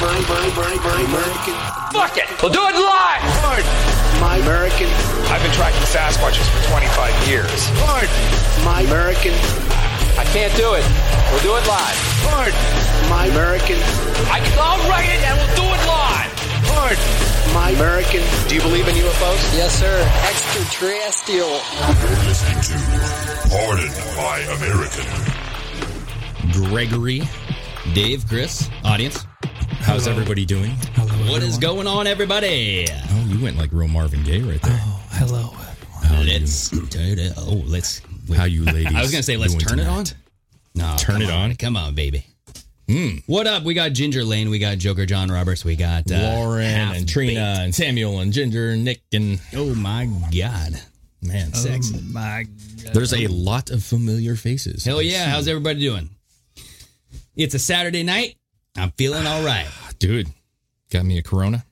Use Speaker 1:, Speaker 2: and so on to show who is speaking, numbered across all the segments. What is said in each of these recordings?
Speaker 1: Bernie, Bernie, Bernie, Bernie, American.
Speaker 2: Fuck it. We'll do it live. Pardon.
Speaker 1: My American.
Speaker 2: I've been tracking Sasquatches for 25 years.
Speaker 1: Pardon. My American.
Speaker 2: I can't do it. We'll do it live.
Speaker 1: Pardon. My American.
Speaker 2: I can, I'll write it and we'll do it live.
Speaker 1: Pardon. My American.
Speaker 2: Do you believe in UFOs?
Speaker 3: Yes, sir. Extraterrestrial.
Speaker 4: You're listening to Pardon My American.
Speaker 5: Gregory, Dave, Chris, audience. How's everybody doing? What is going on, everybody?
Speaker 6: Oh, you went like real Marvin Gaye right there.
Speaker 5: Oh, hello. Let's turn it. Oh, let's. wait.
Speaker 6: How you ladies?
Speaker 5: I was gonna say let's
Speaker 6: doing
Speaker 5: turn it on.
Speaker 6: tonight?
Speaker 5: No,
Speaker 6: Turn
Speaker 5: come
Speaker 6: it on?
Speaker 5: Come on, baby.
Speaker 6: Mm.
Speaker 5: What up? We got Ginger Lane. We got Joker John Roberts. We got uh,
Speaker 6: Lauren and
Speaker 5: Half-Baked.
Speaker 6: Trina and Samuel and Ginger and Nick and
Speaker 5: Oh my God,
Speaker 6: man,
Speaker 5: sex.
Speaker 3: My
Speaker 6: there's a lot of familiar faces.
Speaker 5: Hell yeah! How's everybody doing? It's a Saturday night. I'm feeling all right.
Speaker 6: dude, got me a Corona.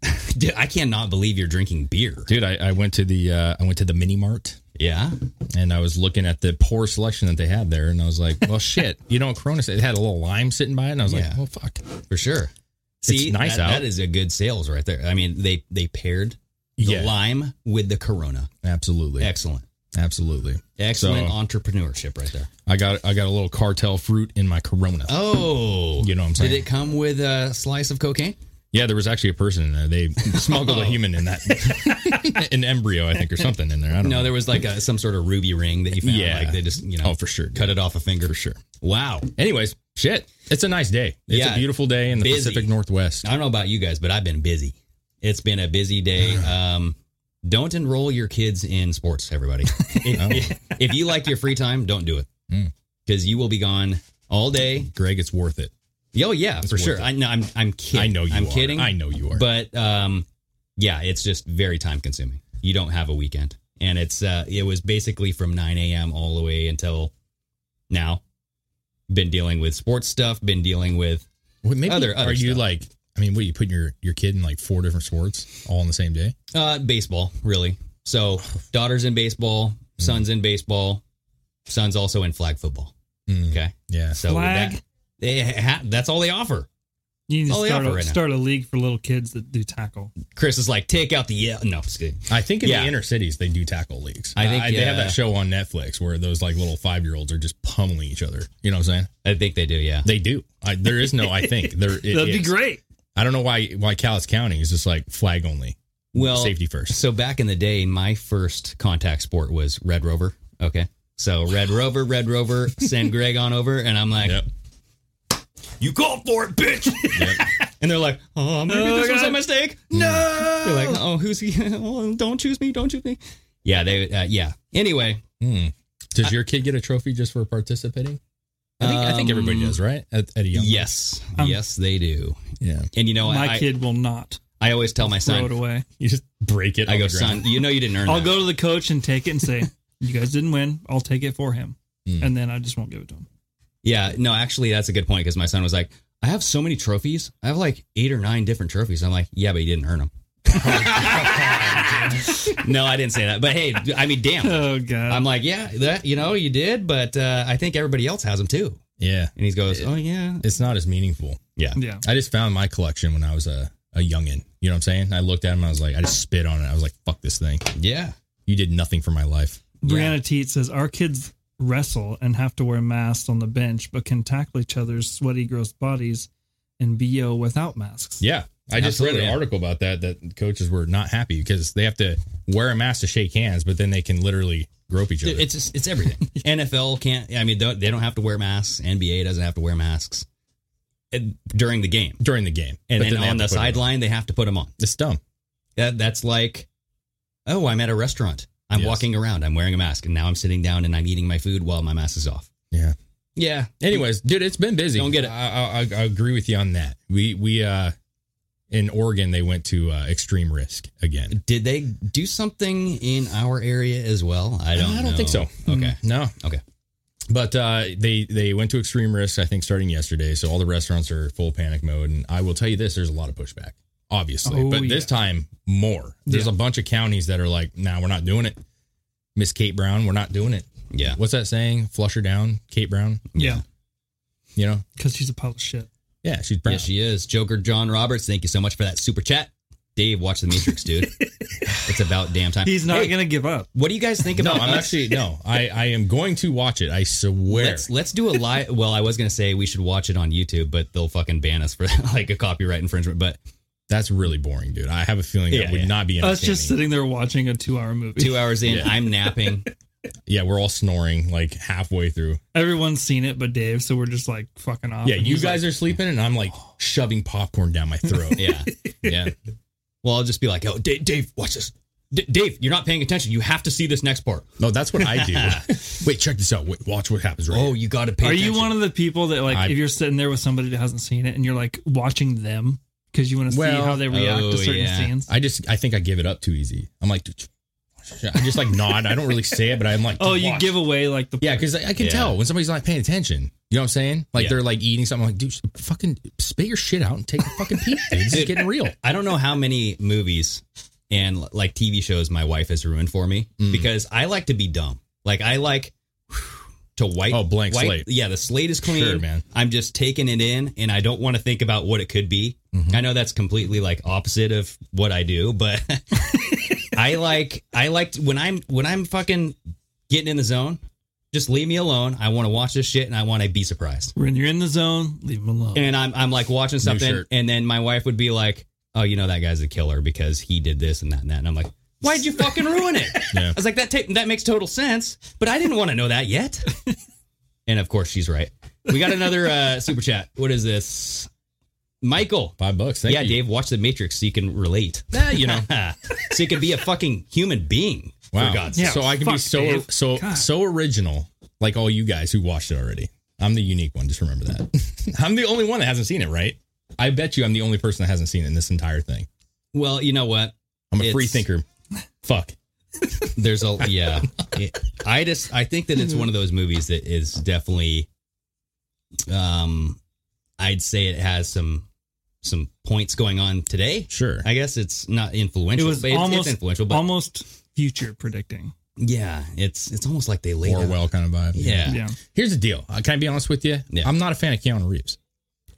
Speaker 5: Dude, I cannot believe you're drinking beer.
Speaker 6: Dude, I, I went to the uh, I went to the mini mart
Speaker 5: Yeah.
Speaker 6: and I was looking at the poor selection that they had there, and I was like, well, shit, you know, Corona it had a little lime sitting by it, and I was
Speaker 5: Yeah.
Speaker 6: like, well, fuck,
Speaker 5: For sure.
Speaker 6: It's nice
Speaker 5: that,
Speaker 6: out.
Speaker 5: That is a good sales right there. I mean, they they paired the
Speaker 6: Yeah.
Speaker 5: lime with the Corona.
Speaker 6: absolutely,
Speaker 5: Excellent,
Speaker 6: absolutely.
Speaker 5: excellent
Speaker 6: So-
Speaker 5: entrepreneurship right there.
Speaker 6: I got I got a little cartel fruit in my Corona.
Speaker 5: Oh,
Speaker 6: You know what I'm saying?
Speaker 5: Did it come with a slice of cocaine?
Speaker 6: Yeah, there was actually a person in there. They
Speaker 5: Oh.
Speaker 6: smuggled a human in that, an embryo, I think, or something in there. I don't
Speaker 5: No,
Speaker 6: know.
Speaker 5: there was like a, some sort of ruby ring that you found.
Speaker 6: Yeah.
Speaker 5: like they just you know
Speaker 6: oh, for sure.
Speaker 5: cut it off a finger.
Speaker 6: for sure.
Speaker 5: Wow.
Speaker 6: Anyways, shit. It's a nice day. It's
Speaker 5: Yeah.
Speaker 6: a beautiful day in the
Speaker 5: Busy.
Speaker 6: Pacific Northwest.
Speaker 5: I don't know about you guys, but I've been busy. It's been a busy day. Um, don't enroll your kids in sports, everybody.
Speaker 6: Oh.
Speaker 5: If, if you like your free time, don't do it
Speaker 6: Mm.
Speaker 5: because you will be gone all day.
Speaker 6: Greg, it's worth it.
Speaker 5: Oh yeah, for
Speaker 6: worth
Speaker 5: sure.
Speaker 6: it.
Speaker 5: I know. I'm I'm kidding.
Speaker 6: I know you
Speaker 5: I'm
Speaker 6: are.
Speaker 5: kidding.
Speaker 6: I know you are.
Speaker 5: But um, yeah, it's just very time consuming. You don't have a weekend, and it's uh, it was basically from 9 a.m. all the way until now. Been dealing with sports stuff. Been dealing with
Speaker 6: What, maybe,
Speaker 5: Other- other
Speaker 6: are you
Speaker 5: stuff.
Speaker 6: like, I mean, what, you putting your, your kid in like four different sports all on the same day?
Speaker 5: Uh, baseball, really. So daughter's in baseball, son's in baseball, son's also in flag football.
Speaker 6: Mm,
Speaker 5: Okay,
Speaker 6: Yeah.
Speaker 5: so
Speaker 7: Flag?
Speaker 5: That, they ha- that's all they offer.
Speaker 7: You need to
Speaker 5: All they
Speaker 7: start,
Speaker 5: offer
Speaker 7: a,
Speaker 5: right now.
Speaker 7: start a league for little kids that do tackle.
Speaker 5: Chris is like, take out the yeah. No, just kidding.
Speaker 6: I think in
Speaker 5: Yeah.
Speaker 6: the inner cities, they do tackle leagues.
Speaker 5: I think,
Speaker 6: they have
Speaker 5: uh,
Speaker 6: that show on Netflix where those like little five year olds are just pummeling each other. You know what I'm saying?
Speaker 5: I think they do. Yeah,
Speaker 6: They do. I, there is no, I think. There, it
Speaker 7: That'd be
Speaker 6: is.
Speaker 7: great.
Speaker 6: I don't know why why Callis County is just like flag only.
Speaker 5: well,
Speaker 6: safety first.
Speaker 5: So back in the day, my first contact sport was Red Rover. Okay, so Red Rover, Red Rover, send Greg on over, and I'm like,
Speaker 6: Yep.
Speaker 5: you called for it, bitch. And they're like, oh, maybe
Speaker 7: Oh,
Speaker 5: this was
Speaker 7: God.
Speaker 5: a mistake. No. They're like, oh, who's he? Oh, don't choose me. Don't choose me. Yeah, they, uh, yeah. Anyway,
Speaker 6: Hmm. Does your kid get a trophy just for participating? I think I think everybody
Speaker 5: Um,
Speaker 6: does, right? At, at a young
Speaker 5: yes,
Speaker 7: Um,
Speaker 5: yes, they do.
Speaker 6: yeah.
Speaker 5: And you know,
Speaker 7: My
Speaker 5: Oh, I, I-
Speaker 7: kid will not
Speaker 5: I always tell my
Speaker 7: throw it
Speaker 5: son,
Speaker 7: away.
Speaker 6: You just break it.
Speaker 5: I
Speaker 6: on
Speaker 5: go,
Speaker 6: the ground.
Speaker 5: son, you know, you didn't earn
Speaker 7: I'll
Speaker 5: that.
Speaker 7: go to the coach and take it and say, "You guys didn't win. I'll take it for him,"
Speaker 5: Hmm.
Speaker 6: Mm.
Speaker 7: and then I just won't give it to him.
Speaker 5: Yeah, no, actually, that's a good point because my son was like, I have so many trophies. I have like eight or nine different trophies. I'm like, yeah, but you didn't earn them. Oh, no, I didn't say that. But hey, I mean, damn.
Speaker 7: Oh god,
Speaker 5: I'm like, yeah, that you know, you did, but uh, I think everybody else has them too.
Speaker 6: Yeah,
Speaker 5: And he goes, oh yeah,
Speaker 6: it's not as meaningful.
Speaker 5: yeah.
Speaker 7: yeah.
Speaker 6: I just found my collection when I was a a youngin. You know what I'm saying? I looked at him. I was like, I just spit on it. I was like, fuck this thing.
Speaker 5: Yeah.
Speaker 6: You did nothing for my life.
Speaker 7: Brianna Teat says our kids wrestle and have to wear masks on the bench, but can tackle each other's sweaty, gross bodies and bo without masks.
Speaker 6: Yeah. I just
Speaker 5: Absolutely,
Speaker 6: read an
Speaker 5: yeah.
Speaker 6: article about that that coaches were not happy because they have to wear a mask to shake hands, but then they can literally grope each other.
Speaker 5: It's just, it's everything. NFL can't. I mean, don't, they don't have to wear masks. NBA doesn't have to wear masks And- during the game,
Speaker 6: during the game.
Speaker 5: and
Speaker 6: But
Speaker 5: then,
Speaker 6: they have
Speaker 5: on
Speaker 6: to
Speaker 5: the
Speaker 6: put it
Speaker 5: sideline, they have to put them on.
Speaker 6: It's dumb.
Speaker 5: That, that's like, oh, I'm at a restaurant. I'm
Speaker 6: Yes.
Speaker 5: walking around. I'm wearing a mask, and now I'm sitting down and I'm eating my food while my mask is off.
Speaker 6: Yeah.
Speaker 5: Yeah.
Speaker 6: Anyways, dude, it's been busy.
Speaker 5: Don't get it.
Speaker 6: I, I, I- I agree with you on that. We we uh in Oregon they went to uh, extreme risk again.
Speaker 5: Did they do something in our area as well? I don't.
Speaker 6: I don't think
Speaker 5: know.
Speaker 6: so.
Speaker 5: Okay.
Speaker 6: No,
Speaker 5: Okay.
Speaker 6: but uh, they they went to extreme risk. I think starting yesterday, so all the restaurants are full panic mode. And I will tell you this: there's a lot of pushback, obviously,
Speaker 7: Oh,
Speaker 6: but this
Speaker 7: yeah.
Speaker 6: time more. There's
Speaker 7: Yeah.
Speaker 6: a bunch of counties that are like, "Nah, we're not doing it." Miss Kate Brown, we're not doing it.
Speaker 5: Yeah.
Speaker 6: What's that saying? Flush her down, Kate Brown.
Speaker 7: Yeah.
Speaker 6: You know,
Speaker 7: Because she's a pile of shit.
Speaker 6: yeah, she's brown.
Speaker 5: Yes, she is. Joker John Roberts, thank you so much for that super chat. Dave, watch The Matrix, dude. it's about damn time.
Speaker 7: He's not
Speaker 5: Hey,
Speaker 7: going to give up.
Speaker 5: What do you guys think
Speaker 6: no,
Speaker 5: about?
Speaker 6: I'm
Speaker 5: let's-
Speaker 6: actually no. I I am going to watch it. I swear.
Speaker 5: Let's let's do a live. well, I was gonna say we should watch it on YouTube, but they'll fucking ban us for like a copyright infringement. But
Speaker 6: That's really boring, dude. I have a feeling
Speaker 5: Yeah,
Speaker 6: that would
Speaker 5: yeah.
Speaker 6: not be
Speaker 7: Us
Speaker 6: entertaining.
Speaker 7: just sitting there watching a two hour movie.
Speaker 5: two hours in, I'm napping.
Speaker 6: yeah, we're all snoring like halfway through.
Speaker 7: Everyone's seen it but Dave, so we're just like fucking off.
Speaker 6: Yeah,
Speaker 7: And
Speaker 6: you
Speaker 7: he's
Speaker 6: guys
Speaker 7: like,
Speaker 6: are sleeping, and I'm like shoving popcorn down my throat.
Speaker 5: Yeah, yeah. Well, I'll just be like, oh, Dave, Dave watch this. D- Dave, you're not paying attention. You have to see this next part.
Speaker 6: No, that's what I do. Wait, check this out. Wait, watch what happens. Right.
Speaker 5: Oh,
Speaker 6: here.
Speaker 5: you got to pay.
Speaker 7: Are
Speaker 5: attention.
Speaker 7: you one of the people that like
Speaker 6: I-
Speaker 7: if you're sitting there with somebody that hasn't seen it and you're like watching them because you want to see
Speaker 6: Well,
Speaker 7: how they react
Speaker 5: oh,
Speaker 7: to certain
Speaker 5: yeah.
Speaker 7: scenes?
Speaker 6: I just I think I give it up too easy. I'm like, "Dude, I just like nod. I don't really say it, but I'm like,
Speaker 7: oh,
Speaker 6: "Dude,
Speaker 7: you
Speaker 6: watch."
Speaker 7: give away like the
Speaker 6: Yeah, because I, I can
Speaker 5: Yeah.
Speaker 6: tell when somebody's not paying attention. You know what I'm saying? Like
Speaker 5: Yeah.
Speaker 6: they're like eating something. I'm like, dude, fucking spit your shit out and take a fucking peek, dude. This is getting real.
Speaker 5: I don't know how many movies and like TV shows my wife has ruined for me
Speaker 6: Mm.
Speaker 5: because I like to be dumb. Like I like to white
Speaker 6: Oh, blank
Speaker 5: white-
Speaker 6: slate.
Speaker 5: Yeah, the slate is clean.
Speaker 6: Sure, man.
Speaker 5: I'm just taking it in, and I don't want to think about what it could be.
Speaker 6: Mm-hmm.
Speaker 5: I know that's completely like opposite of what I do, but I like I like to- when I'm when I'm fucking getting in the zone. Just leave me alone. I want to watch this shit, and I want to be surprised
Speaker 7: when you're in the zone, leave them alone.
Speaker 5: and I'm I'm like watching something,
Speaker 6: shirt.
Speaker 5: and then my wife would be like, "Oh, you know that guy's a killer because he did this and that and that," and I'm like, "Why'd you fucking ruin it?"
Speaker 6: Yeah.
Speaker 5: I was like, "That ta- that makes total sense," but I didn't want to know that yet. and of course, she's right. We got another uh, super chat. What is this, Michael?
Speaker 6: Five bucks. Thank
Speaker 5: yeah,
Speaker 6: you.
Speaker 5: Dave, watch The Matrix so you can relate. you know, so you can be a fucking human being.
Speaker 6: Wow.
Speaker 5: For God's
Speaker 7: Yeah,
Speaker 6: so I can be
Speaker 7: fuck,
Speaker 6: so
Speaker 7: Dave.
Speaker 6: so
Speaker 7: God.
Speaker 6: so original, like all you guys who watched it already. I'm the unique one. Just remember that. I'm the only one that hasn't seen it, right? I bet you I'm the only person that hasn't seen it in this entire thing.
Speaker 5: Well, you know what?
Speaker 6: I'm a free
Speaker 5: It's-
Speaker 6: thinker. Fuck.
Speaker 5: There's a yeah. It- I just I think that it's one of those movies that is definitely um I'd say it has some some points going on today.
Speaker 6: Sure.
Speaker 5: I guess it's not
Speaker 7: it
Speaker 5: influential.
Speaker 7: was
Speaker 5: but it's,
Speaker 7: almost
Speaker 5: it's influential, but
Speaker 7: almost future predicting.
Speaker 5: yeah, it's it's almost like they laid out-
Speaker 6: Orwell kind of vibe.
Speaker 5: Yeah.
Speaker 7: Yeah.
Speaker 6: Here's the deal. Uh, Can I be honest with you?
Speaker 5: Yeah.
Speaker 6: I'm not a fan of Keanu Reeves.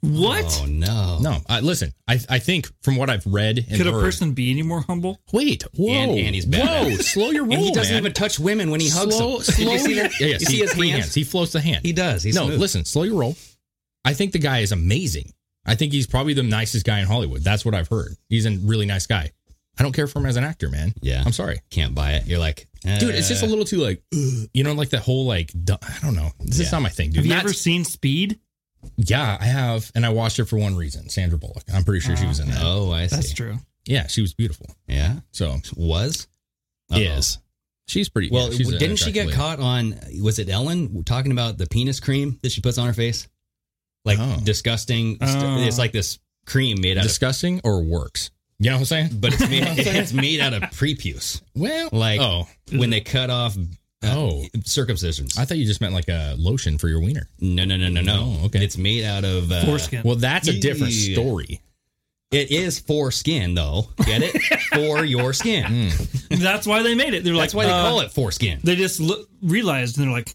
Speaker 7: What?
Speaker 5: Oh no.
Speaker 6: No. I, listen, I I think from what I've read and
Speaker 7: Could a
Speaker 6: heard-
Speaker 7: person be any more humble?
Speaker 6: wait? Whoa.
Speaker 5: And- and he's
Speaker 6: whoa.
Speaker 5: Batman.
Speaker 6: Slow your roll,
Speaker 5: And he doesn't
Speaker 6: man.
Speaker 5: even touch women when he hugs
Speaker 6: slow,
Speaker 5: them.
Speaker 6: Slow
Speaker 5: Did you see
Speaker 6: your-
Speaker 5: that?
Speaker 6: Yeah, yeah,
Speaker 5: you see his
Speaker 6: free
Speaker 5: hands?
Speaker 6: He floats the hand.
Speaker 5: He does. He's
Speaker 6: no,
Speaker 5: smooth.
Speaker 6: listen, slow your roll. I think the guy is amazing. I think he's probably the nicest guy in Hollywood. That's what I've heard. He's a really nice guy. I don't care for him as an actor, man.
Speaker 5: Yeah.
Speaker 6: I'm sorry.
Speaker 5: Can't buy it. You're like
Speaker 6: Dude, it's just a
Speaker 5: uh,
Speaker 6: little too like, ugh, you know, like that whole like, du- I don't know. This
Speaker 5: Yeah.
Speaker 6: is not my thing,
Speaker 7: Have
Speaker 6: dude.
Speaker 7: you
Speaker 6: That's-
Speaker 7: ever seen Speed?
Speaker 6: yeah, I have, and I watched it for one reason: Sandra Bullock. I'm pretty sure she was in that.
Speaker 5: Oh, I see.
Speaker 7: That's true.
Speaker 6: Yeah, she was beautiful.
Speaker 5: Yeah.
Speaker 6: So
Speaker 5: Was? Uh-oh.
Speaker 6: is she's pretty.
Speaker 5: Well,
Speaker 6: yeah, she's an
Speaker 5: didn't she
Speaker 6: attractive
Speaker 5: get
Speaker 6: lady.
Speaker 5: caught on? Was it Ellen talking about the penis cream that she puts on her face? Like
Speaker 6: Oh. Uh.
Speaker 5: disgusting.
Speaker 7: Oh.
Speaker 5: It's like this cream made out
Speaker 6: Disgusting or works? You know what I'm saying?
Speaker 5: of, but it's made it's made out of prepuce.
Speaker 6: Well,
Speaker 5: Like uh,
Speaker 6: oh,
Speaker 5: when they cut off
Speaker 6: oh,
Speaker 5: circumcisions.
Speaker 6: I thought you just meant like a lotion for your wiener.
Speaker 5: no, no, no, no, no.
Speaker 6: Oh, okay.
Speaker 5: It's made out of uh,
Speaker 7: Foreskin.
Speaker 6: Well, that's a different
Speaker 5: Yeah.
Speaker 6: story.
Speaker 5: It is for skin though. Get it for your skin.
Speaker 7: That's why they made it. They're
Speaker 5: That's
Speaker 7: like,
Speaker 5: why they
Speaker 7: uh,
Speaker 5: call it foreskin.
Speaker 7: They just lo- realized and they're like,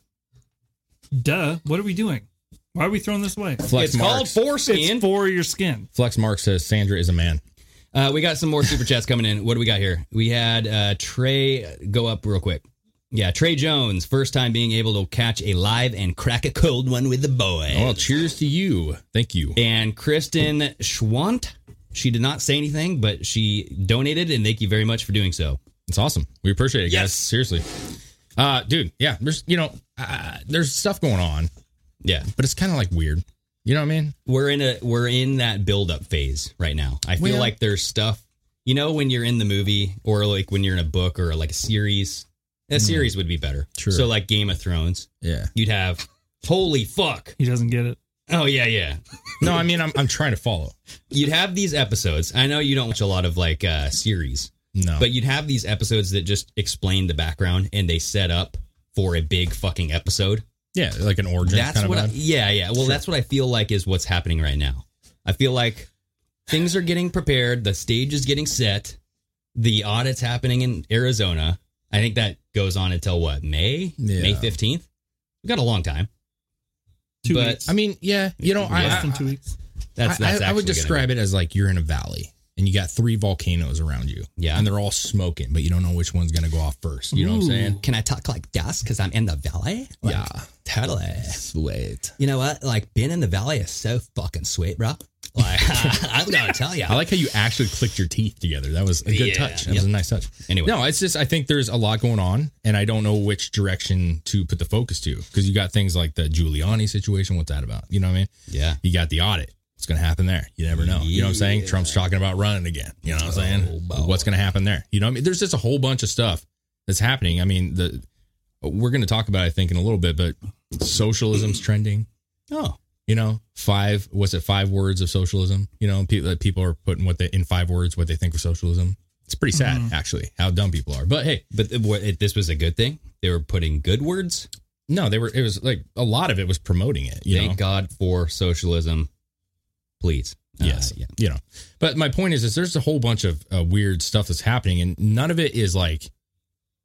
Speaker 7: duh, what are we doing? Why are we throwing this away?
Speaker 6: Flex
Speaker 5: It's called
Speaker 6: Marks.
Speaker 5: foreskin.
Speaker 7: It's for your skin.
Speaker 6: Flex Marks says Sandra is a man.
Speaker 5: Uh, we got some more super chats coming in. What do we got here? We had uh, Trey go up real quick. Yeah, Trey Jones, first time being able to catch a live and crack a cold one with the boy.
Speaker 6: Well, cheers to you. Thank you.
Speaker 5: And Kristen Schwant, she did not say anything, but she donated, and thank you very much for doing so.
Speaker 6: It's awesome. We appreciate it, guys.
Speaker 5: Yes.
Speaker 6: Seriously, uh, dude. Yeah, there's you know, uh, there's stuff going on,
Speaker 5: Yeah,
Speaker 6: but it's kind of like weird. You know what I mean?
Speaker 5: we're in a we're in that build up phase right now. I feel
Speaker 6: Well-
Speaker 5: like there's stuff. You know, when you're in the movie, or like when you're in a book, or like a series. A series would be better.
Speaker 6: Sure.
Speaker 5: So, like Game of Thrones,
Speaker 6: Yeah.
Speaker 5: you'd have Holy fuck.
Speaker 7: He doesn't get it.
Speaker 5: Oh yeah, yeah.
Speaker 6: No, I mean I'm I'm trying to follow.
Speaker 5: You'd have these episodes. I know you don't watch a lot of like uh series,
Speaker 6: No,
Speaker 5: but you'd have these episodes that just explain the background and they set up for a big fucking episode.
Speaker 6: yeah, like an origin
Speaker 5: That's
Speaker 6: kind of
Speaker 5: what I,
Speaker 6: vibe.
Speaker 5: yeah, yeah. Well, that's what I feel like is what's happening right now. I feel like things are getting prepared, the stage is getting set, the audit's happening in Arizona. I think that goes on until what, May?
Speaker 6: Yeah.
Speaker 5: May 15th? We've got a long time.
Speaker 7: Two
Speaker 5: But-
Speaker 7: weeks.
Speaker 6: I mean, yeah, you know, I,
Speaker 7: Less than
Speaker 6: I,
Speaker 7: two weeks.
Speaker 5: That's that's
Speaker 6: I, I would
Speaker 5: actually gonna-
Speaker 6: describe it as like you're in a valley and you got three volcanoes around you.
Speaker 5: Yeah.
Speaker 6: and they're all smoking, but you don't know which one's gonna go off first. You know what I'm saying?
Speaker 5: Can I talk like dust because I'm in the valley? Like,
Speaker 6: Yeah.
Speaker 5: Totally.
Speaker 6: Sweet.
Speaker 5: You know what? Like being in the valley is so fucking sweet, bro. Like I'm gonna tell you.
Speaker 6: I like how you actually clicked your teeth together. That was a good
Speaker 5: Yeah.
Speaker 6: touch. That
Speaker 5: Yep.
Speaker 6: was a nice touch.
Speaker 5: Anyway.
Speaker 6: no, it's just I think there's a lot going on, and I don't know which direction to put the focus to because you got things like the Giuliani situation. What's that about? You know what I mean?
Speaker 5: Yeah.
Speaker 6: You got the audit. What's going to happen there? You never know. You know what I'm saying?
Speaker 5: Yeah.
Speaker 6: Trump's talking about running again. You know what I'm
Speaker 5: Oh,
Speaker 6: saying?
Speaker 5: boy.
Speaker 6: What's going to happen there? You know what I mean? There's just a whole bunch of stuff that's happening. I mean, the we're going to talk about it, I think in a little bit, but socialism's trending
Speaker 5: Oh.
Speaker 6: you know five what's it five words of socialism you know people people are putting what they in five words what they think of socialism it's pretty sad
Speaker 5: Mm-hmm.
Speaker 6: actually how dumb people are but hey
Speaker 5: But th- what, it, this was a good thing. They were putting good words.
Speaker 6: no they were it was like a lot of it was promoting it you
Speaker 5: Thank
Speaker 6: know
Speaker 5: God for socialism. Please. Uh,
Speaker 6: yes
Speaker 5: yeah.
Speaker 6: you know but my point is is there's a whole bunch of uh, weird stuff that's happening and none of it is like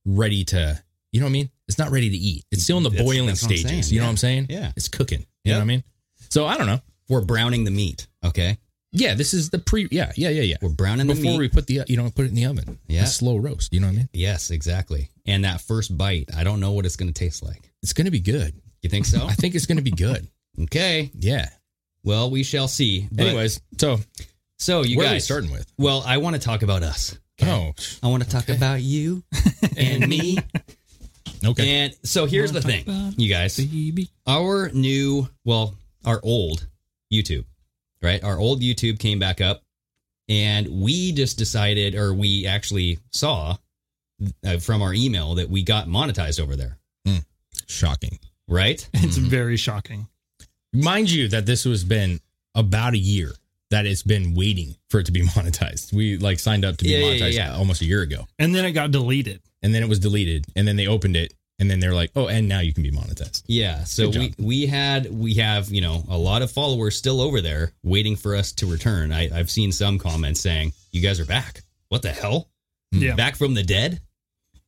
Speaker 6: ready to you know what i mean it's not ready to eat it's still in the
Speaker 5: That's-
Speaker 6: boiling
Speaker 5: that's what I'm
Speaker 6: stages
Speaker 5: saying,
Speaker 6: you know
Speaker 5: yeah.
Speaker 6: what i'm saying
Speaker 5: Yeah.
Speaker 6: it's cooking you
Speaker 5: Yep.
Speaker 6: know what i mean so i don't know
Speaker 5: We're browning the meat. Okay.
Speaker 6: yeah this is the pre yeah yeah yeah yeah
Speaker 5: We're browning the
Speaker 6: before
Speaker 5: meat.
Speaker 6: we put the you know put it in the oven.
Speaker 5: Yeah.
Speaker 6: A slow roast. You know what I mean?
Speaker 5: yes, exactly. And that first bite, I don't know what it's going to taste like.
Speaker 6: It's gonna be good.
Speaker 5: You think so?
Speaker 6: I think it's gonna be good.
Speaker 5: okay.
Speaker 6: yeah.
Speaker 5: Well, we shall see. But-
Speaker 6: Anyways, so
Speaker 5: so you
Speaker 6: where
Speaker 5: guys
Speaker 6: are we starting with?
Speaker 5: Well, I want to talk about us.
Speaker 6: Oh,
Speaker 5: I want to talk about you and me.
Speaker 6: okay.
Speaker 5: And so here's the thing, you guys.
Speaker 7: Baby.
Speaker 5: Our new, well, our old YouTube, right? Our old YouTube came back up, and we just decided, or we actually saw uh, from our email that we got monetized over there,
Speaker 6: Shocking.
Speaker 5: right?
Speaker 7: It's very shocking.
Speaker 6: Mind you, that this was been about a year that it's been waiting for it to be monetized. We like signed up to be
Speaker 5: Yeah, yeah,
Speaker 6: monetized
Speaker 5: yeah, yeah.
Speaker 6: almost a year ago,
Speaker 7: And then it got deleted.
Speaker 6: and then it was deleted, and then they opened it, and then they're like, oh, and now you can be monetized.
Speaker 5: Yeah. So
Speaker 6: Good
Speaker 5: we
Speaker 6: job.
Speaker 5: we had we have you know a lot of followers still over there waiting for us to return. I, I've seen some comments saying you guys are back. What the hell?
Speaker 7: Yeah.
Speaker 5: Back from the dead?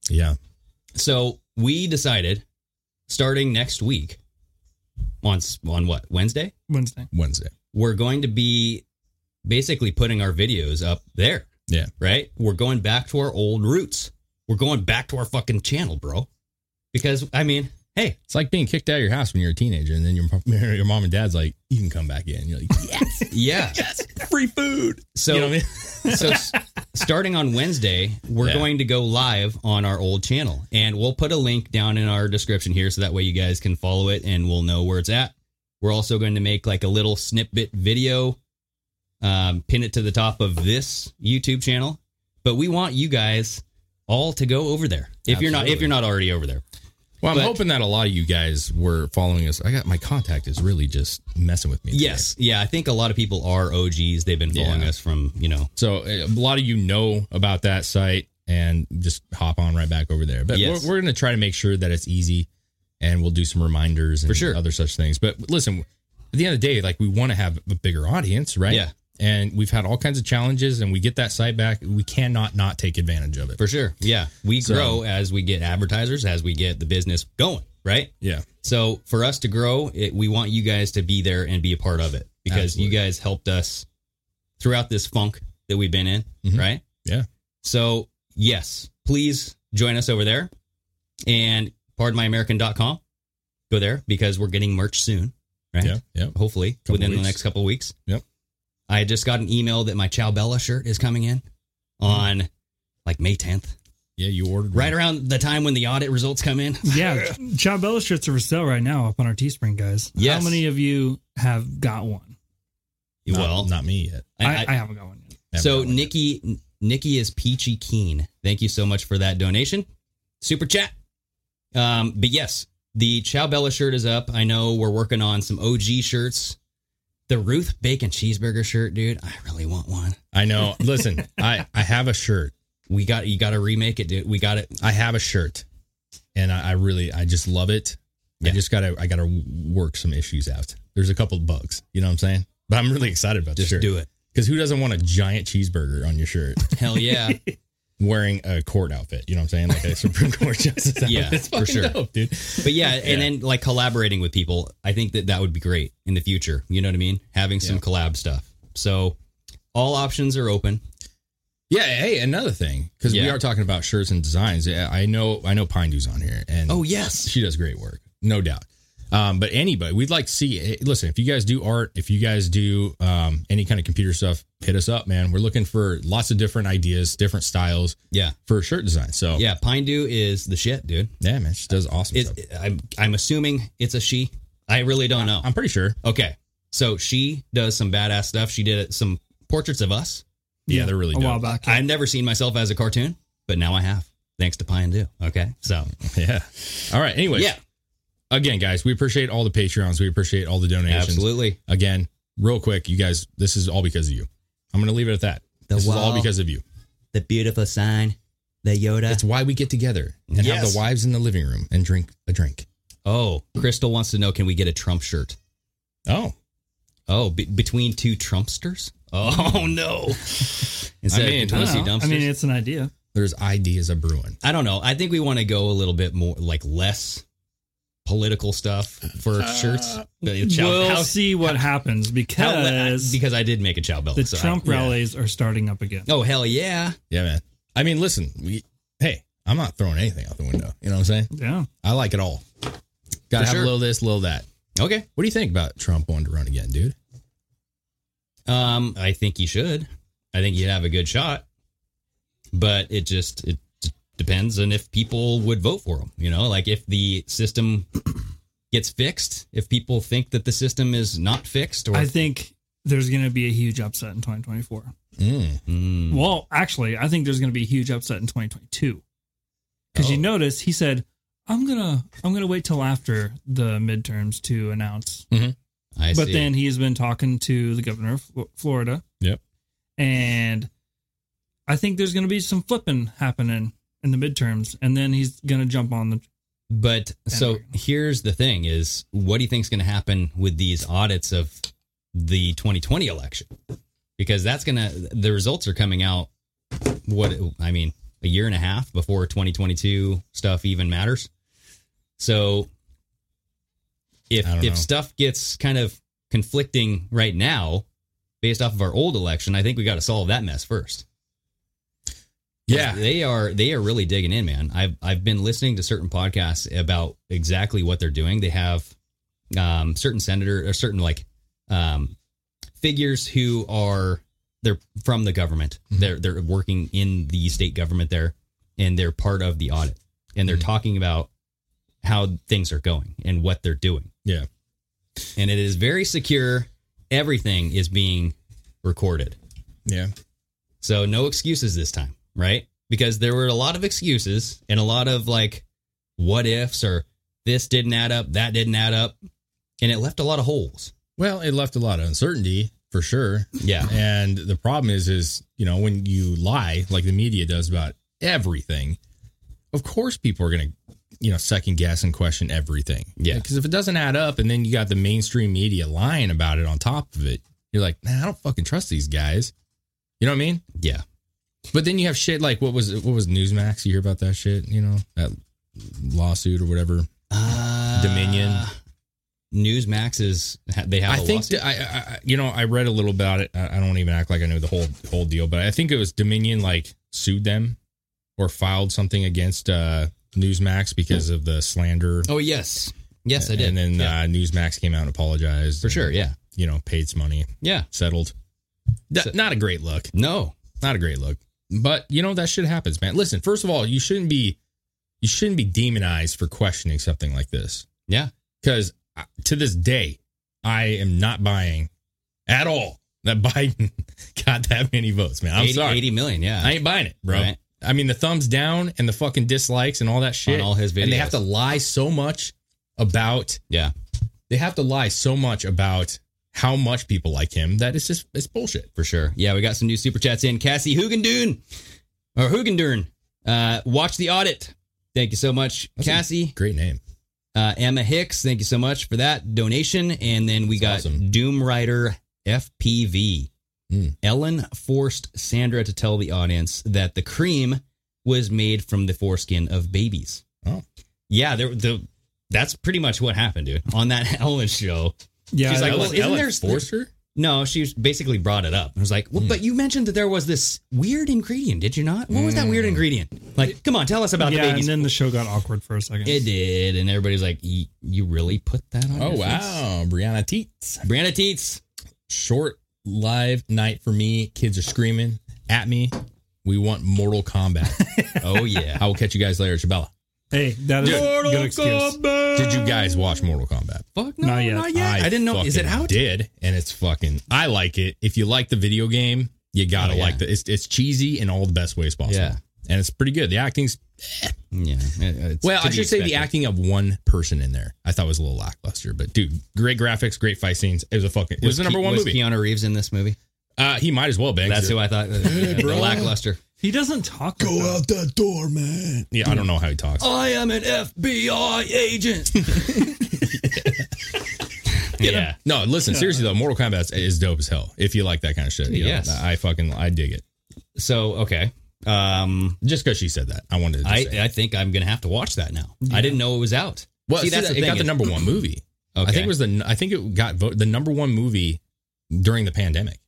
Speaker 6: Yeah.
Speaker 5: So we decided starting next week on s- on what Wednesday
Speaker 7: Wednesday.
Speaker 6: Wednesday.
Speaker 5: we're going to be basically putting our videos up there,
Speaker 6: Yeah.
Speaker 5: right? We're going back to our old roots. We're going back to our fucking channel, bro. Because I mean, hey,
Speaker 6: It's like being kicked out of your house when you're a teenager, and then your your mom and dad's like, you can come back in. You're like, yes,
Speaker 5: yeah.
Speaker 6: free food.
Speaker 5: So
Speaker 6: you know what I mean?
Speaker 5: so s- starting on Wednesday, we're
Speaker 6: Yeah.
Speaker 5: going to go live on our old channel and we'll put a link down in our description here so that way you guys can follow it and we'll know where it's at. We're also going to make like a little snippet video um pin it to the top of this YouTube channel, but we want you guys all to go over there. If you're not if
Speaker 6: Absolutely.
Speaker 5: you're not already over there.
Speaker 6: Well, I'm
Speaker 5: But-
Speaker 6: hoping that a lot of you guys were following us. I got my contact is really just messing with me. today.
Speaker 5: Yes. Yeah, I think a lot of people are OGs. They've been following
Speaker 6: Yeah.
Speaker 5: us from, you know,
Speaker 6: So uh, a lot of you know about that site and just hop on right back over there. But
Speaker 5: Yes.
Speaker 6: we're, we're going to try to make sure that it's easy and we'll do some reminders and
Speaker 5: For sure.
Speaker 6: other such things. But listen, at the end of the day, like we want to have a bigger audience, right?
Speaker 5: Yeah.
Speaker 6: And we've had all kinds of challenges and we get that site back. We cannot not take advantage of it.
Speaker 5: for sure. Yeah. We
Speaker 6: So-
Speaker 5: grow as we get advertisers, as we get the business going, right?
Speaker 6: Yeah.
Speaker 5: So for us to grow, it, we want you guys to be there and be a part of it because
Speaker 6: Absolutely.
Speaker 5: you guys helped us throughout this funk that we've been in,
Speaker 6: Mhm.
Speaker 5: right?
Speaker 6: Yeah.
Speaker 5: So yes, please join us over there and pardonmyamerican.com. Go there because we're getting merch soon, right?
Speaker 6: Yeah. Yeah.
Speaker 5: Hopefully
Speaker 6: Couple
Speaker 5: within the
Speaker 6: weeks.
Speaker 5: next couple of weeks.
Speaker 6: Yep.
Speaker 5: I just got an email that my Chow Bella shirt is coming in on like May 10th,
Speaker 6: Yeah. You ordered
Speaker 5: right around the time when the audit results come in.
Speaker 7: Yeah. Chow Bella shirts are for sale right now up on our Teespring, guys.
Speaker 5: Yes.
Speaker 7: How many of you have got one?
Speaker 6: Not,
Speaker 5: well,
Speaker 6: not me yet.
Speaker 7: I, I, haven't got one yet.
Speaker 6: Never
Speaker 5: so
Speaker 6: mind.
Speaker 5: Nikki, Nikki is peachy keen. Thank you so much for that donation, super chat. Um, but yes, The Chow Bella shirt is up. I know we're working on some OG shirts. The Ruth Bacon Cheeseburger shirt, dude. I really want one.
Speaker 6: I know. Listen, I I have a shirt.
Speaker 5: We got you. Got to remake it, dude. We got it.
Speaker 6: I have a shirt, and I, I really I just love it. I just gotta I gotta work some issues out. There's a couple bugs. You know what I'm saying? But I'm really excited about the
Speaker 5: Just
Speaker 6: shirt.
Speaker 5: do it.
Speaker 6: Because who doesn't want a giant cheeseburger on your shirt
Speaker 5: Hell yeah.
Speaker 6: wearing a court outfit? You know what I'm saying? Like a Supreme Court justice outfit.
Speaker 5: Yeah,
Speaker 6: It's
Speaker 5: for
Speaker 6: fucking
Speaker 5: sure.
Speaker 6: dope, dude.
Speaker 5: but yeah, and then like collaborating with people, I think that that would be great in the future. You know what I mean? Having some
Speaker 6: Yeah.
Speaker 5: collab stuff. So all options are open.
Speaker 6: Yeah. Hey, another thing, because we
Speaker 5: Yeah.
Speaker 6: are talking about shirts and designs. Yeah, I know, I know, Pine Dew's on here, and
Speaker 5: Oh, yes.
Speaker 6: she does great work, no doubt. Um, but anybody, we'd like to see. eh, Listen, if you guys do art, if you guys do um, any kind of computer stuff, hit us up, man. We're looking for lots of different ideas, different styles
Speaker 5: Yeah.
Speaker 6: for shirt design. So
Speaker 5: Yeah. Pine Dew is the shit, dude.
Speaker 6: yeah, man, she does awesome
Speaker 5: Is
Speaker 6: stuff.
Speaker 5: I'm I'm assuming it's a she. I really don't know.
Speaker 6: I'm pretty sure.
Speaker 5: Okay. So she does some badass stuff. She did some portraits of us.
Speaker 6: Yeah, they're really
Speaker 7: a while
Speaker 6: dope.
Speaker 7: back.
Speaker 5: I've never seen myself as a cartoon, but now I have. Thanks to Pine Dew. Okay. So
Speaker 6: Yeah. All right. Anyways,
Speaker 5: yeah,
Speaker 6: Again, guys, we appreciate all the Patreons. We appreciate all the donations.
Speaker 5: absolutely.
Speaker 6: Again, real quick, you guys, this is all because of you. I'm gonna leave it at that.
Speaker 5: The
Speaker 6: this is
Speaker 5: wall.
Speaker 6: all because of you.
Speaker 5: The beautiful sign, the Yoda.
Speaker 6: That's why we get together and have
Speaker 5: Yes.
Speaker 6: the wives in the living room and drink a drink.
Speaker 5: oh, Crystal wants to know: Can we get a Trump shirt?
Speaker 6: Oh,
Speaker 5: Oh, be- between two Trumpsters? Oh no! Instead
Speaker 6: I mean,
Speaker 5: of
Speaker 6: I
Speaker 7: I
Speaker 5: Tennessee
Speaker 7: don't know.
Speaker 5: dumpsters.
Speaker 7: I mean, it's an idea.
Speaker 6: there's ideas a brewing.
Speaker 5: I don't know. I think we want to go a little bit more like less political stuff for
Speaker 6: Uh,
Speaker 5: shirts. The chow-
Speaker 7: we'll
Speaker 5: how-
Speaker 7: see what happens
Speaker 5: how le- I-
Speaker 7: because
Speaker 5: because I did make a chow bell.
Speaker 7: the
Speaker 5: so I-
Speaker 7: Trump
Speaker 5: yeah.
Speaker 7: rallies are starting up again.
Speaker 5: Oh hell yeah!
Speaker 6: Yeah, man. I mean, listen, we hey, I'm not throwing anything out the window. You know what I'm saying?
Speaker 7: Yeah.
Speaker 6: I like it all. Gotta
Speaker 5: For
Speaker 6: have
Speaker 5: sure.
Speaker 6: a little this, a little that.
Speaker 5: Okay.
Speaker 6: What do you think about Trump wanting to run again, dude?
Speaker 5: Um, I think you should. I think you'd have a good shot, but it just it depends on if people would vote for him. You know, like if the system gets fixed, if people think that the system is not fixed, or
Speaker 7: I think there's going to be a huge upset in 2024.
Speaker 6: Mm.
Speaker 5: Mm,
Speaker 7: Well, actually, I think there's going to be a huge upset in 2022. Because
Speaker 5: Oh.
Speaker 7: you notice he said, "I'm gonna, I'm gonna wait till after the midterms to announce."
Speaker 5: I
Speaker 7: but
Speaker 5: see.
Speaker 7: then he's been talking to the governor of Flo- Florida.
Speaker 6: Yep.
Speaker 7: And I think there's going to be some flipping happening in the midterms, and then he's going to jump on the.
Speaker 5: But so
Speaker 7: Bandwagon.
Speaker 5: here's the thing is what do you think's going to happen with these audits of the 2020 election? Because that's going to the results are coming out what I mean, a year and a half before 2022 stuff even matters. So if
Speaker 6: I
Speaker 5: if
Speaker 6: don't know.
Speaker 5: stuff gets kind of conflicting right now based off of our old election, I think we got to solve that mess first.
Speaker 6: Yeah.
Speaker 5: They are they are really digging in, man. I've I've been listening to certain podcasts about exactly what they're doing. They have um certain senator or certain like um figures who are they're from the government. They're they're working in the state government there and they're part of the audit. And they're talking about how things are going and what they're doing.
Speaker 6: Yeah.
Speaker 5: And it is very secure. Everything is being recorded.
Speaker 6: Yeah.
Speaker 5: So no excuses this time, right? Because there were a lot of excuses and a lot of like what ifs or this didn't add up, that didn't add up, and it left a lot of holes.
Speaker 6: Well, it left a lot of uncertainty for sure.
Speaker 5: Yeah.
Speaker 6: And the problem is, is you know, when you lie like the media does about everything, of course people are gonna, you know, second guess and question everything.
Speaker 5: Yeah.
Speaker 6: Because if it doesn't add up, and then you got the mainstream media lying about it on top of it, you're like, nah, I don't fucking trust these guys. You know what I mean?
Speaker 5: Yeah.
Speaker 6: But then you have shit like what was what was Newsmax? You hear about that shit? You know that lawsuit or whatever.
Speaker 5: Uh,
Speaker 6: Dominion.
Speaker 5: Newsmax is ha- they have.
Speaker 6: I
Speaker 5: a
Speaker 6: think
Speaker 5: lawsuit?
Speaker 6: that I, I- I, you know, I read a little about it. I, I don't even act like I know the whole whole deal, but I think it was Dominion like sued them or filed something against uh, Newsmax because of the slander.
Speaker 5: oh yes, yes I did.
Speaker 6: And then
Speaker 5: Yeah.
Speaker 6: uh, Newsmax came out and apologized
Speaker 5: for sure, yeah,
Speaker 6: You know, paid some money,
Speaker 5: yeah.
Speaker 6: settled. That- not a great look.
Speaker 5: No,
Speaker 6: Not a great look. But you know that shit happens, man. Listen, first of all, you shouldn't be you shouldn't be demonized for questioning something like this
Speaker 5: yeah,
Speaker 6: because to this day, I am not buying at all that Biden got that many votes, man. I'm
Speaker 5: 80,
Speaker 6: sorry.
Speaker 5: eighty million, yeah.
Speaker 6: I ain't buying it, bro.
Speaker 5: Right.
Speaker 6: I mean, the thumbs down and the fucking dislikes and all that shit.
Speaker 5: On all his
Speaker 6: And they
Speaker 5: videos.
Speaker 6: have to lie so much about
Speaker 5: Yeah.
Speaker 6: they have to lie so much about how much people like him that it's just it's bullshit.
Speaker 5: for sure. Yeah, we got some new super chats in. Cassie Hugendun or Hugendun. Uh, watch the audit. Thank you so much,
Speaker 6: That's a
Speaker 5: Cassie.
Speaker 6: great name.
Speaker 5: Uh, Emma Hicks, thank you so much for that donation. And then we
Speaker 6: That's
Speaker 5: got
Speaker 6: awesome.
Speaker 5: Doom Rider FPV.
Speaker 6: Mm.
Speaker 5: Ellen forced Sandra to tell the audience that the cream was made from the foreskin of babies.
Speaker 6: Oh.
Speaker 5: Yeah, there the that's pretty much what happened, dude. On that Ellen show,
Speaker 7: Yeah,
Speaker 5: She's like,
Speaker 7: that
Speaker 5: well,
Speaker 7: was-
Speaker 5: isn't
Speaker 6: Ellen
Speaker 5: there-
Speaker 6: Forster?
Speaker 5: No, she was- basically brought it up. I was like,
Speaker 6: Hmm.
Speaker 5: well, but you mentioned that there was this weird ingredient, did you not? What was that
Speaker 6: Hmm.
Speaker 5: weird ingredient? Like, come on, tell us about
Speaker 7: yeah,
Speaker 5: the
Speaker 7: and
Speaker 5: babies.
Speaker 7: then the show got awkward for a second.
Speaker 5: it did, and everybody's like, "Y- you really put that on?
Speaker 6: Oh
Speaker 5: your face?
Speaker 6: wow, Brianna Teets.
Speaker 5: Brianna Teets.
Speaker 6: Short live night for me. Kids are screaming at me. We want Mortal Kombat.
Speaker 5: Oh yeah,
Speaker 6: I will catch you guys later, Chabela.
Speaker 7: Hey, that is a good excuse.
Speaker 6: Did you guys watch Mortal Kombat?
Speaker 5: fuck no,
Speaker 7: Not
Speaker 5: not yet.
Speaker 7: yet.
Speaker 5: I, didn't know. Is it
Speaker 6: fucking
Speaker 5: out?
Speaker 6: Did and it's fucking. I like it. If you like the video game, you gotta
Speaker 5: Oh, yeah.
Speaker 6: like the. It's it's cheesy in all the best ways possible.
Speaker 5: Yeah.
Speaker 6: and it's pretty good. The acting's
Speaker 5: Yeah. it- it's
Speaker 6: well.
Speaker 5: to
Speaker 6: I
Speaker 5: be
Speaker 6: should say the
Speaker 5: expected.
Speaker 6: acting of one person in there. I thought was a little lackluster, but dude, great graphics, great fight scenes. It was a fucking. It was, the number
Speaker 5: Ke-
Speaker 6: one
Speaker 5: was
Speaker 6: movie.
Speaker 5: Keanu Reeves in this movie?
Speaker 6: uh, he might as well bang.
Speaker 5: That's who I
Speaker 6: uh,
Speaker 5: thought. yeah, the
Speaker 6: bro.
Speaker 5: lackluster.
Speaker 7: He doesn't talk. Go like out.
Speaker 6: the door, man. Yeah, I don't know how he talks.
Speaker 5: I am an FBI agent. yeah.
Speaker 6: No, listen, seriously though, Mortal Kombat is dope as hell. If you like that kind of shit, you know,
Speaker 5: Yes.
Speaker 6: I fucking I dig it.
Speaker 5: So okay. Um.
Speaker 6: Just because she said that, I wanted to. Just
Speaker 5: I,
Speaker 6: say. it.
Speaker 5: I think I'm gonna have to watch that now. I didn't know it was out.
Speaker 6: Well,
Speaker 5: See,
Speaker 6: see,
Speaker 5: that's
Speaker 6: that-
Speaker 5: the
Speaker 6: it
Speaker 5: thing
Speaker 6: got the
Speaker 5: is-
Speaker 6: number one movie. I think it was the I think it got vote, the number one movie during the pandemic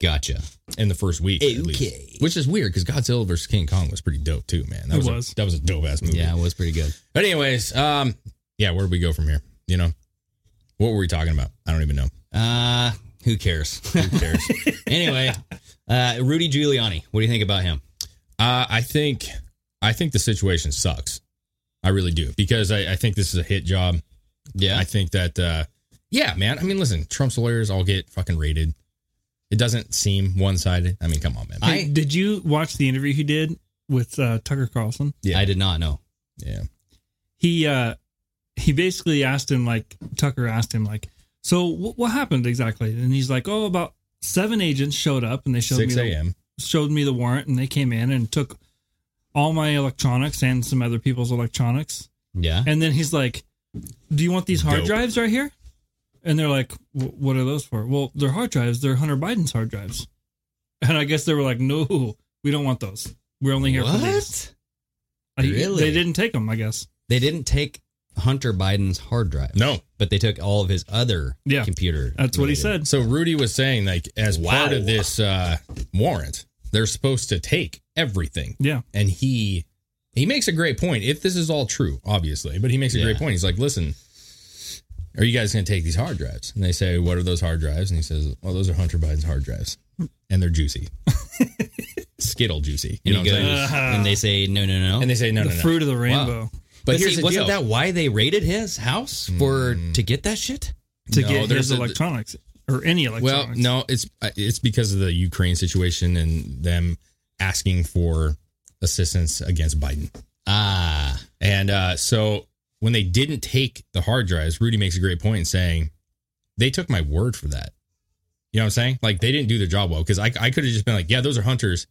Speaker 5: gotcha.
Speaker 6: in the first week. at least.
Speaker 5: Okay.
Speaker 6: which is weird because Godzilla vs King Kong was pretty dope too, man. That
Speaker 7: It
Speaker 6: was, a-
Speaker 7: was.
Speaker 6: that was a dope ass movie.
Speaker 5: Yeah, it was pretty good.
Speaker 6: But anyways, um, yeah, where do we go from here? You know, what were we talking about? I don't even know.
Speaker 5: Uh, who cares? Who cares? anyway, uh, Rudy Giuliani. What do you think about him?
Speaker 6: Uh, I think I think the situation sucks. I really do because I, I think this is a hit job.
Speaker 5: Yeah,
Speaker 6: I think that, uh, yeah, man. I mean, listen, Trump's lawyers all get fucking raided. It doesn't seem one sided. I mean, come on, man.
Speaker 5: I-
Speaker 7: did you watch the interview he did with uh, Tucker Carlson?
Speaker 6: yeah.
Speaker 5: I did not know.
Speaker 6: yeah.
Speaker 7: He uh, he basically asked him like Tucker asked him like, so wh- what happened exactly? And he's like, oh, about seven agents showed up and they showed
Speaker 6: Six
Speaker 7: me the
Speaker 6: a.m.
Speaker 7: showed me the warrant and they came in and took all my electronics and some other people's electronics.
Speaker 5: Yeah,
Speaker 7: And then he's like, "Do you want these hard
Speaker 6: Dope.
Speaker 7: drives right here?" And they're like, "Wh- "What are those for?" Well, they're hard drives. They're Hunter Biden's hard drives. And I guess they were like, "No, we don't want those. We're only here for these."
Speaker 5: what?
Speaker 7: I-
Speaker 5: Really?
Speaker 7: They didn't take them. I guess.
Speaker 5: They didn't take Hunter Biden's hard drive.
Speaker 6: No.
Speaker 5: but they took all of his other
Speaker 7: Yeah.
Speaker 5: computer.
Speaker 7: That's what he
Speaker 5: related-
Speaker 7: said.
Speaker 6: So Rudy was saying, like, as part
Speaker 5: Wow.
Speaker 6: of this uh, warrant, they're supposed to take everything.
Speaker 7: Yeah.
Speaker 6: and he he makes a great point if this is all true obviously but he makes a
Speaker 5: Yeah.
Speaker 6: great point he's like listen are you guys going to take these hard drives and they say what are those hard drives and he says well those are hunter biden's hard drives and they're juicy skittle juicy you know
Speaker 5: And,
Speaker 6: what
Speaker 5: he
Speaker 6: i'm saying
Speaker 5: goes, and they say no, no, no.
Speaker 6: and they say no
Speaker 7: the
Speaker 6: no no
Speaker 7: fruit of the rainbow
Speaker 5: but
Speaker 6: but here's
Speaker 5: see,
Speaker 6: the
Speaker 5: wasn't
Speaker 6: deal.
Speaker 5: that why they raided his house for to get that shit?
Speaker 7: to
Speaker 6: No,
Speaker 7: get
Speaker 6: there's
Speaker 7: his
Speaker 6: a-
Speaker 7: electronics or any
Speaker 6: well
Speaker 7: electronics.
Speaker 6: no it's uh, it's because of the ukraine situation and them asking for assistance against biden
Speaker 5: Ah,
Speaker 6: And uh, so when they didn't take the hard drives, Rudy makes a great point in saying they took my word for that. You know what I'm saying? Like they didn't do their job well because I, I could have just been like, yeah, those are hunters.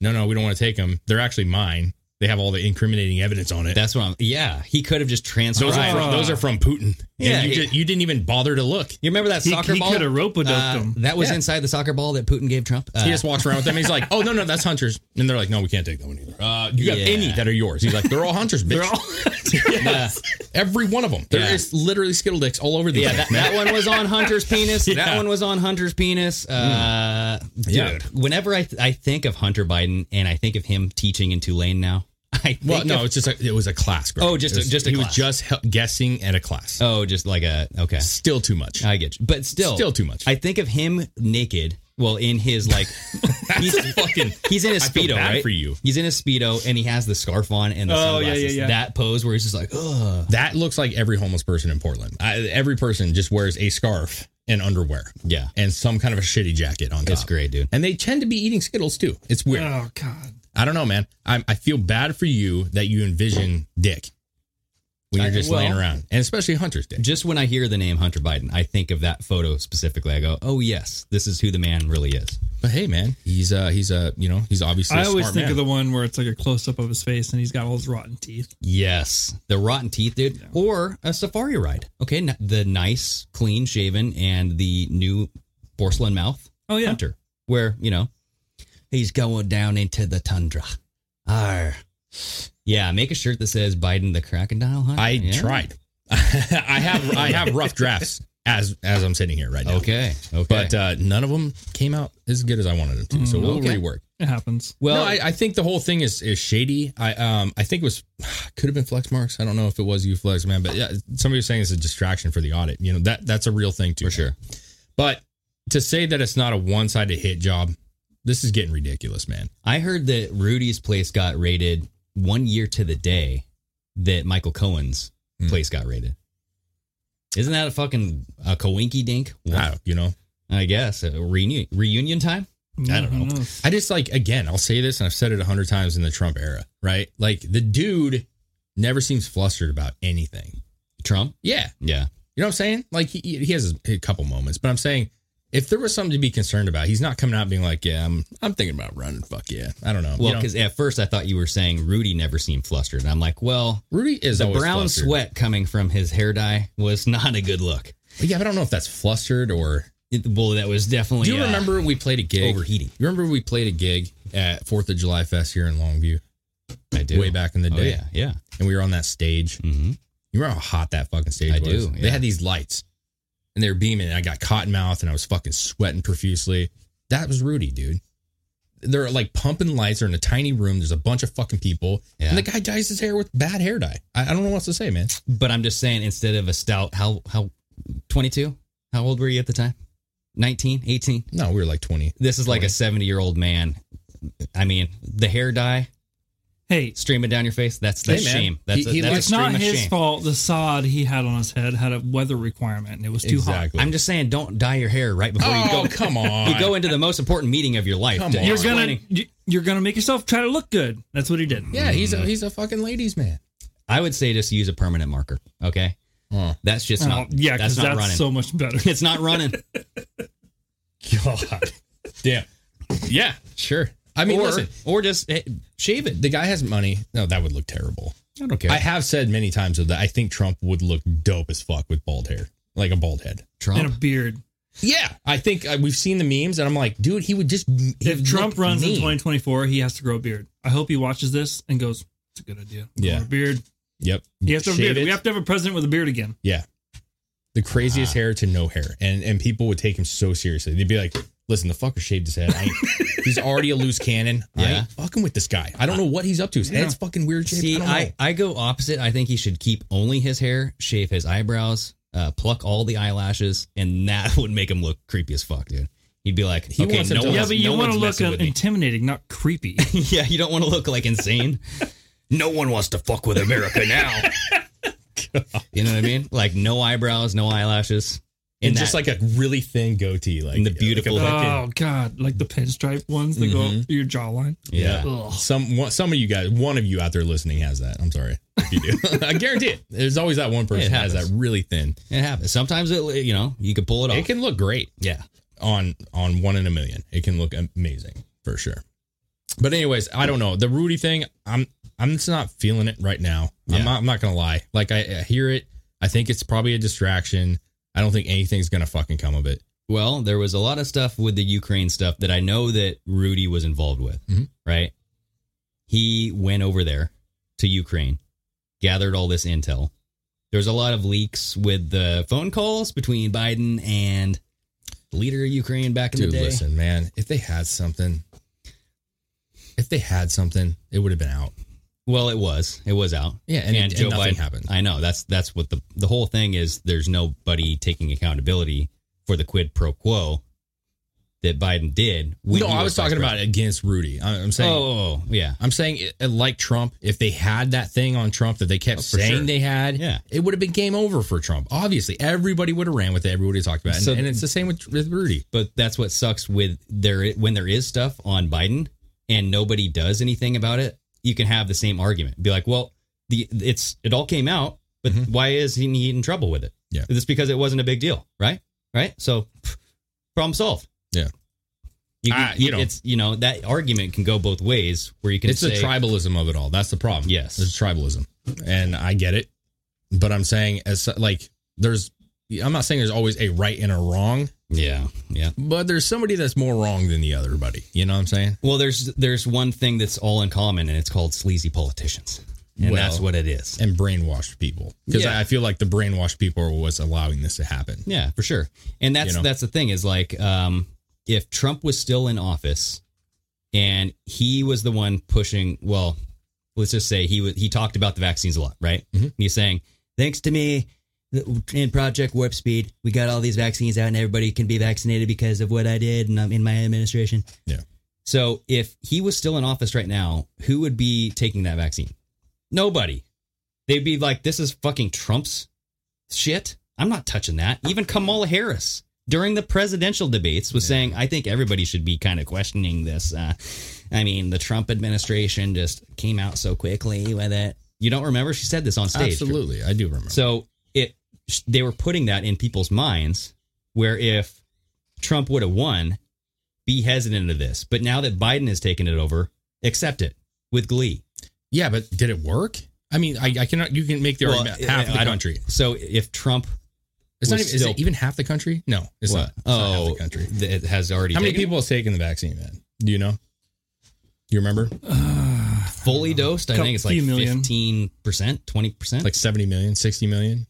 Speaker 6: No, no, we don't want to take them. They're actually mine. They have all the incriminating evidence on it.
Speaker 5: that's what I'm. Um, Yeah, he could have just transferred.
Speaker 6: those, are from, those are from Putin.
Speaker 5: Yeah,
Speaker 6: Yeah, you,
Speaker 5: he-
Speaker 6: ju- you didn't even bother to look.
Speaker 5: You remember that
Speaker 7: He-
Speaker 5: soccer
Speaker 7: he
Speaker 5: ball?
Speaker 7: coulda rope-a-doped
Speaker 6: Uh,
Speaker 7: him.
Speaker 5: uh, That was
Speaker 6: Yeah.
Speaker 5: inside the soccer ball that Putin gave Trump. Uh,
Speaker 6: He just walks around with them. He's like, "Oh no, no, that's hunters." And they're like, "No, we can't take that one either. Uh, you got
Speaker 5: Yeah.
Speaker 6: any that are yours?" He's like, "They're all hunters, bitch. Every one of them. There is
Speaker 5: Yeah.
Speaker 6: literally skittle dicks all over the
Speaker 5: yeah,
Speaker 6: place,
Speaker 5: that,
Speaker 6: man.
Speaker 5: that one was on Hunter's penis. That
Speaker 6: Yeah.
Speaker 5: one was on Hunter's penis. Uh, dude,
Speaker 6: Yeah.
Speaker 5: whenever I, th- I think of Hunter Biden and I think of him teaching in Tulane now, I think
Speaker 6: Well, no,
Speaker 5: of,
Speaker 6: it's just like it was a class. Greg.
Speaker 5: Oh, just
Speaker 6: It
Speaker 5: a-
Speaker 6: was-
Speaker 5: just a
Speaker 6: he
Speaker 5: class.
Speaker 6: was just he- guessing at a class.
Speaker 5: oh, just like a okay.
Speaker 6: Still too much.
Speaker 5: I get you, but still,
Speaker 6: Still too much.
Speaker 5: I think of him naked. Well, in his like, he's fucking. He's in his
Speaker 6: I feel
Speaker 5: speedo,
Speaker 6: bad
Speaker 5: right?
Speaker 6: for you.
Speaker 5: He's in his speedo and he has the scarf on and the
Speaker 7: Oh, yeah, yeah,
Speaker 5: sunglasses.
Speaker 7: yeah.
Speaker 5: That pose where he's just like, ugh.
Speaker 6: that looks like every homeless person in Portland. I, every person just wears a scarf and underwear.
Speaker 5: Yeah.
Speaker 6: and some kind of a shitty jacket on top.
Speaker 5: It's great, dude.
Speaker 6: And they tend to be eating Skittles too. It's weird.
Speaker 7: Oh God.
Speaker 6: I don't know, man. I, I feel bad for you that you envision dick. when you're
Speaker 5: I-
Speaker 6: just laying
Speaker 5: well-
Speaker 6: around, and especially Hunter's Day.
Speaker 5: Just when I hear the name Hunter Biden, I think of that photo specifically. I go, "Oh yes, this is who the man really is."
Speaker 6: But hey, man, he's uh he's uh you know he's obviously. I
Speaker 7: I always think of the one where it's like a close up of his face and he's got all his rotten teeth.
Speaker 5: Yes, the rotten teeth, dude, or a safari ride. Okay, n- the nice, clean shaven, and the new porcelain mouth.
Speaker 7: Oh, yeah.
Speaker 5: Hunter, where you know he's going down into the tundra. Arr. Yeah, make a shirt that says Biden the Kraken Donald Hunter.
Speaker 6: I
Speaker 5: Yeah.
Speaker 6: tried. I have I have rough drafts as as I'm sitting here right now.
Speaker 5: Okay, okay, Mm,
Speaker 6: But uh, none of them came out as good as I wanted them to, so we'll
Speaker 5: okay.
Speaker 6: rework.
Speaker 7: It happens.
Speaker 5: well,
Speaker 6: no, I, I think the whole thing is is shady. I um I think it was could have been flex marks. I don't know if it was you flex man, but yeah, somebody was saying it's a distraction for the audit. You know that that's a real thing too for sure. But to say that it's not a one sided hit job, this is getting ridiculous, man.
Speaker 5: I heard that Rudy's place got rated one year to the day that Michael Cohen's
Speaker 6: Hmm.
Speaker 5: place got rated. Isn't that a fucking a coinky dink?
Speaker 6: Wow, you know.
Speaker 5: I guess a reunion reunion time. I don't
Speaker 7: Who
Speaker 5: know.
Speaker 7: knows?
Speaker 6: I just like again, I'll say this and I've said it a hundred times in the Trump era, right? Like the dude never seems flustered about anything.
Speaker 5: Trump.
Speaker 6: Yeah.
Speaker 5: Yeah.
Speaker 6: You know what I'm saying? Like he he has a couple moments, but I'm saying if there was something to be concerned about, he's not coming out being like, yeah, I'm I'm thinking about running. Fuck yeah, I don't know.
Speaker 5: Well,
Speaker 6: You know,
Speaker 5: because at first I thought you were saying Rudy never seemed flustered, and I'm like, well,
Speaker 6: Rudy is
Speaker 5: the
Speaker 6: always
Speaker 5: brown
Speaker 6: flustered.
Speaker 5: sweat coming from his hair dye was not a good look.
Speaker 6: But yeah, but I don't know if that's flustered or.
Speaker 5: It- well, that was definitely.
Speaker 6: Do you
Speaker 5: uh,
Speaker 6: remember when we played a gig?
Speaker 5: overheating.
Speaker 6: You remember we played a gig at Fourth of July Fest here in Longview
Speaker 5: I do.
Speaker 6: way back in the
Speaker 5: Oh,
Speaker 6: day,
Speaker 5: yeah, yeah.
Speaker 6: and we were on that stage.
Speaker 5: Mm-hmm.
Speaker 6: You remember how hot that fucking stage
Speaker 5: I
Speaker 6: was?
Speaker 5: do, yeah.
Speaker 6: They had these lights and they were beaming, and I got cotton mouth and I was fucking sweating profusely. That was Rudy, dude. They're like pumping lights. They're in a tiny room. There's a bunch of fucking people.
Speaker 5: Yeah.
Speaker 6: And the guy dyes his hair with bad hair dye. I, I don't know what else to say, man.
Speaker 5: But I'm just saying, instead of a stout, how how 22? How old were you at the time? 19, 18.
Speaker 6: No, we were like 20.
Speaker 5: This is like a 70 year old man. I mean, the hair dye
Speaker 7: Hey,
Speaker 5: streaming down your face. That's that's
Speaker 6: Hey, man.
Speaker 5: shame. That's
Speaker 6: He-
Speaker 5: a,
Speaker 6: he
Speaker 5: that's
Speaker 6: likes-
Speaker 5: a
Speaker 7: it's
Speaker 5: stream
Speaker 7: not
Speaker 5: of
Speaker 7: his
Speaker 5: shame.
Speaker 7: fault. The sod he had on his head had a weather requirement and it was too
Speaker 6: Exactly.
Speaker 5: I'm just saying, don't dye your hair right before you
Speaker 6: Oh,
Speaker 5: go.
Speaker 6: come on.
Speaker 5: You go into the most important meeting of your life.
Speaker 6: Come
Speaker 5: to
Speaker 6: on.
Speaker 7: hot. You're
Speaker 5: explaining-
Speaker 7: gonna you- you're gonna make yourself try to look good. That's what he did.
Speaker 6: yeah, he's a,
Speaker 5: Mm.
Speaker 6: he's a fucking ladies' man.
Speaker 5: I would say just use a permanent marker. Okay,
Speaker 6: Huh.
Speaker 5: that's just
Speaker 7: Oh,
Speaker 5: not.
Speaker 7: yeah,
Speaker 5: that's
Speaker 7: because
Speaker 5: not
Speaker 7: that's,
Speaker 5: running.
Speaker 7: so much better.
Speaker 5: it's not running.
Speaker 6: God. Damn. Yeah, sure. I mean,
Speaker 5: or
Speaker 6: listen,
Speaker 5: or just eh, shave it.
Speaker 6: the guy has money. No, that would look terrible.
Speaker 5: I don't care.
Speaker 6: I have said many times though, that I think Trump would look dope as fuck with bald hair, like a bald head.
Speaker 7: and a
Speaker 5: Trump.
Speaker 7: beard.
Speaker 6: Yeah, I think uh, we've seen the memes, and I'm like, dude, he would just. he
Speaker 7: If
Speaker 6: would
Speaker 7: Trump
Speaker 6: look
Speaker 7: runs in
Speaker 6: mean.
Speaker 7: 2024, he has to grow a beard. I hope he watches this and goes, "It's a good idea." I
Speaker 6: Yeah.
Speaker 7: want a beard.
Speaker 6: yep,
Speaker 7: He has to have a
Speaker 6: Shave
Speaker 7: beard.
Speaker 6: it.
Speaker 7: We have to have a president with a beard again.
Speaker 6: yeah, the craziest hair to no hair, and and people would take him so seriously. They'd be like, listen, the fucker shaved his head. I ain't, he's already a loose cannon. I
Speaker 5: Yeah.
Speaker 6: ain't fucking with this guy. I don't know what he's up to. His head's fucking weird shaped. I
Speaker 5: See,
Speaker 6: don't know.
Speaker 5: I, I go opposite. I think he should keep only his hair, shave his eyebrows, uh, pluck all the eyelashes, and that would make him look creepy as fuck, dude. He'd be like,
Speaker 6: He
Speaker 5: okay,
Speaker 6: wants him
Speaker 5: no
Speaker 6: to-
Speaker 5: one's,
Speaker 6: Yeah,
Speaker 7: Yeah, but you
Speaker 5: no
Speaker 7: want to
Speaker 5: one's
Speaker 7: look
Speaker 5: messing with me.
Speaker 7: intimidating, not creepy.
Speaker 5: yeah, you don't want to look like insane. no one wants to fuck with America now. you know what I mean? Like no eyebrows, no eyelashes,
Speaker 6: and just like a really thin goatee, like
Speaker 5: And the
Speaker 6: uh, like a
Speaker 5: beautiful-
Speaker 6: fucking-
Speaker 7: oh God, like the pinstripe ones that go through your jawline.
Speaker 5: yeah.
Speaker 7: Ugh.
Speaker 6: Some one, some of you guys, one of you out there listening has that. I'm sorry if you do. I guarantee it. There's always that one person
Speaker 5: It
Speaker 6: that has that
Speaker 5: happens.
Speaker 6: really thin.
Speaker 5: It happens. Sometimes it, you know, you could pull it off.
Speaker 6: It can look great
Speaker 5: yeah.
Speaker 6: on on one in a million. It can look amazing for sure. But anyways, I don't know the Rudy thing. I'm I'm just not feeling it right now.
Speaker 5: Yeah.
Speaker 6: I'm not, I'm not gonna lie. Like I, I hear it. I think it's probably a distraction. I don't think anything's gonna fucking come of it.
Speaker 5: Well, there was a lot of stuff with the Ukraine stuff that I know that Rudy was involved with,
Speaker 6: Mhm.
Speaker 5: right? He went over there to Ukraine, gathered all this intel. There's a lot of leaks with the phone calls between Biden and the leader of Ukraine back in
Speaker 6: Dude,
Speaker 5: the day.
Speaker 6: listen, man. If they had something, if they had something, it would have been out.
Speaker 5: Well, it was. It was out.
Speaker 6: Yeah, and it- and nothing happened.
Speaker 5: I know. That's that's what the the whole thing is. There's nobody taking accountability for the quid pro quo that Biden did. when
Speaker 6: no,
Speaker 5: he
Speaker 6: I was talking
Speaker 5: vice
Speaker 6: about against Rudy. I- I'm
Speaker 5: president.
Speaker 6: saying.
Speaker 5: Oh, oh, oh, yeah.
Speaker 6: I'm saying, it- it- like Trump, if they had that thing on Trump that they kept
Speaker 5: Oh, for
Speaker 6: saying
Speaker 5: sure.
Speaker 6: they had,
Speaker 5: Yeah.
Speaker 6: it would have been game over for Trump. Obviously, everybody would have ran with it. Everybody would have talked about it. And,
Speaker 5: So-
Speaker 6: and it's the same with, with Rudy.
Speaker 5: But that's what sucks with there when there is stuff on Biden and nobody does anything about it. You can have the same argument. Be like, well, the it's it all came out. But why is he he in trouble with it?
Speaker 6: Mm-hmm. Yeah.
Speaker 5: It's because it wasn't a big deal, right? Right? So pff, problem solved.
Speaker 6: Yeah.
Speaker 5: You,
Speaker 6: Ah,
Speaker 5: you
Speaker 6: you know.
Speaker 5: it's you know that argument can go both ways where you can
Speaker 6: it's
Speaker 5: say
Speaker 6: the tribalism of it all. That's the problem.
Speaker 5: Yes.
Speaker 6: there's tribalism, and I get it, but I'm saying as like there's. I'm not saying there's always a right and a wrong,
Speaker 5: yeah yeah
Speaker 6: but there's somebody that's more wrong than the other buddy. You know what I'm saying?
Speaker 5: well there's there's one thing that's all in common and it's called sleazy politicians and
Speaker 6: Well-
Speaker 5: that's what it is
Speaker 6: And brainwashed people, because
Speaker 5: Yeah.
Speaker 6: I, I feel like the brainwashed people are what's allowing this to happen.
Speaker 5: Yeah, for sure. And that's
Speaker 6: You know?
Speaker 5: that's the thing is like um, if Trump was still in office and he was the one pushing, well, let's just say he was he talked about the vaccines a lot, right?
Speaker 6: Mm-hmm.
Speaker 5: And he's saying, thanks to me in Project Warp Speed, we got all these vaccines out and everybody can be vaccinated because of what I did and I'm in my administration.
Speaker 6: Yeah.
Speaker 5: So if he was still in office right now, who would be taking that vaccine? Nobody. They'd be like, this is fucking Trump's shit. I'm not touching that. Even Kamala Harris during the presidential debates was saying, I think everybody should be kind of questioning this. Uh, I mean, the Trump administration just came out so quickly with it. You don't remember? She said this on stage.
Speaker 6: Absolutely, I do remember.
Speaker 5: So it they were putting that in people's minds where if Trump would have won, be hesitant of this. But now that Biden has taken it over, accept it with glee.
Speaker 6: yeah, but did it work? I mean, I, I cannot. You can make the
Speaker 5: Well,
Speaker 6: argument half
Speaker 5: I-
Speaker 6: of
Speaker 5: I
Speaker 6: the
Speaker 5: don't-
Speaker 6: country.
Speaker 5: So if Trump
Speaker 6: It's not
Speaker 5: was
Speaker 6: even, is
Speaker 5: still-
Speaker 6: it even half the country? No, it's
Speaker 5: What?
Speaker 6: not. It's not half
Speaker 5: oh,
Speaker 6: the country.
Speaker 5: th- it has already
Speaker 6: How many
Speaker 5: taken it?
Speaker 6: people has taken the vaccine, man? Do you know? Do you remember?
Speaker 5: fully dosed? I
Speaker 7: Couple-
Speaker 5: think it's like
Speaker 7: few million.
Speaker 5: fifteen percent, twenty percent,
Speaker 6: Like 70 million, 60 million?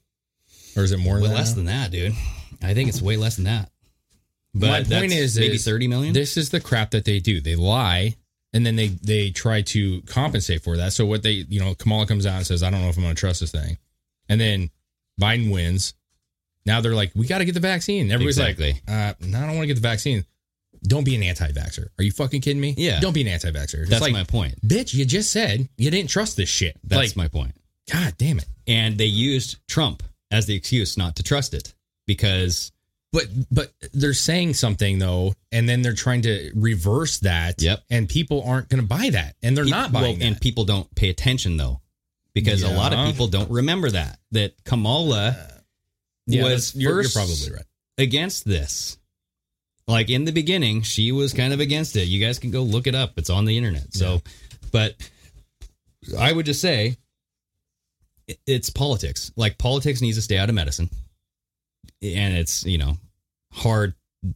Speaker 6: Or is it more
Speaker 5: way
Speaker 6: than that?
Speaker 5: less than that, dude. I think it's way less than that. But
Speaker 6: My
Speaker 5: that's
Speaker 6: point is,
Speaker 5: maybe
Speaker 6: is
Speaker 5: thirty million.
Speaker 6: This is the crap that they do. They lie and then they they try to compensate for that. So what they, you know, Kamala comes out and says, "I don't know if I'm going to trust this thing," and then Biden wins. Now they're like, "We got to get the vaccine." Everybody's
Speaker 5: Exactly.
Speaker 6: like, uh, "No, I don't want to get the vaccine." Don't be an anti-vaxxer. Are you fucking kidding me?
Speaker 5: Yeah.
Speaker 6: Don't be an anti-vaxxer. It's
Speaker 5: that's
Speaker 6: like,
Speaker 5: my point.
Speaker 6: bitch. You just said you didn't trust this shit.
Speaker 5: That's
Speaker 6: like,
Speaker 5: my point.
Speaker 6: god damn it.
Speaker 5: and they used Trump as the excuse not to trust it because
Speaker 6: But but they're saying something though, and then they're trying to reverse that.
Speaker 5: Yep.
Speaker 6: And people aren't going to buy that, and they're not
Speaker 5: Well,
Speaker 6: buying that.
Speaker 5: and people don't pay attention though because a lot of
Speaker 6: Yeah.
Speaker 5: people don't remember that that Kamala
Speaker 6: Yeah,
Speaker 5: was
Speaker 6: that's- you're, you're
Speaker 5: 1st
Speaker 6: probably right.
Speaker 5: against this. Like in the beginning, she was kind of against it. You guys can go look it up; it's on the internet. So, but I would just say it- it's politics. Like politics needs to stay out of medicine, and it's you know hard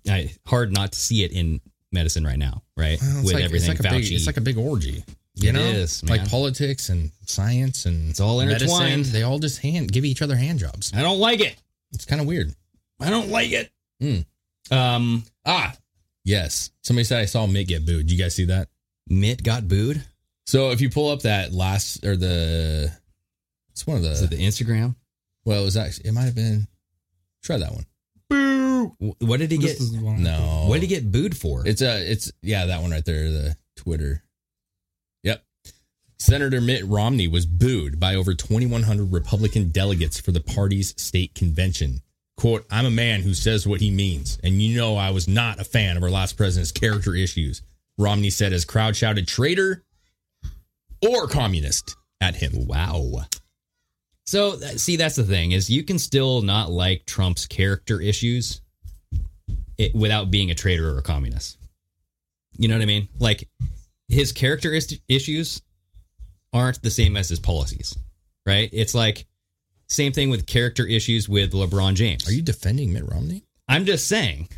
Speaker 5: I, hard not to see it in medicine right now, right?
Speaker 6: Well, it's
Speaker 5: With
Speaker 6: like,
Speaker 5: everything
Speaker 6: it's like
Speaker 5: Fauci,
Speaker 6: a big, it's like a big orgy.
Speaker 5: It
Speaker 6: You know,
Speaker 5: is,
Speaker 6: like
Speaker 5: man.
Speaker 6: politics and science and
Speaker 5: It's all
Speaker 6: medicine,
Speaker 5: intertwined.
Speaker 6: They all just hand give each other hand jobs.
Speaker 5: I don't like it.
Speaker 6: It's kind of weird.
Speaker 5: I don't like it. Um,
Speaker 6: Ah, yes. Somebody said I saw Mitt get booed. You guys see that?
Speaker 5: Mitt got booed.
Speaker 6: So if you pull up that last or the, it's one of
Speaker 5: Is it the Instagram?
Speaker 6: Well, it was actually it might have been. Try that one.
Speaker 5: Wh- What did he get?
Speaker 7: This is the one.
Speaker 6: No,
Speaker 5: What did he get booed for?
Speaker 6: It's a it's yeah that one right there the Twitter. Yep. Senator Mitt Romney was booed by over 2100 Republican delegates for the party's state convention. Quote, I'm a man who says what he means, and you know I was not a fan of our last president's character issues. Romney said as crowd shouted traitor or communist at him.
Speaker 5: Wow. So th- see, that's the thing is you can still not like Trump's character issues it, without being a traitor or a communist. You know what I mean? Like his character is- issues aren't the same as his policies, right? It's like same thing with character issues with LeBron James.
Speaker 6: Are you defending Mitt Romney?
Speaker 5: I'm just saying,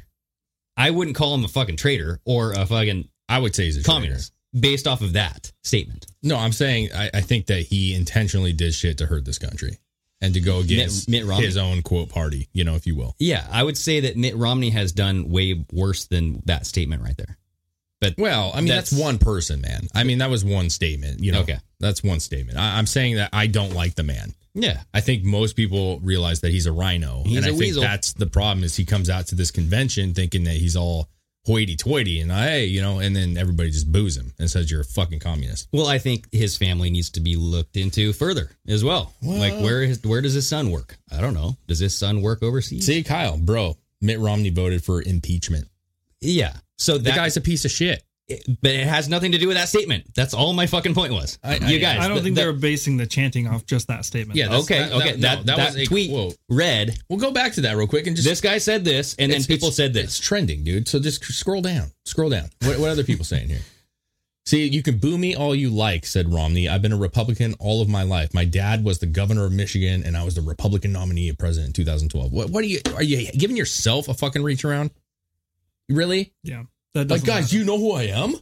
Speaker 5: I wouldn't call him a fucking traitor or a fucking
Speaker 6: I would say he's a traitor.
Speaker 5: communist based off of that statement.
Speaker 6: No, I'm saying I, I think that he intentionally did shit to hurt this country and to go against
Speaker 5: Mitt Romney.
Speaker 6: his own quote party, you know, if you will.
Speaker 5: Yeah, I would say that Mitt Romney has done way worse than that statement right there.
Speaker 6: Well, I mean, that's,
Speaker 5: That's-
Speaker 6: one person, man. I mean, that was one statement, you know.
Speaker 5: Okay.
Speaker 6: That's one statement. I, I'm saying that I don't like the man.
Speaker 5: Yeah,
Speaker 6: I think most people realize that he's a rhino.
Speaker 5: He's
Speaker 6: and I
Speaker 5: a
Speaker 6: think
Speaker 5: weasel.
Speaker 6: that's the problem is he comes out to this convention thinking that he's all hoity toity and hey, you know, and then everybody just boos him and says you're a fucking communist.
Speaker 5: Well, I think his family needs to be looked into further as well. like where his where does his son work? I don't know. Does his son work overseas?
Speaker 6: See, Kyle, bro, Mitt Romney voted for impeachment.
Speaker 5: Yeah. So
Speaker 6: The
Speaker 5: that
Speaker 6: guy's a piece of shit.
Speaker 5: It- but it has nothing to do with that statement. That's all my fucking point was.
Speaker 6: I- I-
Speaker 5: you guys,
Speaker 7: I don't
Speaker 5: th-
Speaker 7: think
Speaker 5: that-
Speaker 7: they were basing the chanting off just that statement.
Speaker 6: Yeah,
Speaker 7: though.
Speaker 6: that's-
Speaker 5: okay.
Speaker 6: that-
Speaker 5: okay,
Speaker 6: that- no,
Speaker 5: that
Speaker 6: that
Speaker 5: that,
Speaker 6: was a
Speaker 5: tweet
Speaker 6: quote.
Speaker 5: read.
Speaker 6: We'll go back to that real quick and just
Speaker 5: This guy said this, and then
Speaker 6: It's-
Speaker 5: people
Speaker 6: it's-
Speaker 5: said this.
Speaker 6: It's trending, dude. So just scroll down. Scroll down. What, what other people saying here? See, you can boo me all you like, said Romney. I've been a Republican all of my life. My dad was the governor of Michigan, and I was the Republican nominee of president in 2012. What, what are you? Are you giving yourself a fucking reach around? Really?
Speaker 7: Yeah. That
Speaker 6: Like,
Speaker 7: doesn't
Speaker 6: guys,
Speaker 7: matter.
Speaker 6: you know who I am?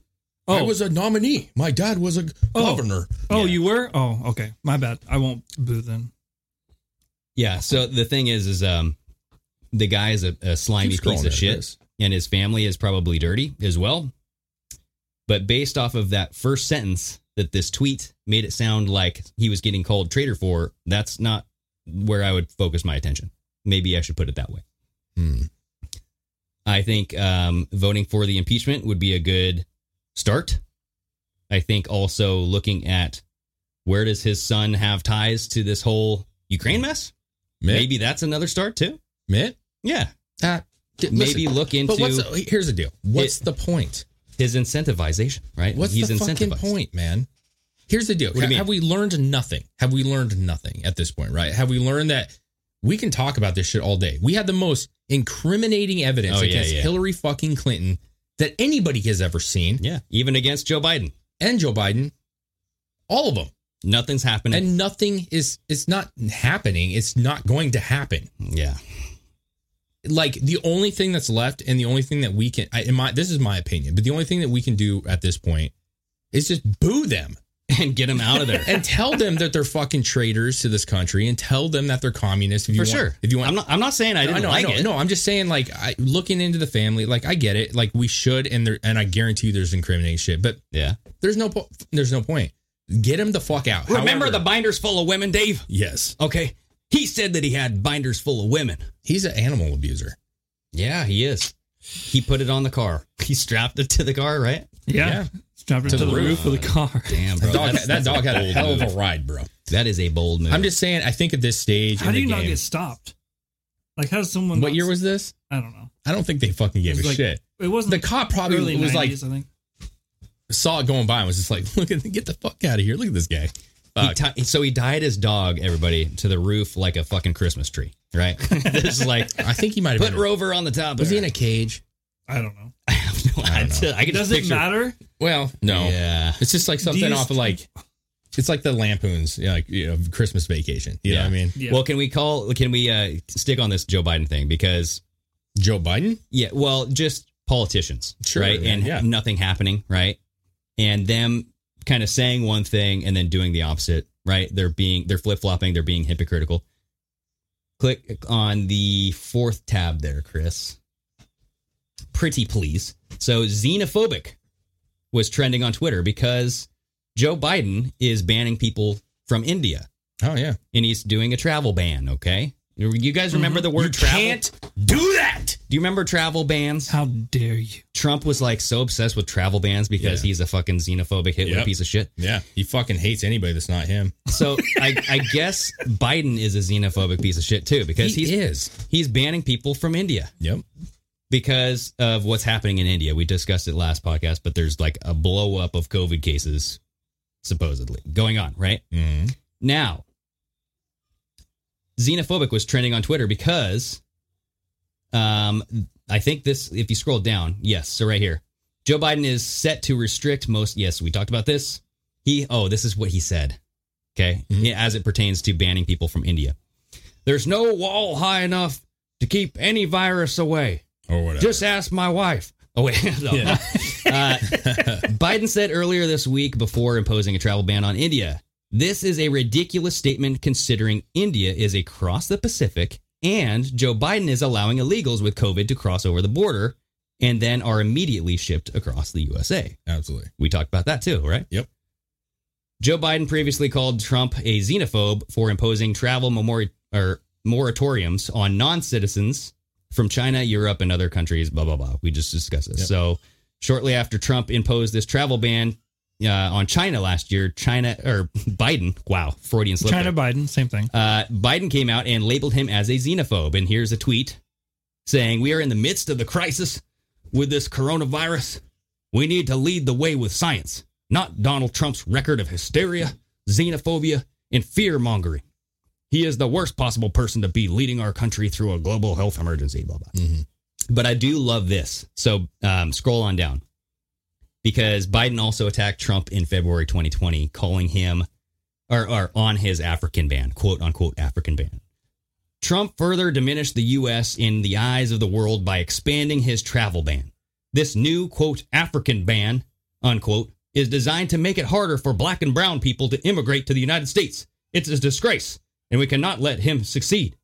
Speaker 6: I
Speaker 7: Oh.
Speaker 6: was a nominee. My dad was a
Speaker 7: Oh.
Speaker 6: governor.
Speaker 7: Oh, you were? Oh, okay. My bad. I won't boo then.
Speaker 5: Yeah. So the thing is, is um, the guy is a, a slimy
Speaker 6: Keep scrolling
Speaker 5: piece
Speaker 6: down,
Speaker 5: of shit,
Speaker 6: Chris.
Speaker 5: and his family is probably dirty as well. But based off of that first sentence that this tweet made it sound like he was getting called traitor for, that's not where I would focus my attention. Maybe I should put it that way.
Speaker 6: Hmm.
Speaker 5: I think um, voting for the impeachment would be a good start. I think also looking at where does his son have ties to this whole Ukraine mess?
Speaker 6: Mitt?
Speaker 5: Maybe that's another start too.
Speaker 6: Mitt?
Speaker 5: Yeah.
Speaker 6: Uh, d-
Speaker 5: Maybe
Speaker 6: listen.
Speaker 5: look
Speaker 6: But what's
Speaker 5: into
Speaker 6: the, here's the deal. What's
Speaker 5: It-
Speaker 6: the point?
Speaker 5: his incentivization, right?
Speaker 6: What's the fucking point, man? Here's the deal.
Speaker 5: do you mean?
Speaker 6: Have we learned nothing? Have we learned nothing at this point, right? Have we learned that we can talk about this shit all day? We had the most incriminating evidence
Speaker 5: Oh, yeah,
Speaker 6: against
Speaker 5: yeah.
Speaker 6: Hillary fucking Clinton that anybody has ever seen,
Speaker 5: Yeah. Even against Joe Biden,
Speaker 6: and Joe Biden, all of them,
Speaker 5: nothing's happening.
Speaker 6: and nothing is. It's not happening. It's not going to happen.
Speaker 5: yeah.
Speaker 6: like the only thing that's left and the only thing that we can I, in my this is my opinion but the only thing that we can do at this point is just boo them
Speaker 5: And get him out of there.
Speaker 6: and tell them that they're fucking traitors to this country and tell them that they're communists if you
Speaker 5: for
Speaker 6: want,
Speaker 5: sure.
Speaker 6: if you want
Speaker 5: I'm not I'm not saying I
Speaker 6: I
Speaker 5: didn't
Speaker 6: know,
Speaker 5: like
Speaker 6: I know.
Speaker 5: it.
Speaker 6: No, I'm just saying, like, I, looking into the family, like, I get it. Like, we should, and there, and I guarantee you, there's incriminating shit. But
Speaker 5: Yeah.
Speaker 6: there's no, po- there's no point. Get him the fuck out.
Speaker 5: Remember
Speaker 6: However-
Speaker 5: the binders full of women, Dave?
Speaker 6: yes,
Speaker 5: Okay. He said that he had binders full of women.
Speaker 6: he's an animal abuser.
Speaker 5: Yeah, he is. He put it on the car. He strapped it to the car, right?
Speaker 7: Yeah.
Speaker 6: Yeah.
Speaker 7: Strapped into
Speaker 6: the
Speaker 7: the, roof of the car.
Speaker 5: Damn, bro.
Speaker 6: That dog,
Speaker 5: That's- that's
Speaker 6: that dog had a
Speaker 5: bold
Speaker 6: hell of
Speaker 5: move.
Speaker 6: a ride, bro.
Speaker 5: That is a bold move.
Speaker 6: I'm just saying. I think at this stage,
Speaker 7: How
Speaker 6: in
Speaker 7: do
Speaker 6: the
Speaker 7: you not
Speaker 6: game-
Speaker 7: get stopped? Like, how does someone.
Speaker 6: What
Speaker 7: not-
Speaker 6: year was this?
Speaker 7: I don't know.
Speaker 6: I don't think they fucking
Speaker 7: It
Speaker 6: gave
Speaker 7: was
Speaker 6: a
Speaker 7: like-
Speaker 6: shit.
Speaker 7: It wasn't.
Speaker 6: The cop probably
Speaker 7: early
Speaker 6: was
Speaker 7: 90s,
Speaker 6: like
Speaker 7: I think.
Speaker 6: saw it going by and was just like, "Look at get the fuck out of here! Look at this guy."
Speaker 5: He ti- so he tied his dog, everybody, to the roof like a fucking Christmas tree, right? this is like
Speaker 6: I think he might have
Speaker 5: put
Speaker 6: been.
Speaker 5: Rover on the top.
Speaker 6: was he
Speaker 5: there.
Speaker 6: in a cage?
Speaker 7: I don't know.
Speaker 5: I have no idea. I can
Speaker 7: Does
Speaker 5: just
Speaker 7: it
Speaker 5: picture.
Speaker 7: matter?
Speaker 6: Well, no.
Speaker 5: Yeah.
Speaker 6: It's just like something
Speaker 7: you
Speaker 6: off of
Speaker 7: st-
Speaker 6: like, it's like the lampoons, you know, like you know, Christmas vacation. You know what I mean?
Speaker 7: Yeah.
Speaker 5: Well, can we call? Can we uh, stick on this Joe Biden thing because
Speaker 6: Joe Biden.
Speaker 5: Yeah, well, just politicians,
Speaker 6: Sure,
Speaker 5: right?
Speaker 6: yeah,
Speaker 5: and
Speaker 6: yeah.
Speaker 5: nothing happening, right? And them kind of saying one thing and then doing the opposite, right? They're being they're flip flopping, they're being hypocritical. Click on the fourth tab there, Chris. Pretty please. So xenophobic was trending on Twitter because Joe Biden is banning people from India
Speaker 6: Oh yeah.
Speaker 5: and he's doing a travel ban. Okay, you guys remember the word travel?
Speaker 6: Mm-hmm. do that.
Speaker 5: Do you remember travel bans?
Speaker 7: How dare you?
Speaker 5: Trump was like so obsessed with travel bans because
Speaker 6: Yeah.
Speaker 5: he's a fucking xenophobic Hitler
Speaker 6: Yep.
Speaker 5: piece of shit.
Speaker 6: Yeah, he fucking hates anybody that's not him.
Speaker 5: So I, I guess Biden is a xenophobic piece of shit too because he's
Speaker 6: is.
Speaker 5: he's banning people from India
Speaker 6: Yep.
Speaker 5: because of what's happening in India. We discussed it last podcast, but there's like a blow up of COVID cases supposedly going on, right?
Speaker 6: Mhm.
Speaker 5: Now, xenophobic was trending on Twitter because, um, I think this. If you scroll down, yes, so right here, Joe Biden is set to restrict most. Yes, we talked about this. He. Oh, this is what he said. Okay,
Speaker 6: Mhm.
Speaker 5: Yeah, as it pertains to banning people from India, there's no wall high enough to keep any virus away.
Speaker 6: Or whatever.
Speaker 5: Just ask my wife. Oh wait, no. Uh, Biden said earlier this week before imposing a travel ban on India, "This is a ridiculous statement considering India is across the Pacific and Joe Biden is allowing illegals with COVID to cross over the border and then are immediately shipped across the USA."
Speaker 6: absolutely.
Speaker 5: We talked about that too, right?
Speaker 6: Yep.
Speaker 5: Joe Biden previously called Trump a xenophobe for imposing travel memori- or moratoriums on non-citizens from China, Europe, and other countries. Blah blah blah. We just discussed this.
Speaker 6: Yep.
Speaker 5: So shortly after Trump imposed this travel ban uh, on China last year, China or Biden, wow, Freudian slip.
Speaker 7: China
Speaker 5: there.
Speaker 7: Biden, same thing.
Speaker 5: Uh, Biden came out and labeled him as a xenophobe. And here's a tweet saying, We are in the midst of the crisis with this coronavirus. We need to lead the way with science, not Donald Trump's record of hysteria, xenophobia, and fear mongering. He is the worst possible person to be leading our country through a global health emergency, blah, blah. But I do love this. So um, scroll on down because Biden also attacked Trump in February 2020, calling him or, or on his African ban, quote unquote African ban. Trump further diminished the U.S. in the eyes of the world by expanding his travel ban. This new, quote, African ban, unquote, is designed to make it harder for black and brown people to immigrate to the United States. It's a disgrace, and we cannot let him succeed.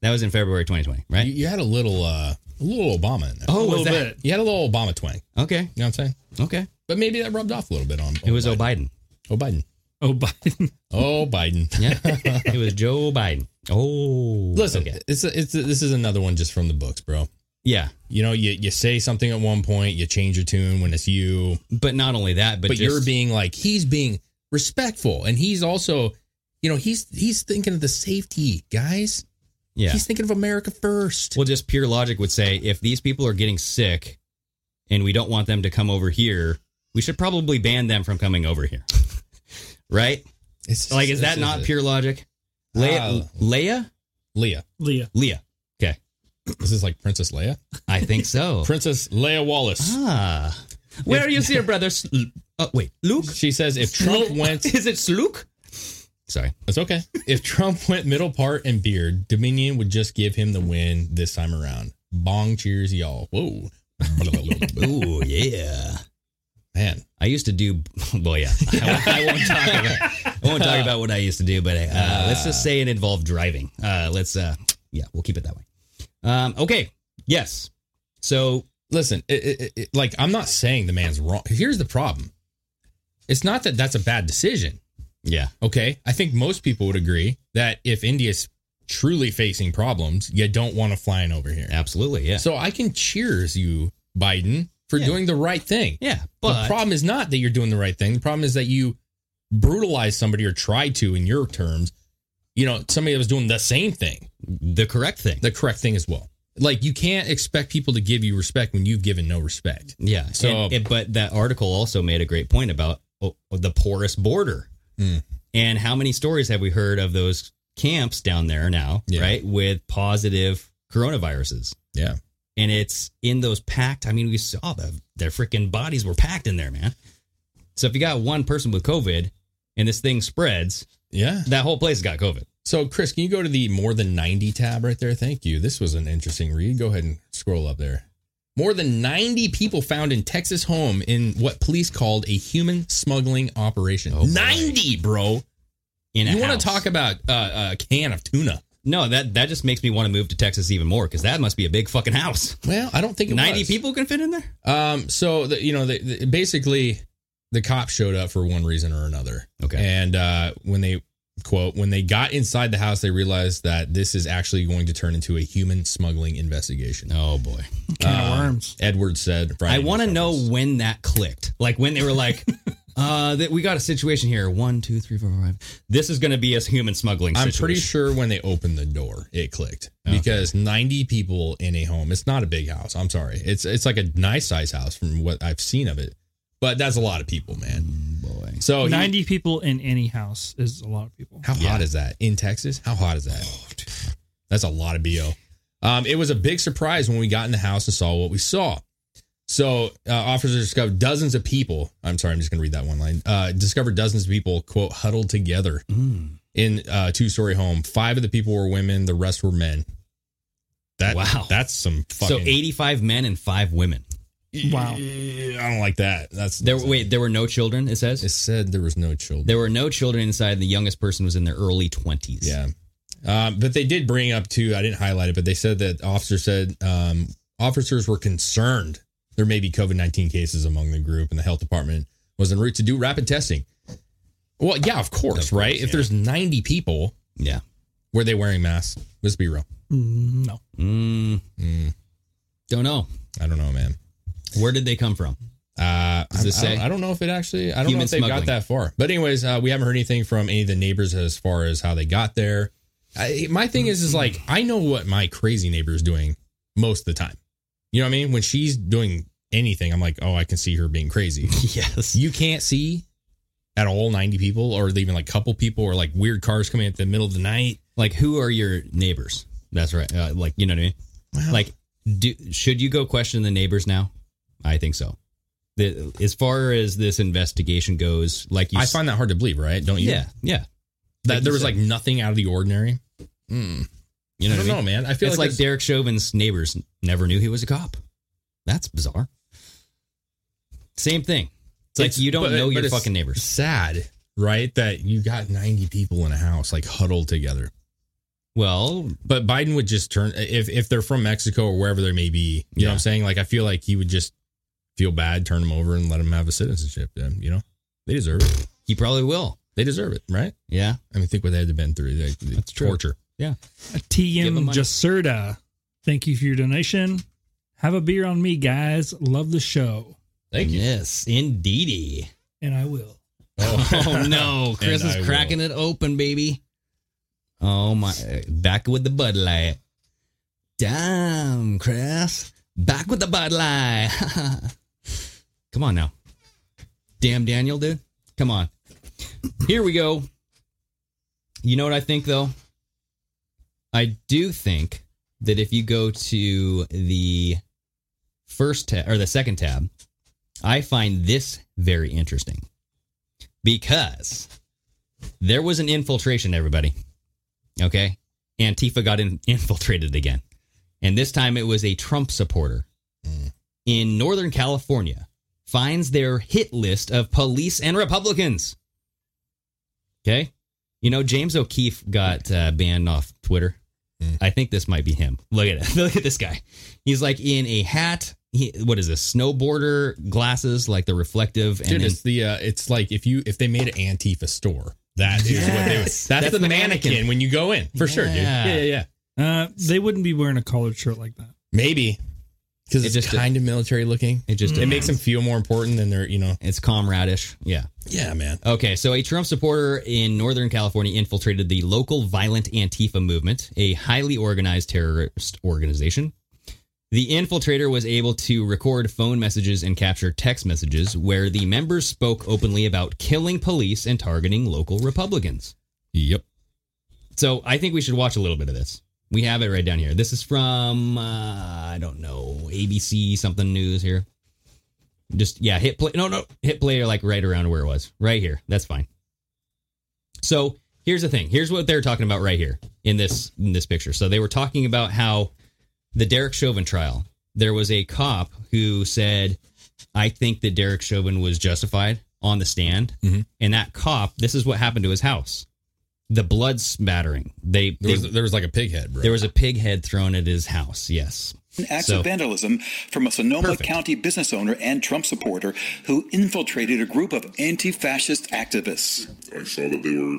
Speaker 5: That was in February 2020, right?
Speaker 6: You, you had a little, uh, a little Obama in there.
Speaker 7: a
Speaker 5: Oh, was
Speaker 7: little
Speaker 5: that-
Speaker 7: bit.
Speaker 6: You had a little Obama twang.
Speaker 5: Okay.
Speaker 6: You know what I'm saying?
Speaker 5: Okay.
Speaker 6: But maybe that rubbed off a little bit on.
Speaker 5: It was
Speaker 6: Oh
Speaker 5: Joe Biden.
Speaker 6: Biden.
Speaker 7: Oh, Biden.
Speaker 6: Oh Biden.
Speaker 5: Yeah. it was Joe Biden. Oh.
Speaker 6: Listen,
Speaker 5: okay.
Speaker 6: it's a, it's a, this is another one just from the books, bro.
Speaker 5: Yeah.
Speaker 6: You know, you you say something at one point, you change your tune when it's you,
Speaker 5: But not only that, but,
Speaker 6: but, you're
Speaker 5: just-
Speaker 6: being like he's being respectful, and he's also, you know, he's he's thinking of the safety guys.
Speaker 5: yeah.
Speaker 6: He's thinking of America first.
Speaker 5: Well, just pure logic would say if these people are getting sick and we don't want them to come over here, we should probably ban them from coming over here. right?
Speaker 6: It's
Speaker 5: Like, is that
Speaker 6: it's-
Speaker 5: not
Speaker 6: it's-
Speaker 5: pure logic? Leia?
Speaker 6: Ah.
Speaker 5: Leia?
Speaker 6: Leia?
Speaker 7: Leah.
Speaker 5: Leia. Okay.
Speaker 6: This is like Princess Leia.
Speaker 5: I think so.
Speaker 6: Princess Leia Wallace.
Speaker 5: Oh. ah. Where is your brother? S- Uh, wait, Luke?
Speaker 6: She says if Trump went,
Speaker 5: Is it Luke? Sorry.
Speaker 6: it's okay. If Trump went middle part and beard, Dominion would just give him the win this time around. Bong cheers, y'all. Whoa,
Speaker 5: Ooh, yeah.
Speaker 6: man.
Speaker 5: I used to do. Well, yeah. I, won't- I won't talk about. I won't talk about what I used to do, but uh, let's just say it involved driving. Uh, let's. Uh, yeah, we'll keep it that way. Um, okay. Yes. So
Speaker 6: listen, it, it, it- it, like I'm not saying the man's wrong. Here's the problem. It's not that that's a bad decision.
Speaker 5: yeah,
Speaker 6: Okay. I think most people would agree that if India's truly facing problems, you don't want to fly in over here.
Speaker 5: absolutely. Yeah.
Speaker 6: So I can cheers you, Biden, for doing the right thing.
Speaker 5: yeah,
Speaker 6: the
Speaker 5: but
Speaker 6: problem is not that you're doing the right thing. The problem is that you brutalize somebody or try to, in your terms, you know, somebody that was doing the same thing,
Speaker 5: the correct thing.
Speaker 6: the correct thing as well. Like you can't expect people to give you respect when you've given no respect.
Speaker 5: yeah.
Speaker 6: So-
Speaker 5: So, but that article also made a great point about oh, the porous border,
Speaker 6: Mm.
Speaker 5: and how many stories have we heard of those camps down there now,
Speaker 6: Yeah.
Speaker 5: right, with positive coronaviruses.
Speaker 6: Yeah.
Speaker 5: and it's in those packed. I mean, we saw the their freaking bodies were packed in there, man. So if you got one person with COVID and this thing spreads,
Speaker 6: Yeah.
Speaker 5: that whole place got COVID.
Speaker 6: So, Chris, can you go to the more than 90 tab right there? Thank you. This was an interesting read. Go ahead and scroll up there. More than 90 people found in Texas home in what police called a human smuggling operation.
Speaker 5: Oh, boy.
Speaker 6: 90, bro.
Speaker 5: In a
Speaker 6: You want
Speaker 5: house.
Speaker 6: to talk about uh, a can of tuna?
Speaker 5: No, that that just makes me want to move to Texas even more because that must be a big fucking house.
Speaker 6: Well, I don't think it
Speaker 5: Ninety
Speaker 6: was.
Speaker 5: people can fit in there.
Speaker 6: Um, so the, you know, the, the, basically, the cops showed up for one reason or another.
Speaker 5: Okay.
Speaker 6: And uh, when they quote, when they got inside the house, they realized that this is actually going to turn into a human smuggling investigation.
Speaker 5: Oh boy,
Speaker 7: Can of
Speaker 6: Um,
Speaker 7: worms.
Speaker 6: Edward said.
Speaker 5: I
Speaker 6: Friday
Speaker 5: want to
Speaker 6: news
Speaker 5: know
Speaker 6: conference.
Speaker 5: when that clicked. Like when they were like, uh, that we got a situation here. One, two, three, four, five. This is going to be a human smuggling.
Speaker 6: I'm
Speaker 5: situation.
Speaker 6: pretty sure when they opened the door, it clicked
Speaker 5: Okay.
Speaker 6: because 90 people in a home. It's not a big house. I'm sorry. It's it's like a nice size house from what I've seen of it, but that's a lot of people, man.
Speaker 5: Mm, Boy,
Speaker 6: So he-
Speaker 7: 90 people in any house is a lot of people.
Speaker 6: How hot is that in Texas? How hot is that?
Speaker 5: Oh,
Speaker 6: That's a lot of bo. Um, it was a big surprise when we got in the house and saw what we saw. So uh, officers discovered dozens of people. I'm sorry, I'm just going to read that one line. Uh, discovered dozens of people quote huddled together
Speaker 5: Mm.
Speaker 6: in a two story home. Five of the people were women. The rest were men. That
Speaker 5: Wow.
Speaker 6: That's some fucking.
Speaker 5: so 85 men and five women.
Speaker 7: Wow.
Speaker 6: I don't like that. That's
Speaker 5: There, wait, there were no children. It says
Speaker 6: It said there was no children.
Speaker 5: There were no children inside, and the youngest person was in their early 20s.
Speaker 6: Yeah. Um, but they did bring up too, I didn't highlight it, but they said that officer said um, officers were concerned there may be COVID 19 cases among the group, and the health department was en route to do rapid testing. Well, yeah, of course,
Speaker 5: Of course,
Speaker 6: right? If
Speaker 5: yeah.
Speaker 6: there's 90 people,
Speaker 5: Yeah.
Speaker 6: were they wearing masks? Let's be real.
Speaker 7: No.
Speaker 5: Mm, Don't know.
Speaker 6: I don't know, man.
Speaker 5: Where did they come from?
Speaker 6: Uh,
Speaker 5: Does this
Speaker 6: I, I,
Speaker 5: say?
Speaker 6: don't, I don't know if it actually. I don't know
Speaker 5: Human
Speaker 6: if they've got
Speaker 5: smuggling.
Speaker 6: that far. But anyways, uh, we haven't heard anything from any of the neighbors as far as how they got there. I, my thing is, is like I know what my crazy neighbor is doing most of the time. You know what I mean? When she's doing anything, I'm like, oh, I can see her being crazy.
Speaker 5: yes.
Speaker 6: you can't see at all 90 people or even like couple people or like weird cars coming at the middle of the night.
Speaker 5: Like, who are your neighbors? That's right. Uh, like, you know what I mean? Like, do, should you go question the neighbors now? I think so. The, as far as this investigation goes, like you,
Speaker 6: I
Speaker 5: s-
Speaker 6: find that hard to believe, right? Don't you?
Speaker 5: yeah, yeah.
Speaker 6: That
Speaker 5: Like
Speaker 6: there
Speaker 5: you
Speaker 6: was
Speaker 5: said.
Speaker 6: like nothing out of the ordinary.
Speaker 5: You know what
Speaker 6: I don't
Speaker 5: I mean?
Speaker 6: know, man. I feel
Speaker 5: it's
Speaker 6: like,
Speaker 5: like,
Speaker 6: there's-
Speaker 5: Derek Chauvin's neighbors never knew he was a cop. That's bizarre. Same thing. It's,
Speaker 6: it's-
Speaker 5: like you don't
Speaker 6: but-
Speaker 5: know
Speaker 6: but
Speaker 5: your
Speaker 6: it's
Speaker 5: fucking neighbors.
Speaker 6: Sad, right? That you got 90 people in a house like huddled together.
Speaker 5: Well,
Speaker 6: But Biden would just turn if if they're from Mexico or wherever they may be. You know what
Speaker 5: Yeah.
Speaker 6: I'm saying? Like I feel like he would just feel bad, turn them over, and let them have a citizenship. Then you know they deserve it.
Speaker 5: he probably will.
Speaker 6: They deserve it, right?
Speaker 5: Yeah.
Speaker 6: I mean, think what they've been through. Like, the
Speaker 5: That's true.
Speaker 6: Torture.
Speaker 5: Yeah. Give him
Speaker 7: TM
Speaker 5: money.
Speaker 7: Jaserta. Thank you for your donation. Have a beer on me, guys. Love the show.
Speaker 6: Thank you.
Speaker 5: Yes, indeedy.
Speaker 7: And I will.
Speaker 5: Oh no, Chris
Speaker 6: And
Speaker 5: is
Speaker 6: I
Speaker 5: cracking it open, baby. Oh my! Back with the Bud Light. Damn, Chris. Back with the Bud Light. Come on now. Damn, Daniel, dude. Come on. Here we go. You know what I think, though? I do think that if you go to the first tab or the second tab, I find this very interesting because there was an infiltration, everybody. Okay. Antifa got in, infiltrated again. And this time it was a Trump supporter in Northern California finds their hit list of police and Republicans. Okay. You know, James O'Keefe got uh, banned off Twitter. I think this might be him. Look at it. Look at this guy. He's like in a hat. He, what is this? Snowboarder glasses, like the reflective. then-
Speaker 6: Dude, it's the uh, it's like if you if they made an Antifa store, that is what they would.
Speaker 5: Yes.
Speaker 6: That's,
Speaker 5: That's
Speaker 6: the,
Speaker 5: the
Speaker 6: mannequin.
Speaker 5: mannequin.
Speaker 6: when you go in for sure, dude.
Speaker 5: Yeah.
Speaker 6: Yeah, yeah, yeah.
Speaker 7: Uh, they wouldn't be wearing a collared shirt like that.
Speaker 6: Maybe because
Speaker 5: It
Speaker 6: it's
Speaker 5: just-
Speaker 6: kind of military looking.
Speaker 5: It just-
Speaker 6: it makes them feel more important than they're you know.
Speaker 5: It's comradish. Yeah.
Speaker 6: Yeah, man.
Speaker 5: Okay, so a Trump supporter in Northern California infiltrated the local violent Antifa movement, a highly organized terrorist organization. The infiltrator was able to record phone messages and capture text messages where the members spoke openly about killing police and targeting local Republicans.
Speaker 6: Yep.
Speaker 5: So I think we should watch a little bit of this. We have it right down here. This is from, uh, I don't know, ABC something news here. Just, yeah, hit play. No, no, hit play like right around where it was. Right here. That's fine. So here's the thing. Here's what they're talking about right here in this in this picture. So they were talking about how the Derek Chauvin trial. There was a cop who said, "I think that Derek Chauvin was justified on the stand,"
Speaker 6: Mm-hmm.
Speaker 5: and that cop. This is what happened to his house. The blood smattering. They,
Speaker 6: There
Speaker 5: they-
Speaker 6: was, there was like a pig head, bro.
Speaker 5: there was a pig head thrown at his house. Yes.
Speaker 8: Acts
Speaker 5: So-
Speaker 8: of vandalism from a Sonoma
Speaker 5: Perfect.
Speaker 8: County business owner and Trump supporter who infiltrated a group of anti fascist activists.
Speaker 4: I saw that they were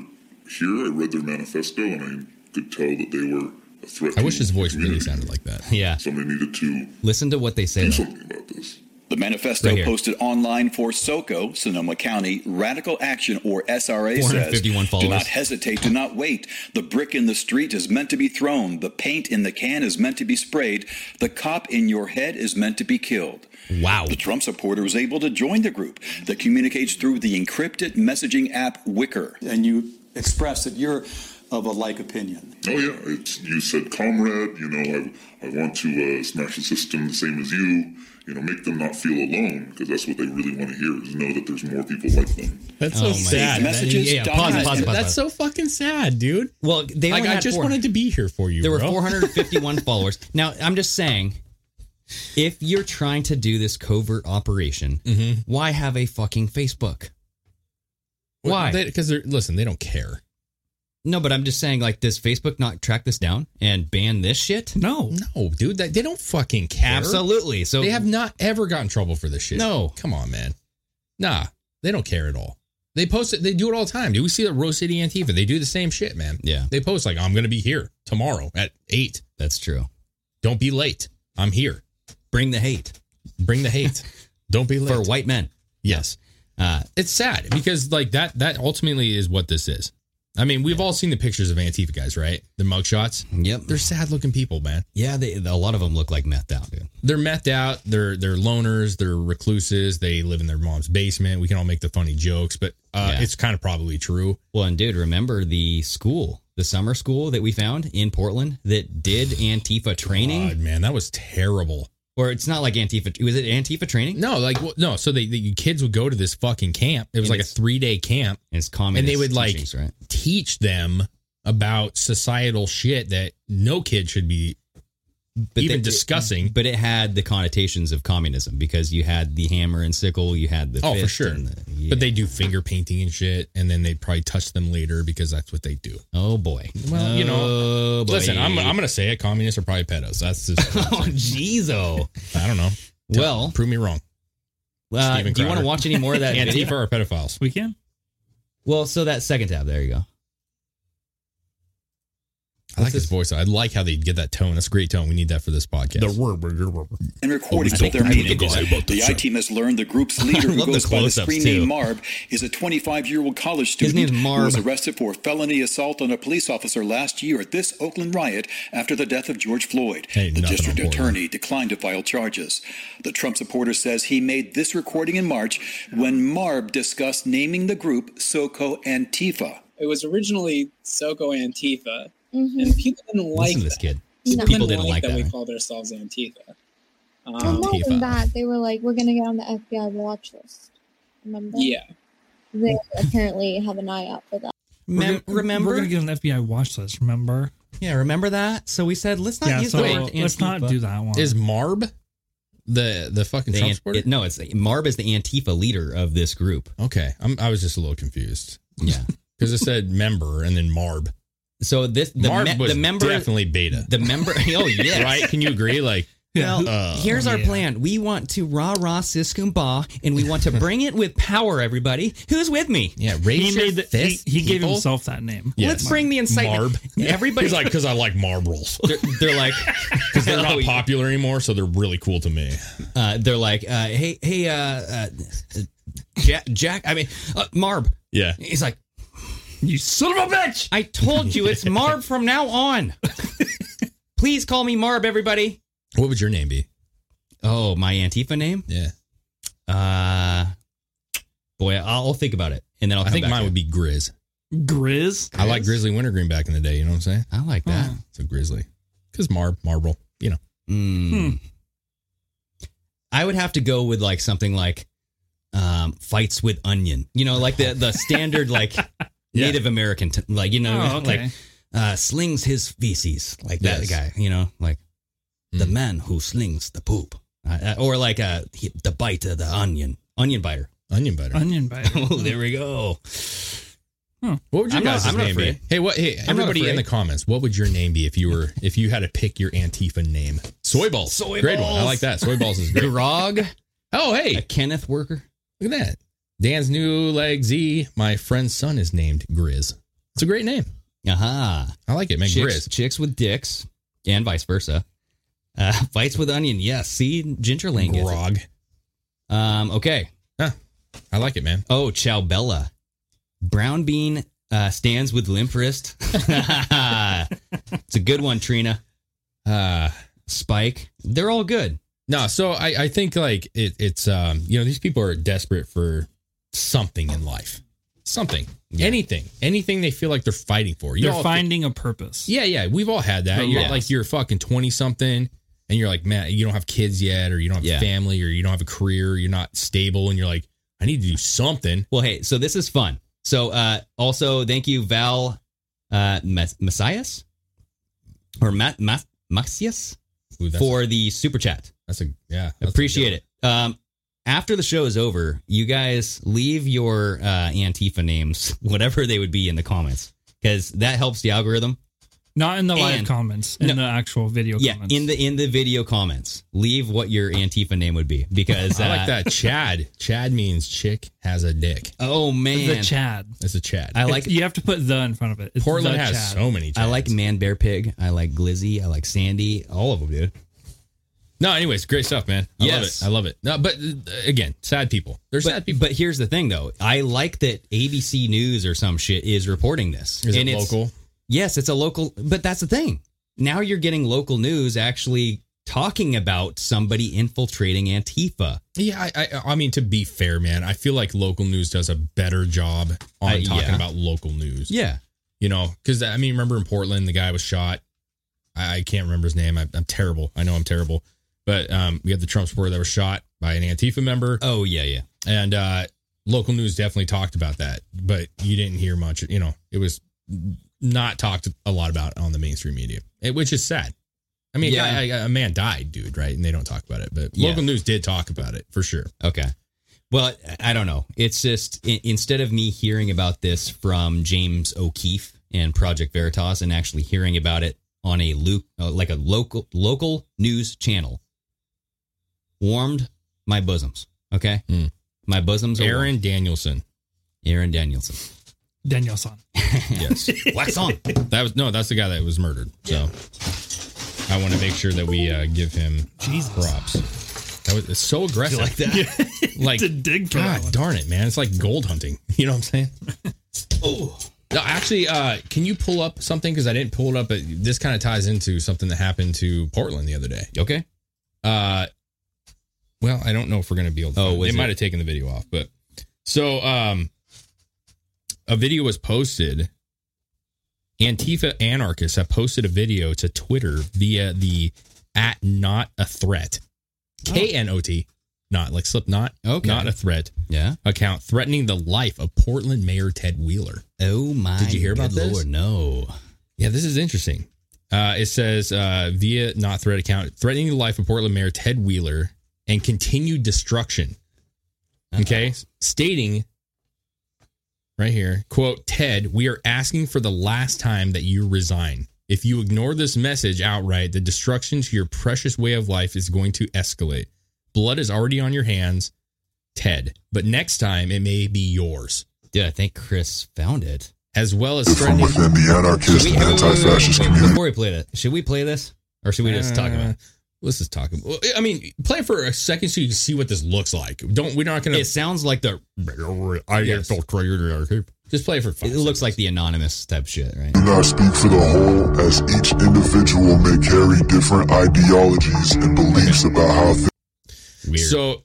Speaker 4: here. I read their manifesto, and I could tell that they were a threat.
Speaker 6: I
Speaker 4: to
Speaker 6: wish his
Speaker 4: the
Speaker 6: voice really
Speaker 4: community.
Speaker 6: sounded like that.
Speaker 5: Yeah.
Speaker 4: So they needed to
Speaker 5: Listen to what they say.
Speaker 4: do
Speaker 5: though.
Speaker 4: something about this.
Speaker 8: The manifesto
Speaker 5: Right here.
Speaker 8: posted online for SoCo, Sonoma County Radical Action, or SRA, says
Speaker 5: 451
Speaker 8: Do
Speaker 5: followers.
Speaker 8: not hesitate, do not wait. The brick in the street is meant to be thrown, the paint in the can is meant to be sprayed, the cop in your head is meant to be killed.
Speaker 5: Wow.
Speaker 8: The Trump supporter was able to join the group that communicates through the encrypted messaging app Wicker.
Speaker 9: and you express that you're of a like opinion.
Speaker 4: Oh yeah, it's, you said comrade. You know, I I want to uh, smash the system the same as you. You know, make them not feel alone because that's what they really want to hear is know that there's more people like them.
Speaker 6: That's
Speaker 5: Oh,
Speaker 6: so
Speaker 5: my
Speaker 6: sad.
Speaker 5: God.
Speaker 6: man.
Speaker 8: Messages,
Speaker 5: Yeah, yeah, pause,
Speaker 8: document-
Speaker 5: pause, pause,
Speaker 6: That's
Speaker 5: pause.
Speaker 6: so fucking sad, dude.
Speaker 5: Well, they
Speaker 6: Like
Speaker 5: only
Speaker 6: I
Speaker 5: had
Speaker 6: just
Speaker 5: four.
Speaker 6: wanted to be here for you.
Speaker 5: There were
Speaker 6: bro.
Speaker 5: 451 followers. Now, I'm just saying, if you're trying to do this covert operation,
Speaker 6: Mm-hmm.
Speaker 5: why have a fucking Facebook? Why?
Speaker 6: Because they're listen. They don't care.
Speaker 5: no, but I'm just saying, like, does Facebook not track this down and ban this shit?
Speaker 7: No.
Speaker 6: No, dude. That they don't fucking care.
Speaker 5: Absolutely. So
Speaker 6: They have not ever got in trouble for this shit.
Speaker 5: No.
Speaker 6: Come on, man. Nah. They don't care at all. They post it. They do it all the time. Do we see that Rose City Antifa? They do the same shit, man.
Speaker 5: Yeah.
Speaker 6: They post like, "I'm gonna be here tomorrow at eight.
Speaker 5: That's true.
Speaker 6: Don't be late. I'm here.
Speaker 5: Bring the hate
Speaker 6: Bring the hate. don't be late."
Speaker 5: for white men.
Speaker 6: Yes.
Speaker 5: Uh,
Speaker 6: It's sad because like that that ultimately is what this is. I mean, we've all seen the pictures of Antifa guys, right? The mugshots.
Speaker 5: Yep.
Speaker 6: They're sad looking people, man.
Speaker 5: Yeah, they, a lot of them look like methed out, dude.
Speaker 6: They're methed out. They're they're loners. They're recluses. They live in their mom's basement. We can all make the funny jokes, but uh,
Speaker 5: Yeah.
Speaker 6: it's kind of probably true.
Speaker 5: Well, and dude, remember the school, the summer school that we found in Portland that did Antifa training?
Speaker 6: God, man, that was terrible.
Speaker 5: Or it's not like Antifa. Was it Antifa training?
Speaker 6: No, like well, no. So they the kids would go to this fucking camp. It was
Speaker 5: And
Speaker 6: like a
Speaker 5: it's-
Speaker 6: three day camp.
Speaker 5: And it's communist
Speaker 6: and they would like
Speaker 5: teachings, right?
Speaker 6: teach them about societal shit that no kid should be even
Speaker 5: they-
Speaker 6: discussing.
Speaker 5: but it had the connotations of communism because you had the hammer and sickle, you had the
Speaker 6: oh, for
Speaker 5: fist
Speaker 6: sure.
Speaker 5: and the- yeah.
Speaker 6: But they do finger painting and shit, and then they probably touch them later because that's what they do.
Speaker 5: oh boy.
Speaker 6: Well, you
Speaker 7: Uh,
Speaker 6: know,
Speaker 5: Oh, boy.
Speaker 6: listen, I'm, I'm gonna say it. Communists are probably pedos. That's just
Speaker 5: oh jeez, oh.
Speaker 6: I don't know.
Speaker 5: Well,
Speaker 6: prove me wrong.
Speaker 5: Uh,
Speaker 6: Steven
Speaker 5: do you want to
Speaker 6: Crowder.
Speaker 5: watch any more of that?
Speaker 6: Antifa
Speaker 5: video?
Speaker 6: are pedophiles.
Speaker 7: We can.
Speaker 5: Well, so that second tab, there you go.
Speaker 6: I like his voice. I like how they get that tone. That's a great tone. We need that for this podcast.
Speaker 8: and recordings
Speaker 6: Oh,
Speaker 8: of their
Speaker 6: I need to
Speaker 8: meetings.
Speaker 6: go about
Speaker 8: The
Speaker 6: this,
Speaker 8: I
Speaker 6: sir.
Speaker 8: team has learned the group's leader,
Speaker 5: I love
Speaker 8: who
Speaker 5: the
Speaker 8: goes by the
Speaker 5: close-ups,
Speaker 8: screen
Speaker 5: too.
Speaker 8: name Marb, is a 25-year-old college
Speaker 5: His
Speaker 8: student
Speaker 5: name's
Speaker 8: who was
Speaker 5: Marb.
Speaker 8: arrested for felony assault on a police officer last year at this Oakland riot after the death of George Floyd.
Speaker 6: Hey,
Speaker 8: the
Speaker 6: nothing
Speaker 8: district
Speaker 6: on Portland.
Speaker 8: attorney declined to file charges. The Trump supporter says he made this recording in March when Marb discussed naming the group Soco Antifa.
Speaker 10: It was originally Soko Antifa, and people didn't like
Speaker 5: Listen to this
Speaker 10: that.
Speaker 5: kid.
Speaker 11: No.
Speaker 5: People didn't like that.
Speaker 10: we
Speaker 5: right?
Speaker 10: called ourselves Antifa.
Speaker 11: Well,
Speaker 10: Um,
Speaker 11: more
Speaker 5: Antifa.
Speaker 11: than that, they were like, we're going to get on the FBI watch list. Remember?
Speaker 10: yeah,
Speaker 11: They apparently have an eye out for that.
Speaker 7: We're
Speaker 5: Mem-
Speaker 7: gonna- We're going to get an FBI watch list, remember?
Speaker 5: Yeah, remember that? So we said let's not
Speaker 7: yeah,
Speaker 5: use
Speaker 7: so
Speaker 5: the word
Speaker 7: let's not
Speaker 5: Antifa.
Speaker 7: do that one.
Speaker 6: Is Marb the the fucking
Speaker 5: The
Speaker 6: Trump
Speaker 5: Ant-
Speaker 6: supporter?
Speaker 5: it- no, it's Marb is the Antifa leader of this group.
Speaker 6: Okay, I'm, I was just a little confused
Speaker 5: Yeah.
Speaker 6: because it said member and then Marb.
Speaker 5: So this the,
Speaker 6: Marb
Speaker 5: me-
Speaker 6: was
Speaker 5: the member
Speaker 6: definitely beta,
Speaker 5: the member. Oh yes.
Speaker 6: right? Can you agree? Like,
Speaker 5: Well,
Speaker 6: Uh,
Speaker 5: here's our
Speaker 7: yeah.
Speaker 5: plan. We want to rah rah siskumba, and we want to bring it with power. Everybody, who's with me?
Speaker 6: yeah, raise
Speaker 7: he
Speaker 6: your
Speaker 7: made the, he,
Speaker 6: fist,
Speaker 7: he gave
Speaker 6: people.
Speaker 7: himself that name.
Speaker 6: Yes.
Speaker 5: Let's bring the incitement.
Speaker 6: Marb.
Speaker 5: Everybody-
Speaker 6: He's like, because I like Marlboros.
Speaker 5: They're, they're like,
Speaker 6: Because they're
Speaker 5: Oh,
Speaker 6: not
Speaker 5: yeah.
Speaker 6: popular anymore, so they're really cool to me.
Speaker 5: Uh, they're like, uh, hey, hey, uh, uh, Jack, Jack. I mean, uh, Marb.
Speaker 6: Yeah.
Speaker 5: He's like,
Speaker 7: You son of a bitch!
Speaker 5: I told you, it's Marb from now on. Please call me Marb, everybody.
Speaker 6: What would your name be?
Speaker 5: Oh, my Antifa name?
Speaker 6: Yeah.
Speaker 5: Uh, boy, I'll, I'll think about it, and then I'll.
Speaker 6: I
Speaker 5: Come
Speaker 6: think
Speaker 5: back
Speaker 6: mine
Speaker 5: to
Speaker 6: would
Speaker 5: it.
Speaker 6: be Grizz.
Speaker 7: Grizz.
Speaker 6: I like Grizzly Wintergreen back in the day. You know what I'm saying?
Speaker 5: I like that.
Speaker 6: So Grizzly, because Marb, Marble, you know.
Speaker 5: Mm.
Speaker 7: Hmm.
Speaker 5: I would have to go with like something like um, fights with onion. You know, like the the standard like
Speaker 6: Yeah.
Speaker 5: Native American, t- like you know,
Speaker 7: Oh, okay.
Speaker 5: like uh, slings his feces, like that
Speaker 6: Yes.
Speaker 5: guy. You know, like the
Speaker 6: Mm.
Speaker 5: man who slings the poop, uh, uh, or like uh, he, the bite of the onion, onion biter.
Speaker 6: Onion butter.
Speaker 7: Onion bite.
Speaker 5: Oh, there we go.
Speaker 6: What would your
Speaker 5: I'm not-
Speaker 6: guys'
Speaker 5: I'm not
Speaker 6: name be?
Speaker 5: afraid.
Speaker 6: Hey, what? Hey,
Speaker 5: not
Speaker 6: everybody in the
Speaker 5: afraid.
Speaker 6: comments, what would your name be if you were if you had to pick your Antifa name? Soy balls,
Speaker 5: Soy
Speaker 6: great
Speaker 5: balls.
Speaker 6: one. I like that. Soy balls is great.
Speaker 5: Grog,
Speaker 6: oh,
Speaker 5: a
Speaker 6: hey,
Speaker 5: Kenneth worker.
Speaker 6: look at that. Dan's new leg Z. My friend's son is named Grizz. It's a great name.
Speaker 5: Aha.
Speaker 6: I like it, man.
Speaker 5: chicks,
Speaker 6: Grizz.
Speaker 5: chicks with dicks, and vice versa. Uh, fights with onion. Yes. See, Ginger Lane gets it.
Speaker 6: Grog.
Speaker 5: Um, okay.
Speaker 6: I like it, man.
Speaker 5: Oh, Chow Bella. Brown bean uh, stands with limp wrist. it's a good one, Trina.
Speaker 6: Uh
Speaker 5: Spike. They're all good.
Speaker 6: no, so I I think like it, it's um you know these people are desperate for something in life, something,
Speaker 5: Yeah.
Speaker 6: anything, anything they feel like they're fighting for. You
Speaker 7: They're
Speaker 6: all-
Speaker 7: finding a purpose.
Speaker 6: Yeah, yeah, we've all had
Speaker 5: Oh,
Speaker 6: that.
Speaker 7: For
Speaker 6: You're
Speaker 7: loss.
Speaker 6: like you're fucking twenty something, and you're like, man, you don't have kids yet, or you don't have
Speaker 5: Yeah.
Speaker 6: family, or you don't have a career, you're not stable, and you're like, I need to do something.
Speaker 5: Well, hey, so this is fun. So uh, also, thank you, Val uh, Mes- Messias or Matt Mas- Macias
Speaker 6: Ooh, that's,
Speaker 5: for the super chat.
Speaker 6: that's a yeah, that's a
Speaker 5: Appreciate
Speaker 6: good-
Speaker 5: it. Um, after the show is over, you guys leave your uh, Antifa names, whatever they would be, in the comments because that helps the algorithm.
Speaker 7: Not in the live
Speaker 5: And-
Speaker 7: comments, in
Speaker 5: No.
Speaker 7: the actual video
Speaker 5: yeah,
Speaker 7: comments.
Speaker 5: in the in the video comments, leave what your Antifa name would be because
Speaker 6: I
Speaker 5: uh,
Speaker 6: like that. Chad. Chad means chick has a dick.
Speaker 5: Oh man,
Speaker 7: the Chad.
Speaker 6: That's a Chad.
Speaker 5: I like
Speaker 7: It's- you have to put the in front of it. It's
Speaker 6: Portland
Speaker 7: the
Speaker 6: has
Speaker 7: Chad.
Speaker 6: so many. Chads.
Speaker 5: I like Man Bear Pig. I like Glizzy. I like Sandy. All of them, dude.
Speaker 6: No, anyways, great stuff, man. I
Speaker 5: Yes.
Speaker 6: love it. I love it. No, but uh, again, sad people. There's
Speaker 5: but,
Speaker 6: sad people.
Speaker 5: But here's the thing, though. I like that ABC News or some shit is reporting this.
Speaker 6: Is it
Speaker 5: it's-
Speaker 6: local?
Speaker 5: Yes, it's a local. But that's the thing. Now you're getting local news actually talking about somebody infiltrating Antifa.
Speaker 6: Yeah, I, I, I mean, to be fair, man, I feel like local news does a better job on
Speaker 5: I-
Speaker 6: talking
Speaker 5: yeah.
Speaker 6: about local news.
Speaker 5: Yeah.
Speaker 6: You know, because I mean, remember in Portland, the guy was shot. I, I can't remember his name. I, I'm terrible. I know I'm terrible. But um, we had the Trump supporter that was shot by an Antifa member.
Speaker 5: Oh, yeah, yeah.
Speaker 6: And uh, local news definitely talked about that, but you didn't hear much. You know, it was not talked a lot about on the mainstream media, eh, which is sad. I mean, a
Speaker 5: Yeah.
Speaker 6: guy- a, a man died, dude, right? And they don't talk about it, but
Speaker 5: Yeah.
Speaker 6: local news did talk about it for sure.
Speaker 5: Okay. Well, I don't know. It's just i instead of me hearing about this from James O'Keefe and Project Veritas, and actually hearing about it on a loop, uh, like a local local news channel, warmed my bosoms. Okay, my bosoms. Are
Speaker 6: Hmm. Aaron
Speaker 5: warmed.
Speaker 6: Danielson.
Speaker 5: Aaron Danielson.
Speaker 7: Danielson.
Speaker 6: Yes.
Speaker 5: Wax on.
Speaker 6: That was no. That's the guy that was murdered. So I want to make sure that we uh, give him props. That was it's so aggressive.
Speaker 5: like that?
Speaker 6: like
Speaker 7: To dig for that
Speaker 6: God
Speaker 7: one.
Speaker 6: darn it, man! It's like gold hunting. You know what I'm saying?
Speaker 5: oh.
Speaker 6: No, actually, uh, can you pull up something? Because I didn't pull it up, but this kind of ties into something that happened to Portland the other day.
Speaker 5: Okay.
Speaker 6: Uh, well, I don't know if we're going to be able to.
Speaker 5: Oh,
Speaker 6: find it.
Speaker 5: was
Speaker 6: they
Speaker 5: it-
Speaker 6: might have taken the video off, but so um, a video was posted. Antifa anarchists have posted a video to Twitter via the at not a threat, K N O T, not like Slipknot,
Speaker 5: Oh. Okay.
Speaker 6: not a threat
Speaker 5: Yeah.
Speaker 6: account threatening the life of Portland Mayor Ted Wheeler.
Speaker 5: Oh my.
Speaker 6: Did you hear about
Speaker 5: good
Speaker 6: this?
Speaker 5: Lord, no.
Speaker 6: Yeah, this is interesting. Uh, it says uh, via not threat account threatening the life of Portland Mayor Ted Wheeler and continued destruction. Okay, stating right here, quote Ted, we are asking for the last time that you resign. If you ignore this message outright, the destruction to your precious way of life is going to escalate. Blood is already on your hands, Ted. But next time it may be yours,
Speaker 5: Dude, I think Chris found it.
Speaker 6: as well as threatening.
Speaker 4: within the anarchist and anti-fascist community.
Speaker 5: Before we play that, should we play this, or should we just talk about? It?
Speaker 6: Uh, Let's just talk. About, I mean, play it for a second so you can see what this looks like. Don't we're not gonna.
Speaker 5: It sounds like the.
Speaker 6: I
Speaker 5: Yes.
Speaker 6: Just play it for. Five
Speaker 5: It looks like the anonymous type shit, right?
Speaker 4: Do not speak for the whole, as each individual may carry different ideologies and beliefs about how things.
Speaker 5: Weird.
Speaker 6: So,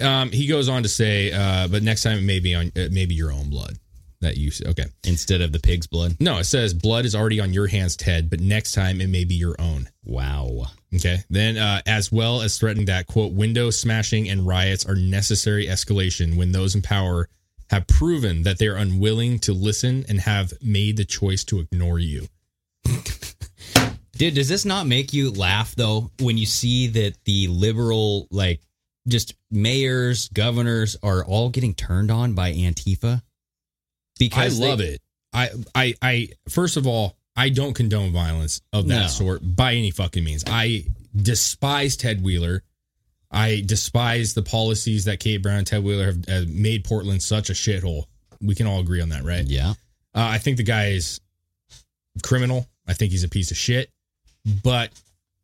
Speaker 6: um, he goes on to say, uh, but next time it may be on uh, maybe your own blood that you. Okay,
Speaker 5: instead of the pig's blood.
Speaker 6: no, it says blood is already on your hands, Ted. But next time it may be your own.
Speaker 5: Wow.
Speaker 6: Okay. Then, uh, as well as threatening that, quote, window smashing and riots are necessary escalation when those in power have proven that they're unwilling to listen and have made the choice to ignore you.
Speaker 5: Dude, does this not make you laugh though when you see that the liberal like just mayors, governors are all getting turned on by Antifa?
Speaker 6: I
Speaker 5: Because
Speaker 6: love it. I, I, I, first of all, I don't condone violence of that
Speaker 5: No.
Speaker 6: sort by any fucking means. I despise Ted Wheeler. I despise the policies that Kate Brown and Ted Wheeler have, have made Portland such a shithole. We can all agree on that, right?
Speaker 5: Yeah.
Speaker 6: Uh, I think the guy is criminal. I think he's a piece of shit. But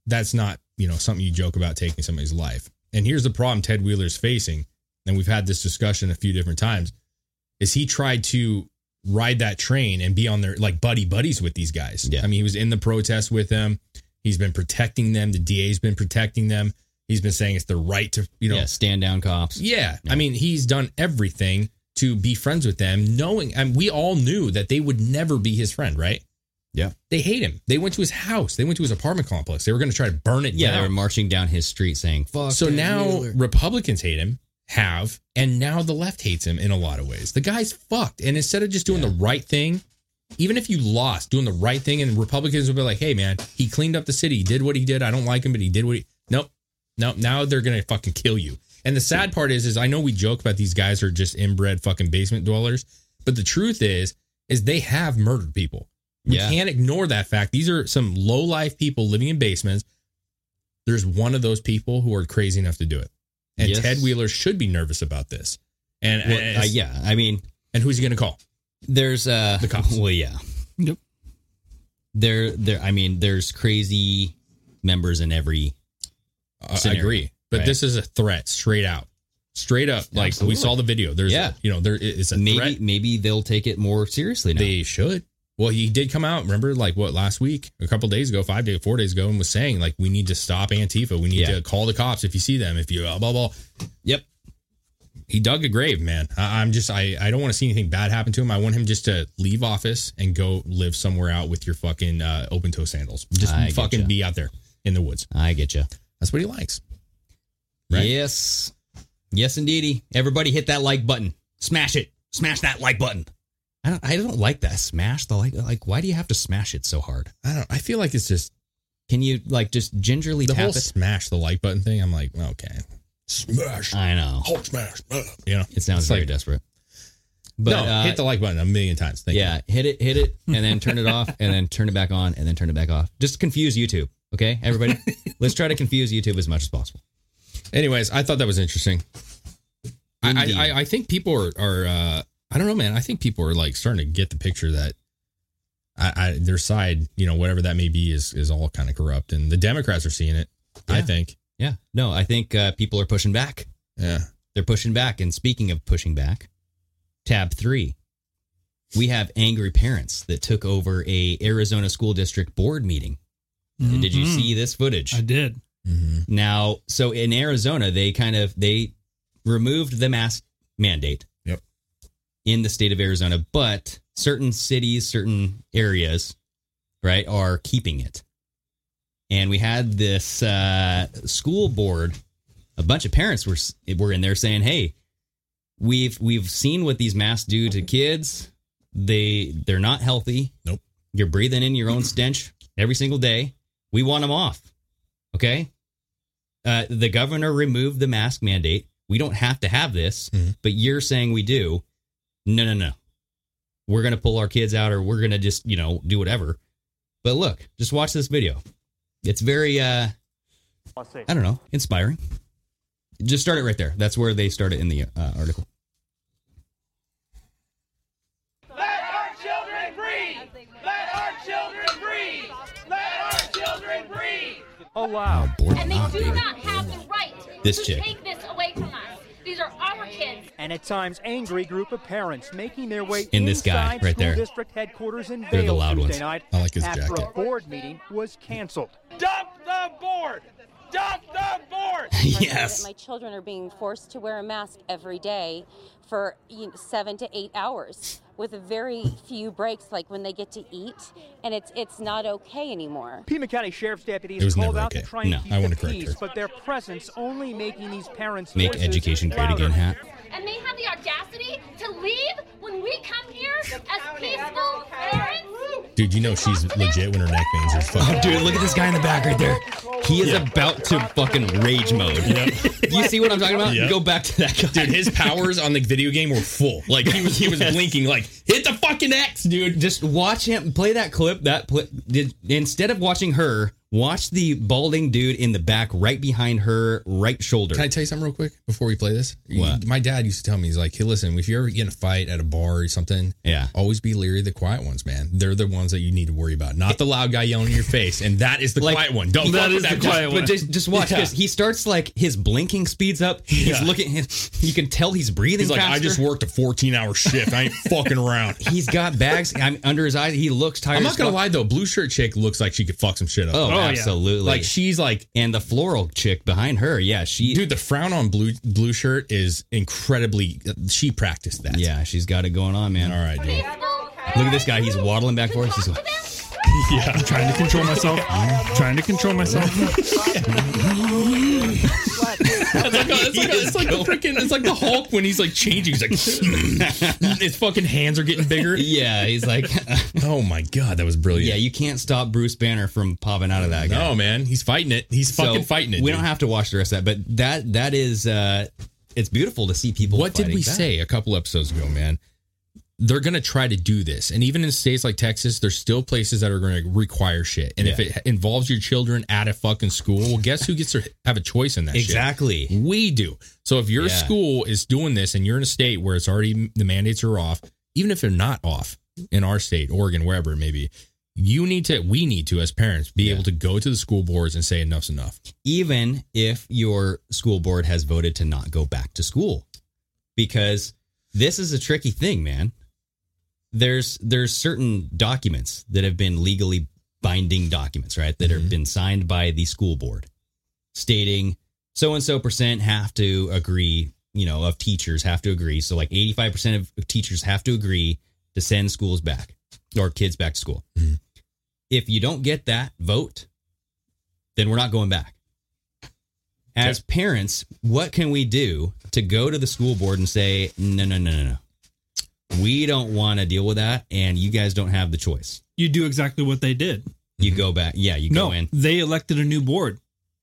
Speaker 6: that's not, you know, something you joke about taking somebody's life. And here's the problem Ted Wheeler's facing, and we've had this discussion a few different times, is he tried to ride that train and be on their like buddy buddies with these guys.
Speaker 5: Yeah.
Speaker 6: I mean, he was in the protest with them. He's been protecting them. The DA's been protecting them. He's been saying it's their right to, you know,
Speaker 5: yeah, stand down cops.
Speaker 6: yeah. I mean, he's done everything to be friends with them, knowing, and we all knew that they would never be his friend, right?
Speaker 5: Yeah.
Speaker 6: They hate him. They went to his house. They went to his apartment complex. They were going to try to burn it
Speaker 5: Yeah, they were
Speaker 6: down.
Speaker 5: marching down his street saying, "Fuck."
Speaker 6: So
Speaker 5: Ted
Speaker 6: now
Speaker 5: Wheeler."
Speaker 6: Republicans hate him, have, and now the left hates him in a lot of ways. The guy's fucked. And instead of just doing the right thing, even if you lost, doing the right thing, and Republicans would be like, hey, man, he cleaned up the city. He did what he did. I don't like him, but he did what he. Nope. Nope. Now they're going to fucking kill you. And the sad part is, is I know we joke about these guys are just inbred fucking basement dwellers, but the truth is, is they have murdered people. We
Speaker 5: Yeah.
Speaker 6: can't ignore that fact. These are some low life people living in basements. There's one of those people who are crazy enough to do it. And
Speaker 5: Yes.
Speaker 6: Ted Wheeler should be nervous about this. And
Speaker 5: Well, uh, yeah, I mean,
Speaker 6: and who's he going to call?
Speaker 5: there's uh
Speaker 6: The cops.
Speaker 5: Well, yeah.
Speaker 7: Yep.
Speaker 5: There there I mean, there's crazy members in every
Speaker 6: Uh, I
Speaker 5: scenario,
Speaker 6: agree. But
Speaker 5: right?
Speaker 6: this is a threat straight out. Straight up, like
Speaker 5: Absolutely.
Speaker 6: we saw the video. There's,
Speaker 5: Yeah.
Speaker 6: you know, there is a
Speaker 5: maybe
Speaker 6: threat.
Speaker 5: maybe they'll take it more seriously now.
Speaker 6: They should. Well, he did come out. Remember, like what last week, a couple days ago, five days, four days ago, and was saying like we need to stop Antifa. We need
Speaker 5: Yeah.
Speaker 6: to call the cops if you see them. If you blah blah blah.
Speaker 5: Yep.
Speaker 6: He dug a grave, man. I, I'm just I I don't want to see anything bad happen to him. I want him just to leave office and go live somewhere out with your fucking uh, open toe sandals. Just
Speaker 5: I
Speaker 6: fucking
Speaker 5: getcha.
Speaker 6: be out there in the woods.
Speaker 5: I get you.
Speaker 6: That's what he likes. Right?
Speaker 5: Yes. Yes, indeedy. Everybody hit that like button. Smash it. Smash that like button. I don't, I don't like that. Smash the like. Like, why do you have to smash it so hard?
Speaker 6: I don't. I feel like it's just
Speaker 5: Can you like just gingerly
Speaker 6: the
Speaker 5: tap
Speaker 6: whole
Speaker 5: it?
Speaker 6: smash the like button thing. I'm like, okay, smash,
Speaker 5: I know.
Speaker 6: Hulk smash. uh, You know,
Speaker 5: It sounds
Speaker 6: It's
Speaker 5: very
Speaker 6: like-
Speaker 5: desperate. But
Speaker 6: no,
Speaker 5: uh,
Speaker 6: hit the like button a million times. Thank
Speaker 5: yeah, hit it, hit it, and then turn it off, and then turn it back on, and then turn it back off. Just confuse YouTube, okay, everybody. Let's try to confuse YouTube as much as possible.
Speaker 6: Anyways, I thought that was interesting. I,
Speaker 5: Indeed.
Speaker 6: I- I I think people are are uh, I don't know, man. I think people are like starting to get the picture that I, I their side, you know, whatever that may be, is is all kind of corrupt, and the Democrats are seeing it. I
Speaker 5: Yeah.
Speaker 6: think.
Speaker 5: Yeah, no, I think uh, people are pushing back.
Speaker 6: Yeah.
Speaker 5: They're pushing back. And speaking of pushing back, tab three, we have angry parents that took over a Arizona school district board meeting. Did you
Speaker 7: Mhm.
Speaker 5: see this footage?
Speaker 7: I did.
Speaker 5: Mm-hmm. Now, so in Arizona, they kind of they removed the mask mandate.
Speaker 6: Yep.
Speaker 5: In the state of Arizona, but certain cities, certain areas, right, are keeping it. And we had this uh, school board. A bunch of parents were s- were in there saying, "Hey, we've we've seen what these masks do to kids. They they're not healthy.
Speaker 6: Nope.
Speaker 5: You're breathing in your own stench every single day. We want them off. Okay. Uh, the governor removed the mask mandate. We don't have to have this,
Speaker 6: Mhm.
Speaker 5: but you're saying we do. No, no, no. We're gonna pull our kids out, or we're gonna just you know do whatever. But look, just watch this video. It's very uh, I don't know, inspiring. Just start it right there. That's where they start it in the uh, article.
Speaker 12: Let our children breathe! Let our children breathe! Let our children breathe!
Speaker 5: Wow.
Speaker 13: Oh. And they do not have the right
Speaker 5: Oh, This
Speaker 13: to
Speaker 5: chick.
Speaker 13: take this away from us. These are our kids.
Speaker 14: An at times angry group of parents making their way
Speaker 5: And this guy
Speaker 14: inside
Speaker 5: right
Speaker 14: school
Speaker 5: there.
Speaker 14: district headquarters in
Speaker 5: They're the
Speaker 14: Vail
Speaker 5: loud
Speaker 14: Tuesday
Speaker 5: ones.
Speaker 14: night
Speaker 5: I like his
Speaker 14: after
Speaker 5: jacket.
Speaker 14: a board meeting was canceled.
Speaker 12: Dump the board! Dump the board!
Speaker 15: that my children are being forced to wear a mask every day for you know, seven to eight hours with very few breaks, like when they get to eat, and it's it's not okay anymore.
Speaker 14: Pima County Sheriff's deputies
Speaker 15: It was
Speaker 14: called
Speaker 15: never
Speaker 14: out
Speaker 15: okay.
Speaker 14: to try and
Speaker 15: No,
Speaker 14: keep
Speaker 15: I
Speaker 14: the
Speaker 15: wanna correct
Speaker 14: peace,
Speaker 15: her.
Speaker 14: but their presence only making these parents
Speaker 5: Make
Speaker 14: voices
Speaker 5: education great
Speaker 14: louder.
Speaker 5: again hat.
Speaker 13: And they have the audacity to leave when we come here as peaceful parents.
Speaker 6: Dude, you know she's legit when her neck veins are fucking.
Speaker 5: Oh, dude, look at this guy in the back right there. He is about to fucking rage mode. you see what I'm talking about?
Speaker 6: Yep.
Speaker 5: Go back to that guy.
Speaker 6: Dude, his powers on the video game were full. Like he was he was blinking. Like hit the fucking X, dude.
Speaker 5: Just watch him play that clip. That pl- did instead of watching her, watch the balding dude in the back, right behind her right shoulder.
Speaker 6: Can I tell you something real quick before we play this?
Speaker 5: What?
Speaker 6: My dad used to tell me, he's like, hey, listen, if you ever get in a fight at a bar or something,
Speaker 5: Yeah.
Speaker 6: always be leery of the quiet ones, man. They're the ones that you need to worry about, not the loud guy yelling in your face. And that is the quiet one. Don't
Speaker 5: That
Speaker 6: fuck with
Speaker 5: is the
Speaker 6: Just-
Speaker 5: quiet one. But just, just watch
Speaker 6: Yeah.
Speaker 5: because he starts like his blinking speeds up. He's
Speaker 6: Yeah.
Speaker 5: looking. His, you can tell he's breathing.
Speaker 6: He's like, I
Speaker 5: faster.
Speaker 6: just worked a 14 hour shift. I ain't fucking around.
Speaker 5: He's got bags I'm, under his eyes. He looks tired.
Speaker 6: I'm
Speaker 5: as
Speaker 6: not gonna
Speaker 5: fuck.
Speaker 6: lie though, blue shirt chick looks like she could fuck some shit up.
Speaker 5: Oh, absolutely.
Speaker 6: Like she's like,
Speaker 5: and the floral chick behind her. Yeah, she.
Speaker 6: dude, the frown on blue blue shirt is incredibly. She practiced that.
Speaker 5: Yeah, she's got it going on, man.
Speaker 6: All right, dude.
Speaker 5: Look at this guy. He's waddling back forth. He's like,
Speaker 7: Yeah, I'm trying to control myself. trying to control myself.
Speaker 6: It's like, a, it's like, a, it's like the freaking, it's like the Hulk when he's like changing. He's like, his fucking hands are getting bigger.
Speaker 5: yeah, he's like,
Speaker 6: oh my god, that was brilliant.
Speaker 5: yeah, you can't stop Bruce Banner from popping out of that guy.
Speaker 6: No, man, he's fighting it. He's
Speaker 5: So,
Speaker 6: fucking fighting it.
Speaker 5: We
Speaker 6: dude.
Speaker 5: don't have to watch the rest of that, but that that is, uh it's beautiful to see people.
Speaker 6: What did
Speaker 5: fighting
Speaker 6: we
Speaker 5: back.
Speaker 6: say a couple episodes ago, man? They're gonna try to do this, and even in states like Texas, there's still places that are gonna require shit. And if
Speaker 5: Yeah.
Speaker 6: it involves your children at a fucking school, well, guess who gets to have a choice in that? shit?
Speaker 5: Exactly.
Speaker 6: we do. So if your
Speaker 5: Yeah.
Speaker 6: school is doing this, and you're in a state where it's already the mandates are off, even if they're not off in our state, Oregon, wherever it may be, you need to we need to as parents be able to go to the school boards and say enough's enough
Speaker 5: even if your school board has voted to not go back to school because this is a tricky thing man there's there's certain documents that have been legally binding documents right that have been signed by the school board stating so and so percent have to agree you know of teachers have to agree so like 85% of teachers have to agree to send schools back or kids back to school if you don't get that vote then we're not going back as parents, what can we do to go to the school board and say, no, no, no, no, no. We don't want to deal with that, and you guys don't have the choice.
Speaker 7: You do exactly what they did.
Speaker 5: You go back. Yeah, you
Speaker 7: no,
Speaker 5: go in.
Speaker 7: they elected a new board.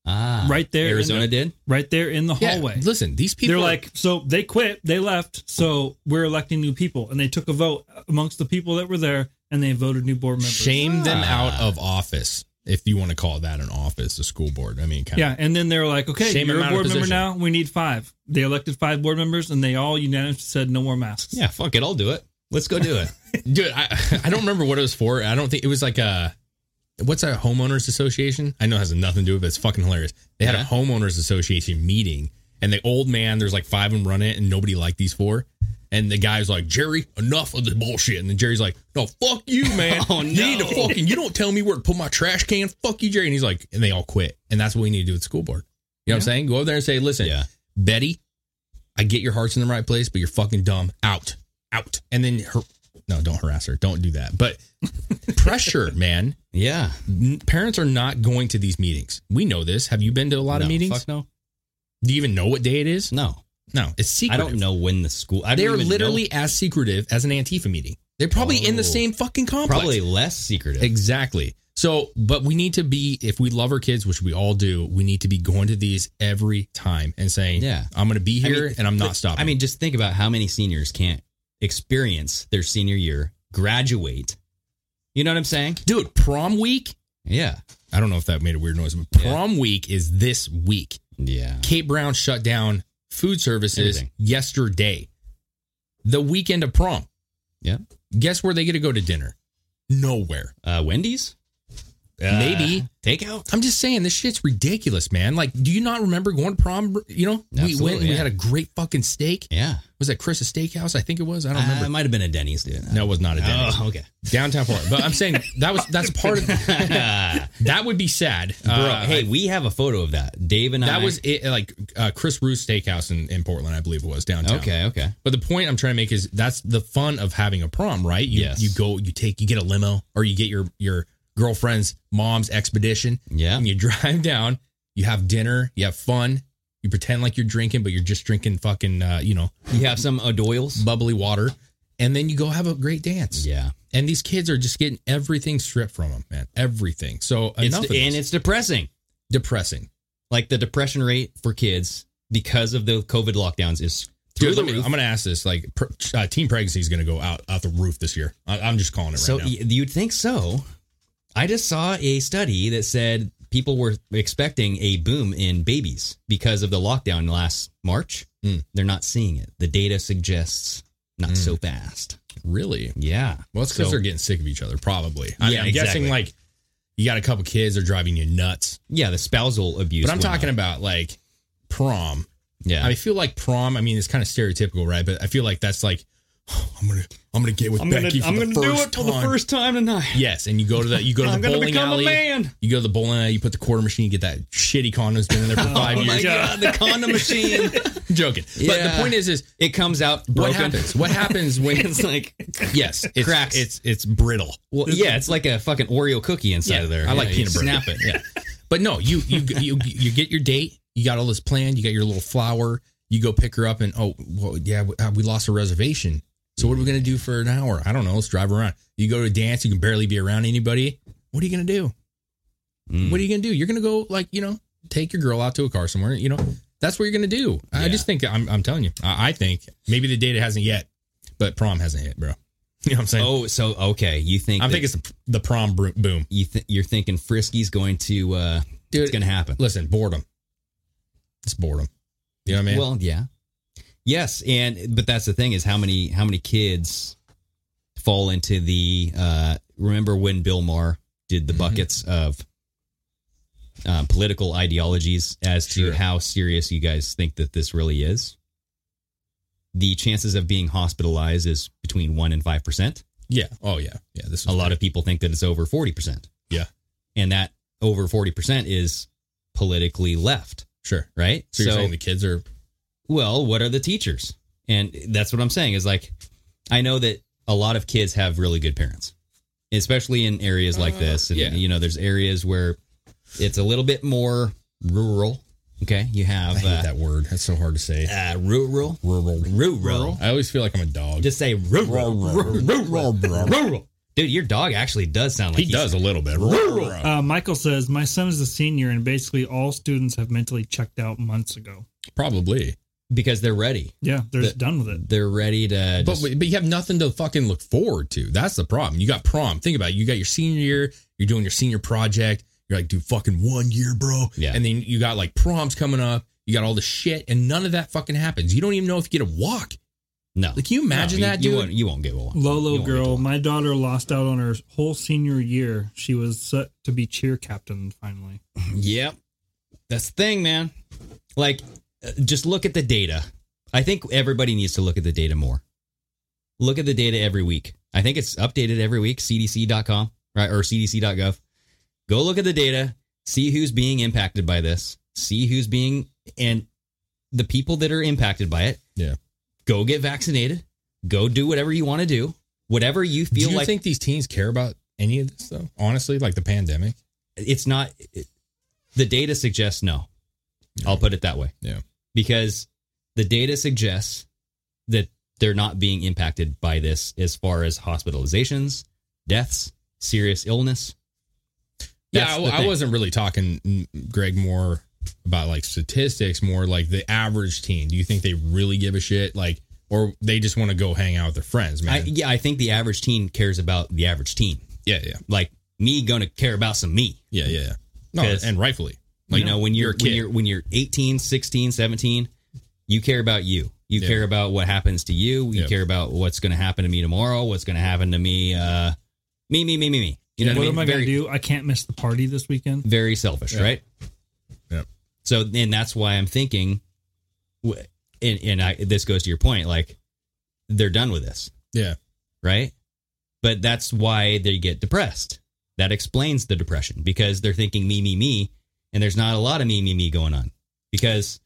Speaker 5: Ah,
Speaker 7: right there. in
Speaker 5: Arizona
Speaker 7: the-
Speaker 5: did?
Speaker 7: Right there in the
Speaker 6: Yeah,
Speaker 7: hallway.
Speaker 6: listen, these people
Speaker 7: They're
Speaker 6: are-
Speaker 7: like, so they quit, they left, so we're electing new people. And they took a vote amongst the people that were there and they voted new board members.
Speaker 6: shame them
Speaker 5: Ah.
Speaker 6: out of office if you want to call that an office the school board i mean kind
Speaker 7: Yeah, and then they're like, okay,
Speaker 6: Shame
Speaker 7: you're
Speaker 6: them
Speaker 7: a
Speaker 6: out of
Speaker 7: board member
Speaker 6: position.
Speaker 7: now. We need five. They elected five board members, and they all unanimously said no more masks.
Speaker 5: Yeah, fuck it. I'll do it. Let's go do it.
Speaker 6: dude I, I don't remember what it was for i don't think it was like a what's a homeowners association i know it has nothing to do with it it's fucking hilarious they had
Speaker 5: Yeah.
Speaker 6: a homeowners association meeting and the old man there's like five of them run it and nobody liked these four and the guy's like jerry enough of the bullshit and then jerry's like no fuck you man
Speaker 5: Oh,
Speaker 6: you need to
Speaker 5: no.
Speaker 6: fucking you don't tell me where to put my trash can fuck you jerry and he's like and they all quit and that's what we need to do with the school board you know what i'm saying go over there and say listen betty I get your heart's in the right place, but you're fucking dumb. Out, out, and then her. No, don't harass her. Don't do that. But pressure, man.
Speaker 5: Yeah,
Speaker 6: N- parents are not going to these meetings. We know this. Have you been to a lot
Speaker 5: No,
Speaker 6: of meetings?
Speaker 5: fuck no.
Speaker 6: Do you even know what day it is?
Speaker 5: No,
Speaker 6: no. It's
Speaker 5: I
Speaker 6: secretive.
Speaker 5: don't know when the school. I
Speaker 6: They're
Speaker 5: don't even
Speaker 6: literally
Speaker 5: know.
Speaker 6: as secretive as an Antifa meeting. They're probably in
Speaker 5: Oh.
Speaker 6: the same fucking complex.
Speaker 5: probably less secretive.
Speaker 6: Exactly. So, but we need to be, if we love our kids, which we all do, we need to be going to these every time and saying,
Speaker 5: Yeah.
Speaker 6: I'm going to be
Speaker 5: I mean,
Speaker 6: here and I'm not
Speaker 5: but-
Speaker 6: stopping.
Speaker 5: I mean, just think about how many seniors can't experience their senior year, graduate. You know what I'm saying?
Speaker 6: dude, prom week.
Speaker 5: Yeah.
Speaker 6: I don't know if that made a weird noise, but
Speaker 5: Yeah.
Speaker 6: prom week is this week.
Speaker 5: Yeah.
Speaker 6: Kate Brown shut down food services
Speaker 5: Everything.
Speaker 6: yesterday, the weekend of prom.
Speaker 5: Yeah.
Speaker 6: Guess where they get to go to dinner? Nowhere.
Speaker 5: Uh, Wendy's? Uh,
Speaker 6: Maybe.
Speaker 5: Takeout?
Speaker 6: I'm just saying, this shit's ridiculous, man. Like, do you not remember going to prom? You know, we
Speaker 5: Absolutely,
Speaker 6: went and we
Speaker 5: yeah.
Speaker 6: had a great fucking steak.
Speaker 5: Yeah.
Speaker 6: Was that Chris's Steakhouse? I think it was. I don't
Speaker 5: Uh,
Speaker 6: remember.
Speaker 5: it might have been a Denny's, dude.
Speaker 6: No, it was not a Denny's.
Speaker 5: Oh, okay.
Speaker 6: Downtown Florida. But I'm saying that was that's part of that would be sad.
Speaker 5: Bro,
Speaker 6: Uh,
Speaker 5: hey, we have a photo of that. Dave and I.
Speaker 6: That was it, like uh, Chris Rue's Steakhouse in, in Portland, I believe it was downtown.
Speaker 5: Okay, okay.
Speaker 6: But the point I'm trying to make is that's the fun of having a prom, right? You,
Speaker 5: Yes.
Speaker 6: You go, you take, you get a limo, or you get your your girlfriend's mom's expedition,
Speaker 5: Yeah.
Speaker 6: and you drive down. You have dinner, you have fun, you pretend like you're drinking, but you're just drinking fucking, uh, you know,
Speaker 5: You have some O'Doyle's?
Speaker 6: bubbly water, and then you go have a great dance.
Speaker 5: Yeah.
Speaker 6: And these kids are just getting everything stripped from them, man. Everything. So enough.
Speaker 5: It's,
Speaker 6: of
Speaker 5: and
Speaker 6: this.
Speaker 5: it's depressing.
Speaker 6: depressing.
Speaker 5: Like the depression rate for kids because of the COVID lockdowns is through
Speaker 6: Dude,
Speaker 5: the
Speaker 6: let me-
Speaker 5: roof.
Speaker 6: I'm going to ask this. Like, pr- uh, teen pregnancy is going to go out out the roof this year. I, I'm just calling it right
Speaker 5: so
Speaker 6: now.
Speaker 5: y- you'd think so. I just saw a study that said people were expecting a boom in babies because of the lockdown last March.
Speaker 6: Mm.
Speaker 5: They're not seeing it. The data suggests not
Speaker 6: Hmm.
Speaker 5: so fast.
Speaker 6: Really?
Speaker 5: Yeah.
Speaker 6: Well, it's because
Speaker 5: So-
Speaker 6: they're getting sick of each other, probably. I mean,
Speaker 5: Yeah,
Speaker 6: I'm
Speaker 5: exactly.
Speaker 6: guessing like you got a couple kids, they're driving you nuts.
Speaker 5: yeah the spousal abuse.
Speaker 6: But I'm
Speaker 5: went
Speaker 6: talking
Speaker 5: up.
Speaker 6: about like prom.
Speaker 5: yeah.
Speaker 6: I feel like prom. I mean, it's kind of stereotypical, right? But I feel like that's like I'm gonna I'm gonna get with Becky for the first time.
Speaker 5: time tonight.
Speaker 6: Yes, and you go to the you go to the
Speaker 5: I'm gonna
Speaker 6: bowling
Speaker 5: become a
Speaker 6: alley.
Speaker 5: man.
Speaker 6: You go to the bowling alley. You put the quarter machine. You get that shitty condom's been in there for five
Speaker 5: Oh my
Speaker 6: years.
Speaker 5: god, the condom machine.
Speaker 6: Joking, but the
Speaker 5: Yeah.
Speaker 6: point is, is
Speaker 5: It comes out
Speaker 6: what
Speaker 5: broken.
Speaker 6: happens? What happens when
Speaker 5: It's like
Speaker 6: yes, it's,
Speaker 5: Cracks.
Speaker 6: It's it's brittle.
Speaker 5: well, yeah, it's like a fucking Oreo cookie inside
Speaker 6: Yeah,
Speaker 5: of there.
Speaker 6: I like
Speaker 5: Yeah, you
Speaker 6: peanut butter.
Speaker 5: Snap it. Yeah.
Speaker 6: But no, you you you you get your date. You got all this planned. You got your little flower. You go pick her up, and oh well, yeah, we, uh, we lost a reservation. So what are we gonna do for an hour? I don't know. Let's drive around. You go to a dance. You can barely be around anybody. What are you gonna do?
Speaker 5: Hmm.
Speaker 6: What are you gonna do? You're gonna go like you know, take your girl out to a car somewhere. You know, that's what you're gonna do. I
Speaker 5: Yeah.
Speaker 6: just think I'm I'm telling you. I, I think maybe the data hasn't yet, but prom hasn't hit, bro. You know what I'm saying?
Speaker 5: Oh, so okay, you think
Speaker 6: I'm
Speaker 5: that-
Speaker 6: thinking it's the, the prom bro- boom.
Speaker 5: you th- you're thinking Frisky's going to uh
Speaker 6: Dude,
Speaker 5: it's going to happen.
Speaker 6: Listen, boredom. It's boredom. You know what I mean?
Speaker 5: Well, yeah. Yes, and but that's the thing is how many how many kids fall into the uh, remember when Bill Maher did the
Speaker 6: Mm-hmm.
Speaker 5: buckets of uh, political ideologies as to how serious you guys think that this really is. The chances of being hospitalized is between one and five percent.
Speaker 6: Yeah. Oh yeah. Yeah. This
Speaker 5: a lot of people think that it's over forty percent,
Speaker 6: Yeah.
Speaker 5: and that over forty percent is politically left.
Speaker 6: Sure.
Speaker 5: Right.
Speaker 6: So, you're saying the kids are
Speaker 5: well, what are the teachers? And that's what I'm saying is like, I know that a lot of kids have really good parents, especially in areas like this. And,
Speaker 6: Uh, Yeah.
Speaker 5: you know, there's areas where it's a little bit more rural. Okay. You have
Speaker 6: I hate
Speaker 5: uh,
Speaker 6: that word. That's so hard to say.
Speaker 5: Uh, rural.
Speaker 6: Rural.
Speaker 5: Rural.
Speaker 6: I always feel like I'm a dog.
Speaker 5: Just say rural. Rural. Rural. Dude, your dog actually does sound like
Speaker 6: He does a little bit.
Speaker 7: Uh, Michael says, My son is a senior, and basically all students have mentally checked out months ago.
Speaker 6: Probably.
Speaker 5: Because they're ready.
Speaker 7: Yeah, they're
Speaker 6: The-
Speaker 7: just done with it.
Speaker 5: They're ready to.
Speaker 6: But, but you have nothing to fucking look forward to. That's the problem. You got prom. Think about it. You got your senior year. You're doing your senior project. You're like, dude, fucking one year, bro.
Speaker 5: Yeah.
Speaker 6: And then you got like proms coming up. You got all this shit, and none of that fucking happens. You don't even know if you get a walk.
Speaker 5: No.
Speaker 6: Like, can you imagine
Speaker 5: No, you-
Speaker 6: that,
Speaker 5: you
Speaker 6: dude?
Speaker 5: won't- you won't get one.
Speaker 7: Lolo girl, my daughter lost out on her whole senior year. She was set to be cheer captain finally.
Speaker 5: Yep. That's the thing, man. Like, uh, just look at the data. I think everybody needs to look at the data more. Look at the data every week. I think it's updated every week, cdc.com, right? Or cdc.gov. Go look at the data, see who's being impacted by this, see who's being, and the people that are impacted by it.
Speaker 6: Yeah.
Speaker 5: Go get vaccinated. Go do whatever you want to do. Whatever you feel
Speaker 6: Do you
Speaker 5: like.
Speaker 6: think these teens care about any of this though? Honestly, like the pandemic.
Speaker 5: it's not it, the data suggests no. I'll put it that way.
Speaker 6: Yeah.
Speaker 5: Because the data suggests that they're not being impacted by this as far as hospitalizations, deaths, serious illness.
Speaker 6: Yeah,
Speaker 5: That's
Speaker 6: I,
Speaker 5: the
Speaker 6: I
Speaker 5: thing.
Speaker 6: wasn't really talking, mm, Greg, more about like statistics, more like the average teen. Do you think they really give a shit? Like, or they just want to go hang out with their friends,
Speaker 5: I, e
Speaker 6: man?
Speaker 5: yeah, I think the average teen cares about the average teen.
Speaker 6: yeah, yeah,
Speaker 5: Like me gonna care about some me.
Speaker 6: yeah, yeah, yeah. No,
Speaker 5: 'Cause-
Speaker 6: and rightfully.
Speaker 5: you know, when you're,
Speaker 6: a
Speaker 5: when
Speaker 6: kid.
Speaker 5: you're when you're 18, 16, 17, you care about you. You
Speaker 6: Yeah.
Speaker 5: care about what happens to you. You
Speaker 6: Yeah.
Speaker 5: care about what's going to happen to me tomorrow. What's going to happen to me? Uh, me, me, me, me, me. You know
Speaker 7: what
Speaker 5: what, I mean?
Speaker 7: am I
Speaker 5: very,
Speaker 7: gonna do? I can't miss the party this weekend.
Speaker 5: very selfish,
Speaker 7: Yeah.
Speaker 5: right?
Speaker 6: Yeah.
Speaker 5: So, and that's why I'm thinking, wh- and and I this goes to your point, like they're done with this,
Speaker 6: yeah,
Speaker 5: right? But that's why they get depressed. That explains the depression because they're thinking me, me, me, and there's not a lot of me, me, me going on because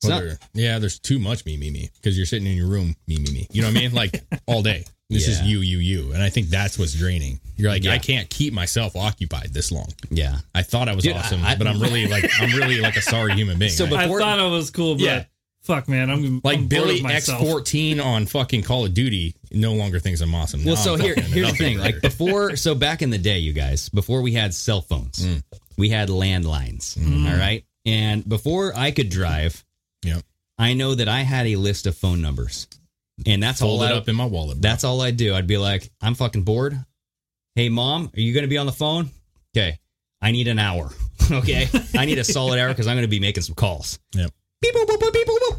Speaker 5: it's
Speaker 6: Well,
Speaker 5: not,
Speaker 6: there- yeah. There's too much me, me, me, because you're sitting in your room, me, me, me. You know what I mean? Like all day. This is
Speaker 5: Yeah.
Speaker 6: you, you, you, and I think that's what's draining. You're like,
Speaker 5: Yeah.
Speaker 6: I can't keep myself occupied this long.
Speaker 5: yeah.
Speaker 6: I thought I was
Speaker 5: Dude,
Speaker 6: awesome,
Speaker 5: I- I-
Speaker 6: but I'm really like, I'm really like a sorry human being.
Speaker 5: So
Speaker 7: I
Speaker 6: right?
Speaker 7: thought I was cool, but
Speaker 6: Yeah.
Speaker 7: fuck man, I'm
Speaker 6: like
Speaker 7: I'm bored of
Speaker 6: Billy X
Speaker 7: myself.
Speaker 6: fourteen on fucking Call of Duty no longer thinks I'm awesome.
Speaker 5: Well,
Speaker 6: Now
Speaker 5: so
Speaker 6: I'm
Speaker 5: here,
Speaker 6: fucking
Speaker 5: here's the
Speaker 6: another
Speaker 5: thing. Like
Speaker 6: writer.
Speaker 5: before, so back in the day, you guys, before we had cell phones,
Speaker 6: Mm.
Speaker 5: we had landlines.
Speaker 6: Mm.
Speaker 5: All right, and before I could drive,
Speaker 6: Yep.
Speaker 5: I know that I had a list of phone numbers, and that's all
Speaker 6: folded
Speaker 5: I,
Speaker 6: up in my wallet. bro.
Speaker 5: That's all I do. I'd be like, I'm fucking bored. Hey, mom, are you going to be on the phone? Okay, I need an hour. okay, I need a solid hour because I'm going to be making some calls.
Speaker 6: Yep.
Speaker 5: Beep, boop, boop, boop, beep, boop, boop.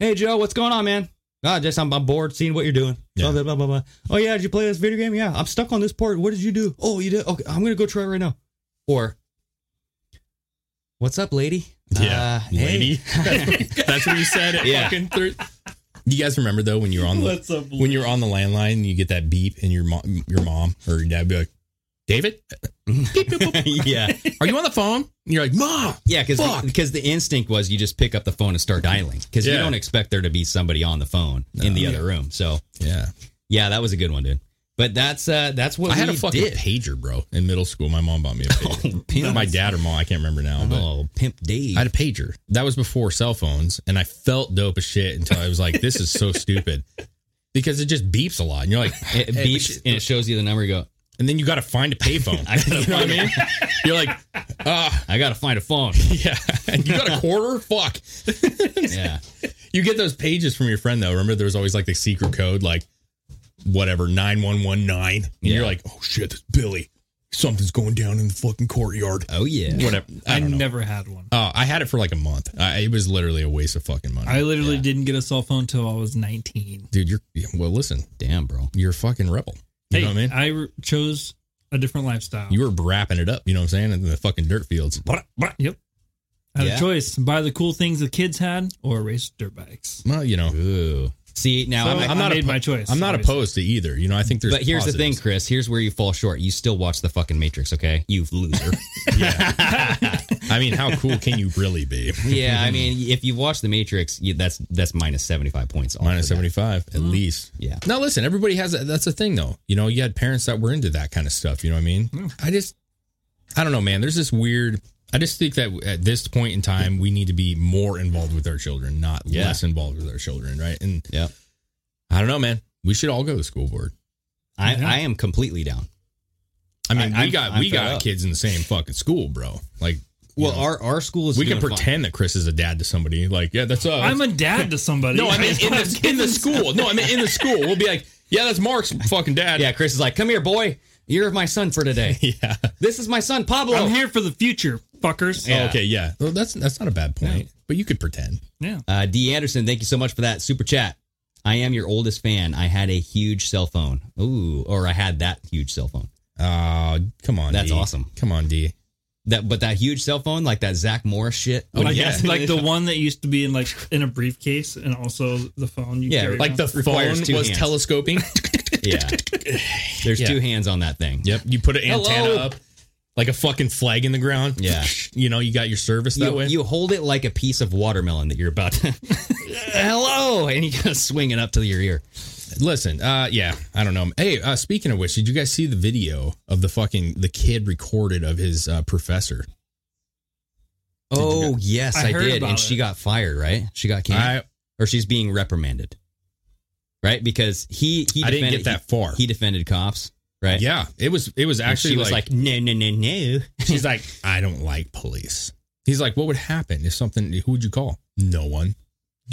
Speaker 5: Hey, Joe, what's going on, man? Ah, just I'm, I'm bored seeing what you're doing.
Speaker 6: Yeah.
Speaker 5: Blah, blah, blah, blah. Oh yeah, did you play this video game? Yeah, I'm stuck on this part. What did you do? Oh, you did. Okay, I'm gonna go try it right now. Or, what's up, lady?
Speaker 6: yeah,
Speaker 5: Uh, hey.
Speaker 6: lady. that's what you said. At
Speaker 5: Yeah.
Speaker 6: fucking thir- you guys remember though when you were on the
Speaker 7: What's up,
Speaker 6: when you were on the landline and you get that beep and your mom your mom or your dad be like, David, Beep, boop, boop.
Speaker 5: yeah,
Speaker 6: are you on the phone? And you're like, Mom,
Speaker 5: yeah, because
Speaker 6: Fuck.
Speaker 5: because the instinct was you just pick up the phone and start dialing because you
Speaker 6: Yeah.
Speaker 5: don't expect there to be somebody on the phone in the other room. So
Speaker 6: yeah.
Speaker 5: yeah, that was a good one, dude. But that's uh that's what
Speaker 6: I had
Speaker 5: we
Speaker 6: a fucking
Speaker 5: did. Oh,
Speaker 6: pager, bro, in middle school. My mom bought me a pager.
Speaker 5: pimp.
Speaker 6: My dad or mom, I can't remember now. but-
Speaker 5: Oh, pimp Dave.
Speaker 6: I had a pager. That was before cell phones, and I felt dope as shit until I was like, "This is so stupid," because it just beeps a lot, and you're like,
Speaker 5: it
Speaker 6: "Hey, we
Speaker 5: beeps
Speaker 6: should-"
Speaker 5: and it shows you the number. You go,
Speaker 6: and then you got to find a payphone.
Speaker 5: I gotta
Speaker 6: you know what I
Speaker 5: find a-
Speaker 6: mean? You're like, "Ah,
Speaker 5: I gotta find a phone.
Speaker 6: yeah, you got a quarter? Fuck."
Speaker 5: yeah.
Speaker 6: You get those pages from your friend though. Remember, there was always like the secret code, like whatever nine one one nine, and
Speaker 5: Yeah.
Speaker 6: you're like, "Oh shit, that's Billy." something's going down in the fucking courtyard.
Speaker 5: Oh yeah,
Speaker 6: whatever.
Speaker 7: I,
Speaker 6: don't know.
Speaker 7: never had one.
Speaker 6: Oh, I had it for like a month. I, it was literally a waste of fucking money.
Speaker 7: I literally didn't get a cell phone until I was 19.
Speaker 6: dude, you're well. Listen,
Speaker 5: damn, bro.
Speaker 6: you're a fucking rebel. You
Speaker 7: hey,
Speaker 6: know what I mean?
Speaker 7: I re- chose a different lifestyle.
Speaker 6: You were wrapping it up. You know what I'm saying? In the fucking dirt fields. Blah, blah.
Speaker 7: Yep. I had
Speaker 6: Yeah.
Speaker 7: a choice buy the cool things the kids had or race dirt bikes.
Speaker 6: Well, you know.
Speaker 5: See now,
Speaker 7: So,
Speaker 5: I'm,
Speaker 7: I
Speaker 5: I'm not
Speaker 7: made
Speaker 5: oppo-
Speaker 7: my choice,
Speaker 6: I'm not
Speaker 7: obviously.
Speaker 6: opposed to either. You know, I think there's.
Speaker 5: But here's the thing,
Speaker 6: positives.
Speaker 5: Chris. Here's where you fall short. You still watch the fucking Matrix, okay? You loser.
Speaker 6: I mean, how cool can you really be?
Speaker 5: yeah, I mean, if you watch the Matrix, you, that's that's minus seventy five points. off
Speaker 6: Minus
Speaker 5: of that.
Speaker 6: 75 at
Speaker 5: Mm.
Speaker 6: least.
Speaker 5: Yeah.
Speaker 6: Now listen, everybody has a, that's the thing though. You know, you had parents that were into that kind of stuff, you know what I mean?
Speaker 7: Hmm.
Speaker 6: I just I don't know, man. There's this weird I just think that at this point in time we need to be more involved with our children, not
Speaker 5: Yeah.
Speaker 6: less involved with our children, right? And
Speaker 5: Yep.
Speaker 6: I don't know, man. We should all go to school board.
Speaker 5: I, I am completely down.
Speaker 6: I mean,
Speaker 5: I-
Speaker 6: we
Speaker 5: I'm-
Speaker 6: got
Speaker 5: I'm
Speaker 6: we
Speaker 5: fed
Speaker 6: got
Speaker 5: up.
Speaker 6: kids in the same fucking school, bro. Like you
Speaker 5: Well,
Speaker 6: know,
Speaker 5: our our school is
Speaker 6: we can
Speaker 5: doing fine.
Speaker 6: pretend that Chris is a dad to somebody. Like, yeah, that's us.
Speaker 7: I'm a dad to somebody.
Speaker 6: No, I mean in the, in the school. No, I mean in the school. We'll be like, yeah, that's Mark's fucking dad.
Speaker 5: Yeah, Chris is like, come here, boy. You're my son for today.
Speaker 6: yeah.
Speaker 5: This is my son, Pablo.
Speaker 7: I'm here for the future, fuckers.
Speaker 5: Yeah.
Speaker 6: Oh, Okay, yeah. Well, that's that's not a bad point. But you could pretend.
Speaker 7: Yeah.
Speaker 5: Uh, D. Anderson, thank you so much for that super chat. I am your oldest fan. I had a huge cell phone. Ooh, or I had that huge cell phone.
Speaker 6: Oh, come on.
Speaker 5: That's
Speaker 6: D.
Speaker 5: awesome.
Speaker 6: Come on, D.
Speaker 5: That, but that huge cell phone, like that Zach Morris shit.
Speaker 7: Oh,
Speaker 5: when
Speaker 7: like,
Speaker 5: you-
Speaker 7: like the one that used to be in like in a briefcase and also the phone. You
Speaker 5: Yeah,
Speaker 7: carry
Speaker 6: Like
Speaker 7: around.
Speaker 6: the
Speaker 5: Requires
Speaker 6: phone was
Speaker 5: two hands.
Speaker 6: telescoping.
Speaker 5: yeah. There's
Speaker 6: Yeah.
Speaker 5: two hands on that thing.
Speaker 6: yep. You put an antenna
Speaker 5: Hello?
Speaker 6: up, like a fucking flag in the ground.
Speaker 5: Yeah.
Speaker 6: you know, you got your service that
Speaker 5: you,
Speaker 6: way.
Speaker 5: you hold it like a piece of watermelon that you're about to. Hello, and you gotta swing it up to your ear.
Speaker 6: Listen, uh, yeah, I don't know. Hey, uh, speaking of which, did you guys see the video of the fucking the kid recorded of his uh, professor?
Speaker 5: Oh yes,
Speaker 7: I
Speaker 5: I,
Speaker 7: heard
Speaker 5: did,
Speaker 7: about
Speaker 5: and she
Speaker 7: it.
Speaker 5: got fired. Right? She got
Speaker 6: I
Speaker 5: canned, or she's being reprimanded. Right? Because he he
Speaker 6: I didn't
Speaker 5: defended-
Speaker 6: get that far.
Speaker 5: He, he defended cops. Right?
Speaker 6: yeah, it was it was
Speaker 5: And
Speaker 6: actually
Speaker 5: she was like, no, no, no, no.
Speaker 6: She's like, I don't like police. He's like, what would happen if something, who would you call? No one.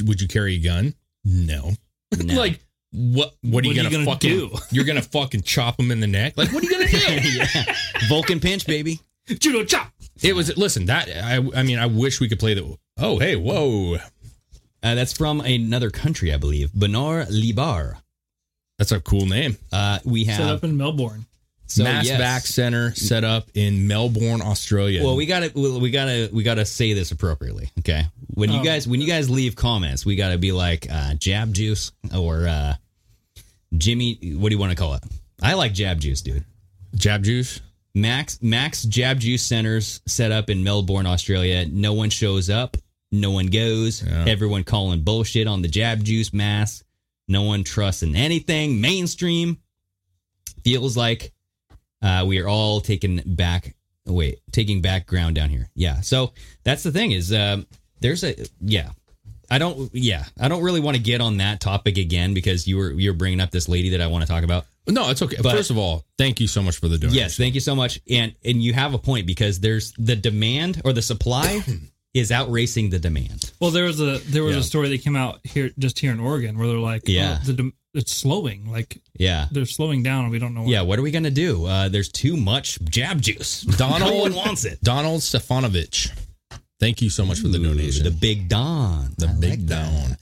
Speaker 6: Would you carry a gun? No.
Speaker 5: No.
Speaker 6: like, what, what are you going to fucking
Speaker 7: do?
Speaker 6: You're going to fucking chop him in the neck? Like, what are you going to do?
Speaker 5: yeah. Vulcan pinch, baby.
Speaker 7: judo chop.
Speaker 6: It was, listen, that, I, I mean, I wish we could play the, oh, hey, whoa.
Speaker 5: Uh, that's from another country, I believe. Benar Libar.
Speaker 6: That's a cool name.
Speaker 5: Uh, we
Speaker 7: Set
Speaker 5: have
Speaker 7: up in Melbourne.
Speaker 5: so,
Speaker 6: Mass
Speaker 5: yes.
Speaker 6: Vac Center set up in Melbourne, Australia.
Speaker 5: Well, we gotta well, we gotta we gotta say this appropriately. Okay. When you
Speaker 7: Oh.
Speaker 5: guys when you guys leave comments, we gotta be like uh jab juice or uh Jimmy what do you want to call it? I like jab juice, dude.
Speaker 6: Jab Juice.
Speaker 5: Max Max Jab Juice Centers set up in Melbourne, Australia. No one shows up, no one goes.
Speaker 6: Yeah.
Speaker 5: Everyone calling bullshit on the Jab Juice mask. No one trusts in anything mainstream. Feels like uh, we are all taken back. Wait, taking back ground down here. Yeah. So that's the thing is, um, there's a yeah. I don't yeah. I don't really want to get on that topic again because you were you're bringing up this lady that I want to talk about.
Speaker 6: No, it's okay.
Speaker 5: But-
Speaker 6: First of all, thank you so much for the donation.
Speaker 5: Yes, thank you so much. And and you have a point because there's the demand or the supply is outracing the demand.
Speaker 7: Well, there was a there was
Speaker 6: Yeah.
Speaker 7: a story that came out here just here in Oregon where they're like, oh,
Speaker 5: Yeah.
Speaker 7: the, dem- it's slowing. Like
Speaker 5: Yeah.
Speaker 7: they're slowing down, and we don't know. Why.
Speaker 5: Yeah, what are we gonna do? Uh, there's too much jab juice.
Speaker 6: Donald
Speaker 5: no one wants it.
Speaker 6: Donald Stefanovich. Thank you so much for the donation.
Speaker 5: The big Don.
Speaker 6: The
Speaker 5: I
Speaker 6: big
Speaker 5: like that.
Speaker 6: down.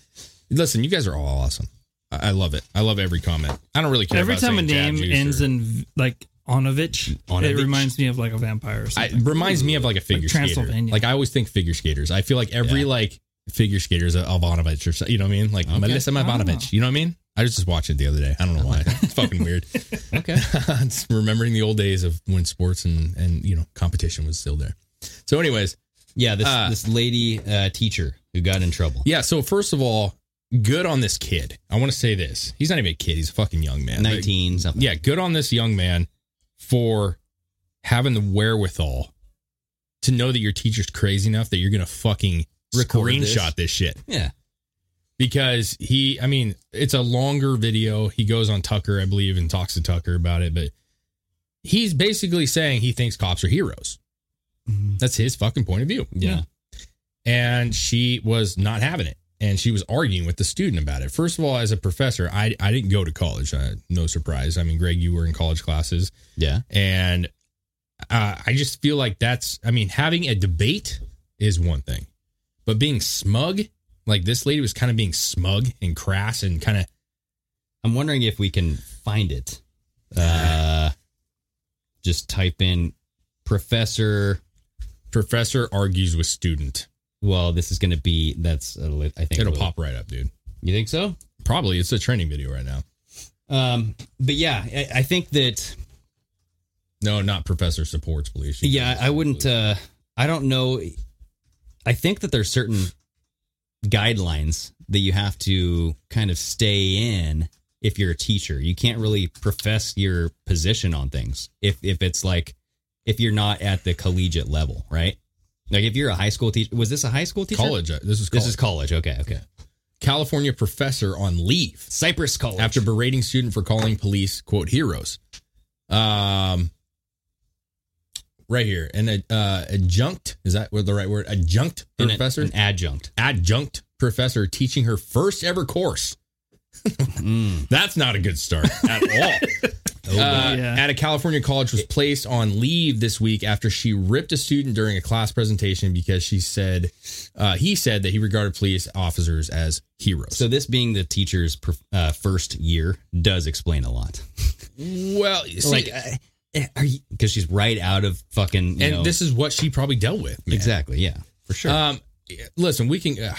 Speaker 6: Listen, you guys are all awesome. I, I love it. I love every comment. I don't really care.
Speaker 7: Every
Speaker 6: about
Speaker 7: time a
Speaker 6: saying Jab
Speaker 7: name
Speaker 6: Juice
Speaker 7: ends
Speaker 6: or-
Speaker 7: in v- like Onovich,
Speaker 5: Onovich.
Speaker 7: it reminds me of like a vampire or
Speaker 6: I,
Speaker 7: something.
Speaker 6: it reminds me of like a figure skater.
Speaker 7: Transylvania.
Speaker 6: Like I always think figure skaters. I feel like every
Speaker 5: Yeah.
Speaker 6: like figure skater is a Ivanovich or so, you know what I mean? Like
Speaker 5: Okay.
Speaker 6: Melissa
Speaker 7: Ah.
Speaker 6: Ivanovich. You know what I mean? I was just watching it the other day. I don't know why. it's fucking weird.
Speaker 5: Okay.
Speaker 6: It's remembering the old days of when sports and and you know competition was still there. So, anyways,
Speaker 5: Yeah, this
Speaker 6: Uh,
Speaker 5: this lady uh, teacher who got in trouble.
Speaker 6: Yeah. So first of all, good on this kid. I want to say this. He's not even a kid. He's a fucking young man.
Speaker 5: Nineteen
Speaker 6: But-
Speaker 5: something.
Speaker 6: yeah. Good on this young man for having the wherewithal to know that your teacher's crazy enough that you're gonna fucking
Speaker 5: Record this.
Speaker 6: screenshot this shit
Speaker 5: Yeah.
Speaker 6: because he i mean it's a longer video he goes on tucker i believe and talks to tucker about it but he's basically saying he thinks cops are heroes that's his fucking point of view
Speaker 5: Mm-hmm. Yeah.
Speaker 6: and she was not having it and she was arguing with the student about it first of all as a professor i, I didn't go to college uh, no surprise i mean greg you were in college classes
Speaker 5: Yeah.
Speaker 6: and uh, I just feel like that's. I mean, having a debate is one thing, but being smug, like this lady was kind of being smug and crass and kind of.
Speaker 5: I'm wondering if we can find it. Uh, just type in professor.
Speaker 6: Professor argues with student.
Speaker 5: Well, this is going to be that's. A li- I think
Speaker 6: It'll pop right up, dude.
Speaker 5: You think so?
Speaker 6: Probably. It's a training video right now.
Speaker 5: Um, but yeah, I, I think that
Speaker 6: No, not Professor supports beliefs. She
Speaker 5: yeah, I wouldn't. Uh, I don't know. I think that there's certain guidelines that you have to kind of stay in if you're a teacher. You can't really profess your position on things if if it's like if you're not at the collegiate level, right? Like if you're a high school teacher, was this a high school teacher?
Speaker 6: College. uh, This is college.
Speaker 5: This is college. Okay, okay.
Speaker 6: California professor on leave.
Speaker 5: Cypress College.
Speaker 6: After berating student for calling police quote heroes. Um right here. An uh, adjunct, is that the right word? Adjunct
Speaker 5: An-
Speaker 6: professor?
Speaker 5: an adjunct.
Speaker 6: adjunct professor teaching her first ever course.
Speaker 5: Mm,
Speaker 6: That's not a good start at all.
Speaker 5: Oh,
Speaker 6: Uh, At a California college was placed on leave this week after she ripped a student during a class presentation because she said uh, he said that he regarded police officers as heroes.
Speaker 5: So this being the teacher's per- uh, first year does explain a lot.
Speaker 6: well, see,
Speaker 5: like, I- are you? Because she's right out of fucking. You
Speaker 6: Eh, and
Speaker 5: know-
Speaker 6: this is what she probably dealt with. man.
Speaker 5: exactly yeah for sure.
Speaker 6: Um, listen, we can uh,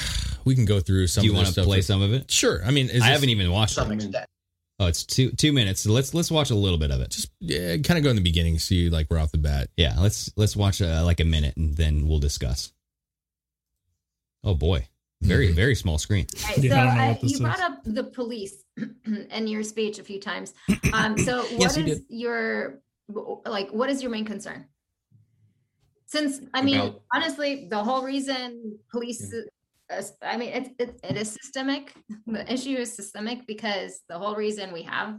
Speaker 6: we can go through some.
Speaker 5: Do you
Speaker 6: of this
Speaker 5: want to
Speaker 6: stuff
Speaker 5: play
Speaker 6: for-
Speaker 5: some of it?
Speaker 6: Sure. I mean,
Speaker 5: I
Speaker 6: is this-
Speaker 5: haven't even watched it. Oh, it's two two minutes. So let's let's watch a little bit of it. Just
Speaker 6: yeah, kind of go in the beginning, see like we're off the bat.
Speaker 5: yeah, let's let's watch uh, like a minute and then we'll discuss. Oh boy, very
Speaker 6: Mm-hmm.
Speaker 5: very small screen.
Speaker 16: Okay, so uh, you brought up the police in your speech a few times. Um, so what is
Speaker 5: Yes, you did.
Speaker 16: your like? What is your main concern? Since I mean,
Speaker 17: About-
Speaker 16: honestly, the whole reason police. uh, I mean, it, it, it is systemic. The issue is systemic because the whole reason we have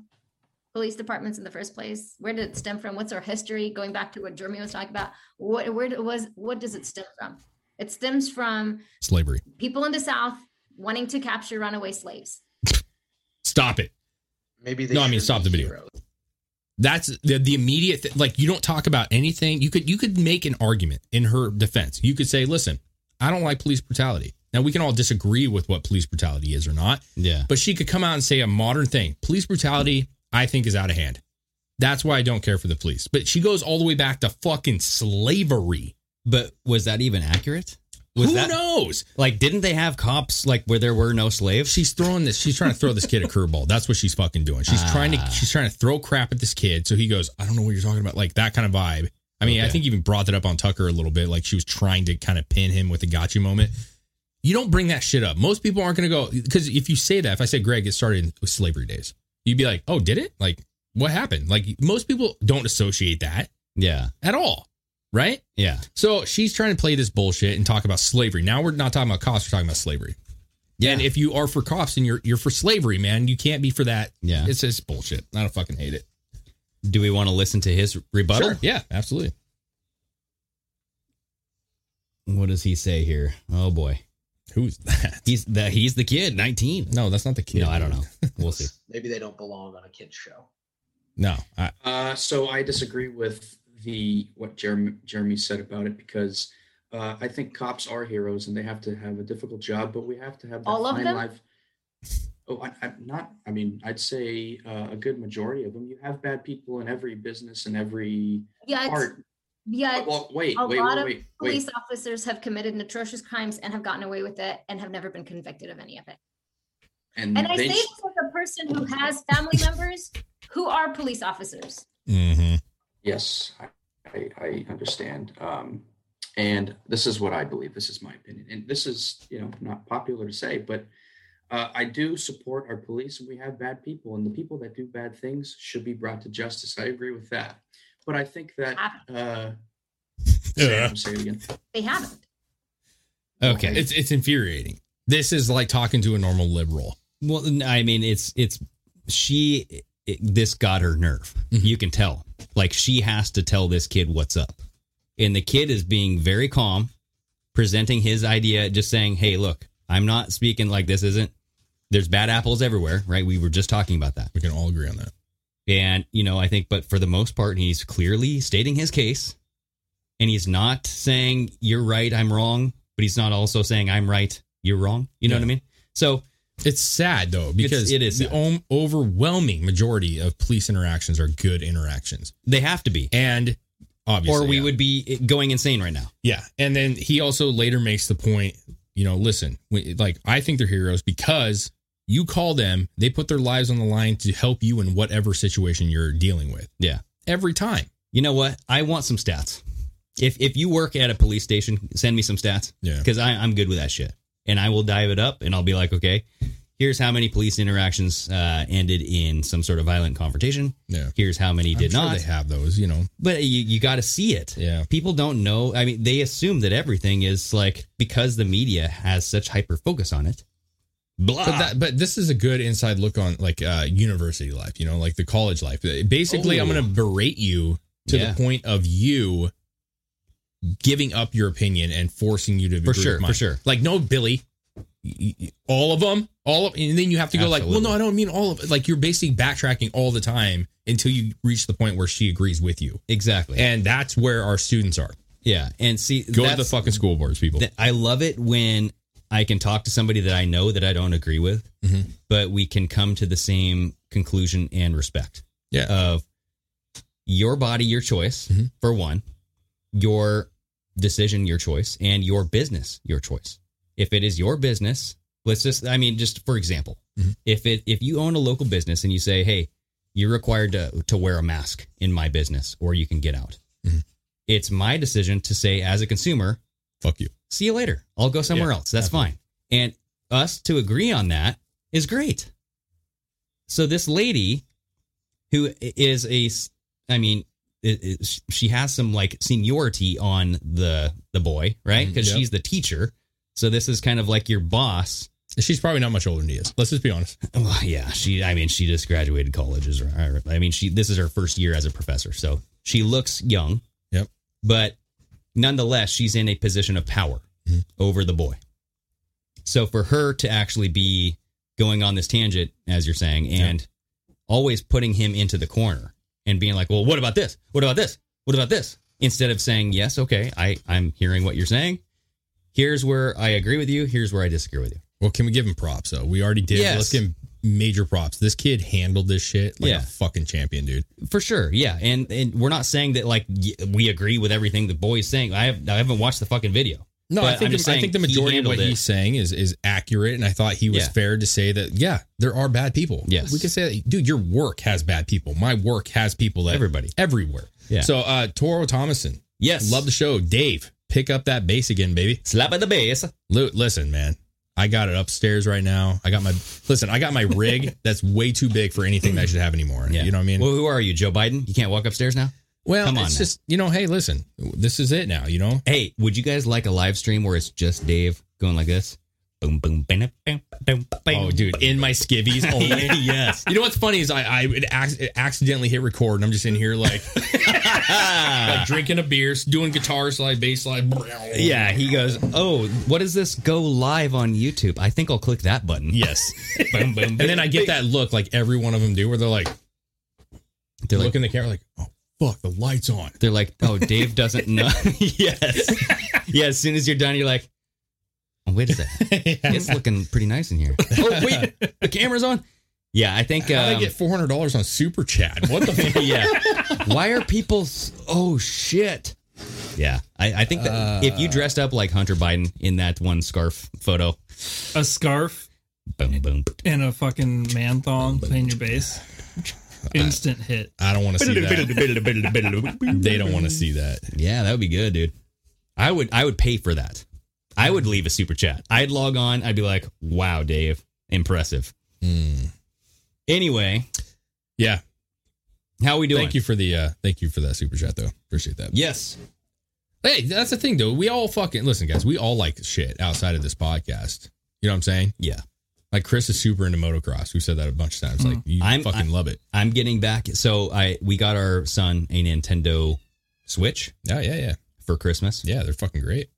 Speaker 16: police departments in the first place, where did it stem from? What's our history? Going back to what Jeremy was talking about, what where did- was what does it stem from? It stems from
Speaker 6: slavery.
Speaker 16: people in the South wanting to capture runaway slaves.
Speaker 6: Stop it.
Speaker 17: Maybe
Speaker 6: No, I mean
Speaker 17: should
Speaker 6: stop
Speaker 17: be
Speaker 6: the video.
Speaker 17: heroes.
Speaker 6: That's the, the immediate th- like you don't talk about anything. You could you could make an argument in her defense. You could say, "Listen, I don't like police brutality." Now we can all disagree with what police brutality is or not.
Speaker 5: Yeah.
Speaker 6: But she could come out and say a modern thing. Police brutality, I think, is out of hand. That's why I don't care for the police. But she goes all the way back to fucking slavery.
Speaker 5: But was that even accurate? Was
Speaker 6: Who
Speaker 5: that
Speaker 6: knows?
Speaker 5: like didn't they have cops like where there were no slaves?
Speaker 6: She's throwing this. She's trying to throw this kid a curveball. That's what she's fucking doing. She's
Speaker 5: Ah.
Speaker 6: trying to. She's trying to throw crap at this kid. So he goes, I don't know what you're talking about. Like that kind of vibe. I mean, I
Speaker 5: Okay.
Speaker 6: think you even brought that up on Tucker a little bit. Like she was trying to kind of pin him with a gotcha moment. You don't bring that shit up. Most people aren't going to go because if you say that, if I said Greg, it started with slavery days, you'd be like, oh, did it? Like what happened? Like most people don't associate that
Speaker 5: Yeah,
Speaker 6: at all, right?
Speaker 5: yeah,
Speaker 6: So she's trying to play this bullshit and talk about slavery. Now we're not talking about cops, we're talking about slavery.
Speaker 5: Yeah.
Speaker 6: And if you are for cops and you're you're for slavery, man, you can't be for that.
Speaker 5: yeah.
Speaker 6: It's just bullshit. I don't fucking hate it.
Speaker 5: Do we want to listen to his rebuttal?
Speaker 6: Sure. Yeah, absolutely.
Speaker 5: What does he say here? Oh boy,
Speaker 6: Who's that?
Speaker 5: he's the he's the kid, nineteen.
Speaker 6: No, that's not the kid.
Speaker 5: No, I don't know. We'll see.
Speaker 17: Maybe they don't belong on a kids show.
Speaker 6: No. I,
Speaker 18: Uh, so I disagree with the what Jeremy, Jeremy said about it because uh, I think cops are heroes and they have to have a difficult job, but we have to have that
Speaker 16: All of
Speaker 18: fine
Speaker 16: them?
Speaker 18: life. Oh, I, I'm not. I mean, I'd say uh, a good majority of them. You have bad people in every business and every
Speaker 16: Yet,
Speaker 18: part.
Speaker 16: yet
Speaker 18: Well, wait,
Speaker 16: a
Speaker 18: wait,
Speaker 16: lot
Speaker 18: wait,
Speaker 16: of
Speaker 18: wait, wait.
Speaker 16: police officers have committed atrocious crimes and have gotten away with it and have never been convicted of any of it.
Speaker 18: And,
Speaker 16: And I say
Speaker 18: they,
Speaker 16: this as a person who has family members who are police officers.
Speaker 6: Mm-hmm.
Speaker 18: Yes, I, I, I understand. Um, and this is what I believe. This is my opinion. And this is, you know, not popular to say, but uh, I do support our police and we have bad people and the people that do bad things should be brought to justice. I agree with that. But I think that, uh, say, it, say it again.
Speaker 16: They haven't.
Speaker 5: Okay.
Speaker 6: It's it's infuriating. This is like talking to a normal liberal.
Speaker 5: Well, n- I mean, it's it's she. It, this got her nerve.
Speaker 6: Mm-hmm.
Speaker 5: You can tell. Like she has to tell this kid what's up, and the kid is being very calm, presenting his idea, just saying, "Hey, look, I'm not speaking like this. Isn't there's bad apples everywhere, right? We were just talking about that,
Speaker 6: We can all agree on that.
Speaker 5: and you know, I think, but for the most part, he's clearly stating his case. and he's not saying you're right, I'm wrong, but he's not also saying I'm right, you're wrong. You know what I mean? So
Speaker 6: it's sad though because
Speaker 5: it is
Speaker 6: the
Speaker 5: sad.
Speaker 6: om- overwhelming majority of police interactions are good interactions.
Speaker 5: They have to be,
Speaker 6: and obviously,
Speaker 5: or we
Speaker 6: yeah.
Speaker 5: would be going insane right now.
Speaker 6: Yeah. And then he also later makes the point, you know, listen, we, like I think they're heroes because you call them, they put their lives on the line to help you in whatever situation you're dealing with.
Speaker 5: Yeah.
Speaker 6: Every time.
Speaker 5: You know what? I want some stats. If if you work at a police station, send me some stats.
Speaker 6: Yeah.
Speaker 5: Because I'm good with that shit. And I will dive it up and I'll be like, okay, here's how many police interactions uh, ended in some sort of violent confrontation.
Speaker 6: Yeah.
Speaker 5: Here's how many
Speaker 6: I'm
Speaker 5: did
Speaker 6: sure
Speaker 5: not.
Speaker 6: They have those, you know.
Speaker 5: But you, you got to see it.
Speaker 6: Yeah.
Speaker 5: People don't know. I mean, they assume that everything is like because the media has such hyper focus on it. Blah.
Speaker 6: But, that, but this is a good inside look on like uh, university life, you know, like the college life. Basically, I'm
Speaker 5: Oh.
Speaker 6: going to berate you to
Speaker 5: Yeah.
Speaker 6: the point of you giving up your opinion and forcing you to agree
Speaker 5: For
Speaker 6: with
Speaker 5: sure, for
Speaker 6: mine.
Speaker 5: sure.
Speaker 6: Like no, Billy, Y- y- all of them, all of, and then you have to go like, well, no,
Speaker 5: Absolutely.
Speaker 6: I don't mean all of. Like you're basically backtracking all the time until you reach the point where she agrees with you,
Speaker 5: exactly.
Speaker 6: and that's where our students are.
Speaker 5: yeah. And see,
Speaker 6: Go to the
Speaker 5: that's-
Speaker 6: fucking school boards, people.
Speaker 5: that- I love it when I can talk to somebody that I know that I don't agree with,
Speaker 6: Mhm.
Speaker 5: but we can come to the same conclusion and respect.
Speaker 6: Yeah. Mm-hmm.
Speaker 5: Of your body, your choice, for one, your decision, your choice, and your business, your choice. If it is your business, let's just, I mean, just for example,
Speaker 6: Mm-hmm.
Speaker 5: if it, if you own a local business and you say, hey, you're required to, to wear a mask in my business or you can get out.
Speaker 6: Mm-hmm.
Speaker 5: It's my decision to say, as a consumer,
Speaker 6: Fuck you.
Speaker 5: see you later. I'll go somewhere
Speaker 6: Yeah,
Speaker 5: else. That's
Speaker 6: absolutely.
Speaker 5: fine. And us to agree on that is great. So this lady who is a s- I mean i- i- sh- she has some like seniority on the the boy, right?
Speaker 6: Mhm,
Speaker 5: Cuz
Speaker 6: yep.
Speaker 5: she's the teacher. So this is kind of like your boss.
Speaker 6: She's probably not much older than he is. Let's just be honest.
Speaker 5: Well, yeah, she I mean she just graduated college is I mean she this is her first year as a professor. So she looks young.
Speaker 6: Yep.
Speaker 5: But nonetheless, she's in a position of power over the boy. So for her to actually be going on this tangent, as you're saying, and always putting him into the corner and being like, "Well, what about this? What about this? What about this?" Instead of saying, "Yes, okay, I I'm hearing what you're saying. Here's where I agree with you. Here's where I disagree with you."
Speaker 6: Well, can we give him props though? We already did.
Speaker 5: Yes.
Speaker 6: Let's give him major props. This kid handled this shit like
Speaker 5: Yeah.
Speaker 6: a fucking champion, dude.
Speaker 5: For sure, yeah, and and we're not saying that like y- we agree with everything the boy is saying. I have I haven't watched the fucking video.
Speaker 6: No,
Speaker 5: But
Speaker 6: I think
Speaker 5: I'm just
Speaker 6: I think the
Speaker 5: saying he
Speaker 6: majority of what
Speaker 5: handled it.
Speaker 6: he's saying is is accurate, and I thought he was
Speaker 5: Yeah.
Speaker 6: fair to say that. Yeah, there are bad people.
Speaker 5: Yes.
Speaker 6: we could say, that, dude, your work has bad people. My work has people that
Speaker 5: Everybody.
Speaker 6: everywhere.
Speaker 5: Yeah.
Speaker 6: So, uh, Toro Thomason,
Speaker 5: Yes,
Speaker 6: love the show, Dave. Pick up that bass again, baby.
Speaker 5: slap at the base.
Speaker 6: Lu- Listen, man, I got it upstairs right now. I got my listen. I got my rig that's way too big for anything that I should have anymore.
Speaker 5: Yeah.
Speaker 6: You know what I mean?
Speaker 5: Well, who are you, Joe Biden? You can't walk upstairs now.
Speaker 6: Well,
Speaker 5: Come on
Speaker 6: it's
Speaker 5: now.
Speaker 6: just you know, hey, listen, this is it now. You know,
Speaker 5: Hey, would you guys like a live stream where it's just Dave going like this? Boom, boom, bam, bam, bam, bam.
Speaker 6: Oh, dude, in my skivvies only.
Speaker 5: yes.
Speaker 6: You know what's funny is I I it ac- it accidentally hit record and I'm just in here like, like drinking a beer, doing guitar slide, bass slide.
Speaker 5: Yeah, he goes, oh, what is this? Go live on YouTube. I think I'll click that button.
Speaker 6: Yes.
Speaker 5: boom, boom,
Speaker 6: And then I get that look like every one of them do where they're like,
Speaker 5: They're
Speaker 6: look
Speaker 5: like,
Speaker 6: in the camera like, oh fuck, the lights on.
Speaker 5: they're like, oh, Dave doesn't know. yes. Yeah, as soon as you're done, you're like, oh, wait a second. It's looking pretty nice in here. oh, wait, the camera's on? Yeah, I think.
Speaker 6: How did I
Speaker 5: um,
Speaker 6: get four hundred dollars on Super Chat? What the fuck?
Speaker 5: yeah. Why are people? s- Oh shit. Yeah, I, I think that if
Speaker 6: Uh.
Speaker 5: you dressed up like Hunter Biden in that one scarf photo,
Speaker 7: A scarf
Speaker 5: boom boom.
Speaker 7: and a fucking man thong playing your bass.
Speaker 6: Uh,
Speaker 7: Instant hit.
Speaker 6: I don't want to see that. they don't want to see that.
Speaker 5: Yeah, that would be good, dude. I would I would pay for that. I would leave a super chat. I'd log on. I'd be like, "Wow, Dave, impressive." Hmm. Anyway,
Speaker 6: Yeah.
Speaker 5: how we doing?
Speaker 6: Thank you for the uh thank you for that super chat though. Appreciate that.
Speaker 5: Yes.
Speaker 6: Hey, that's the thing though. We all fucking listen, guys. We all like shit outside of this podcast. You know what I'm saying?
Speaker 5: Yeah.
Speaker 6: Like Uh, Chris is super into motocross. We've said that a bunch of times. Like you
Speaker 5: Hmm. I'm-
Speaker 6: fucking
Speaker 5: I-
Speaker 6: love it.
Speaker 5: I'm getting back. So I we got our son a Nintendo Switch
Speaker 6: Yeah, yeah, yeah.
Speaker 5: for Christmas,
Speaker 6: Yeah, they're fucking great.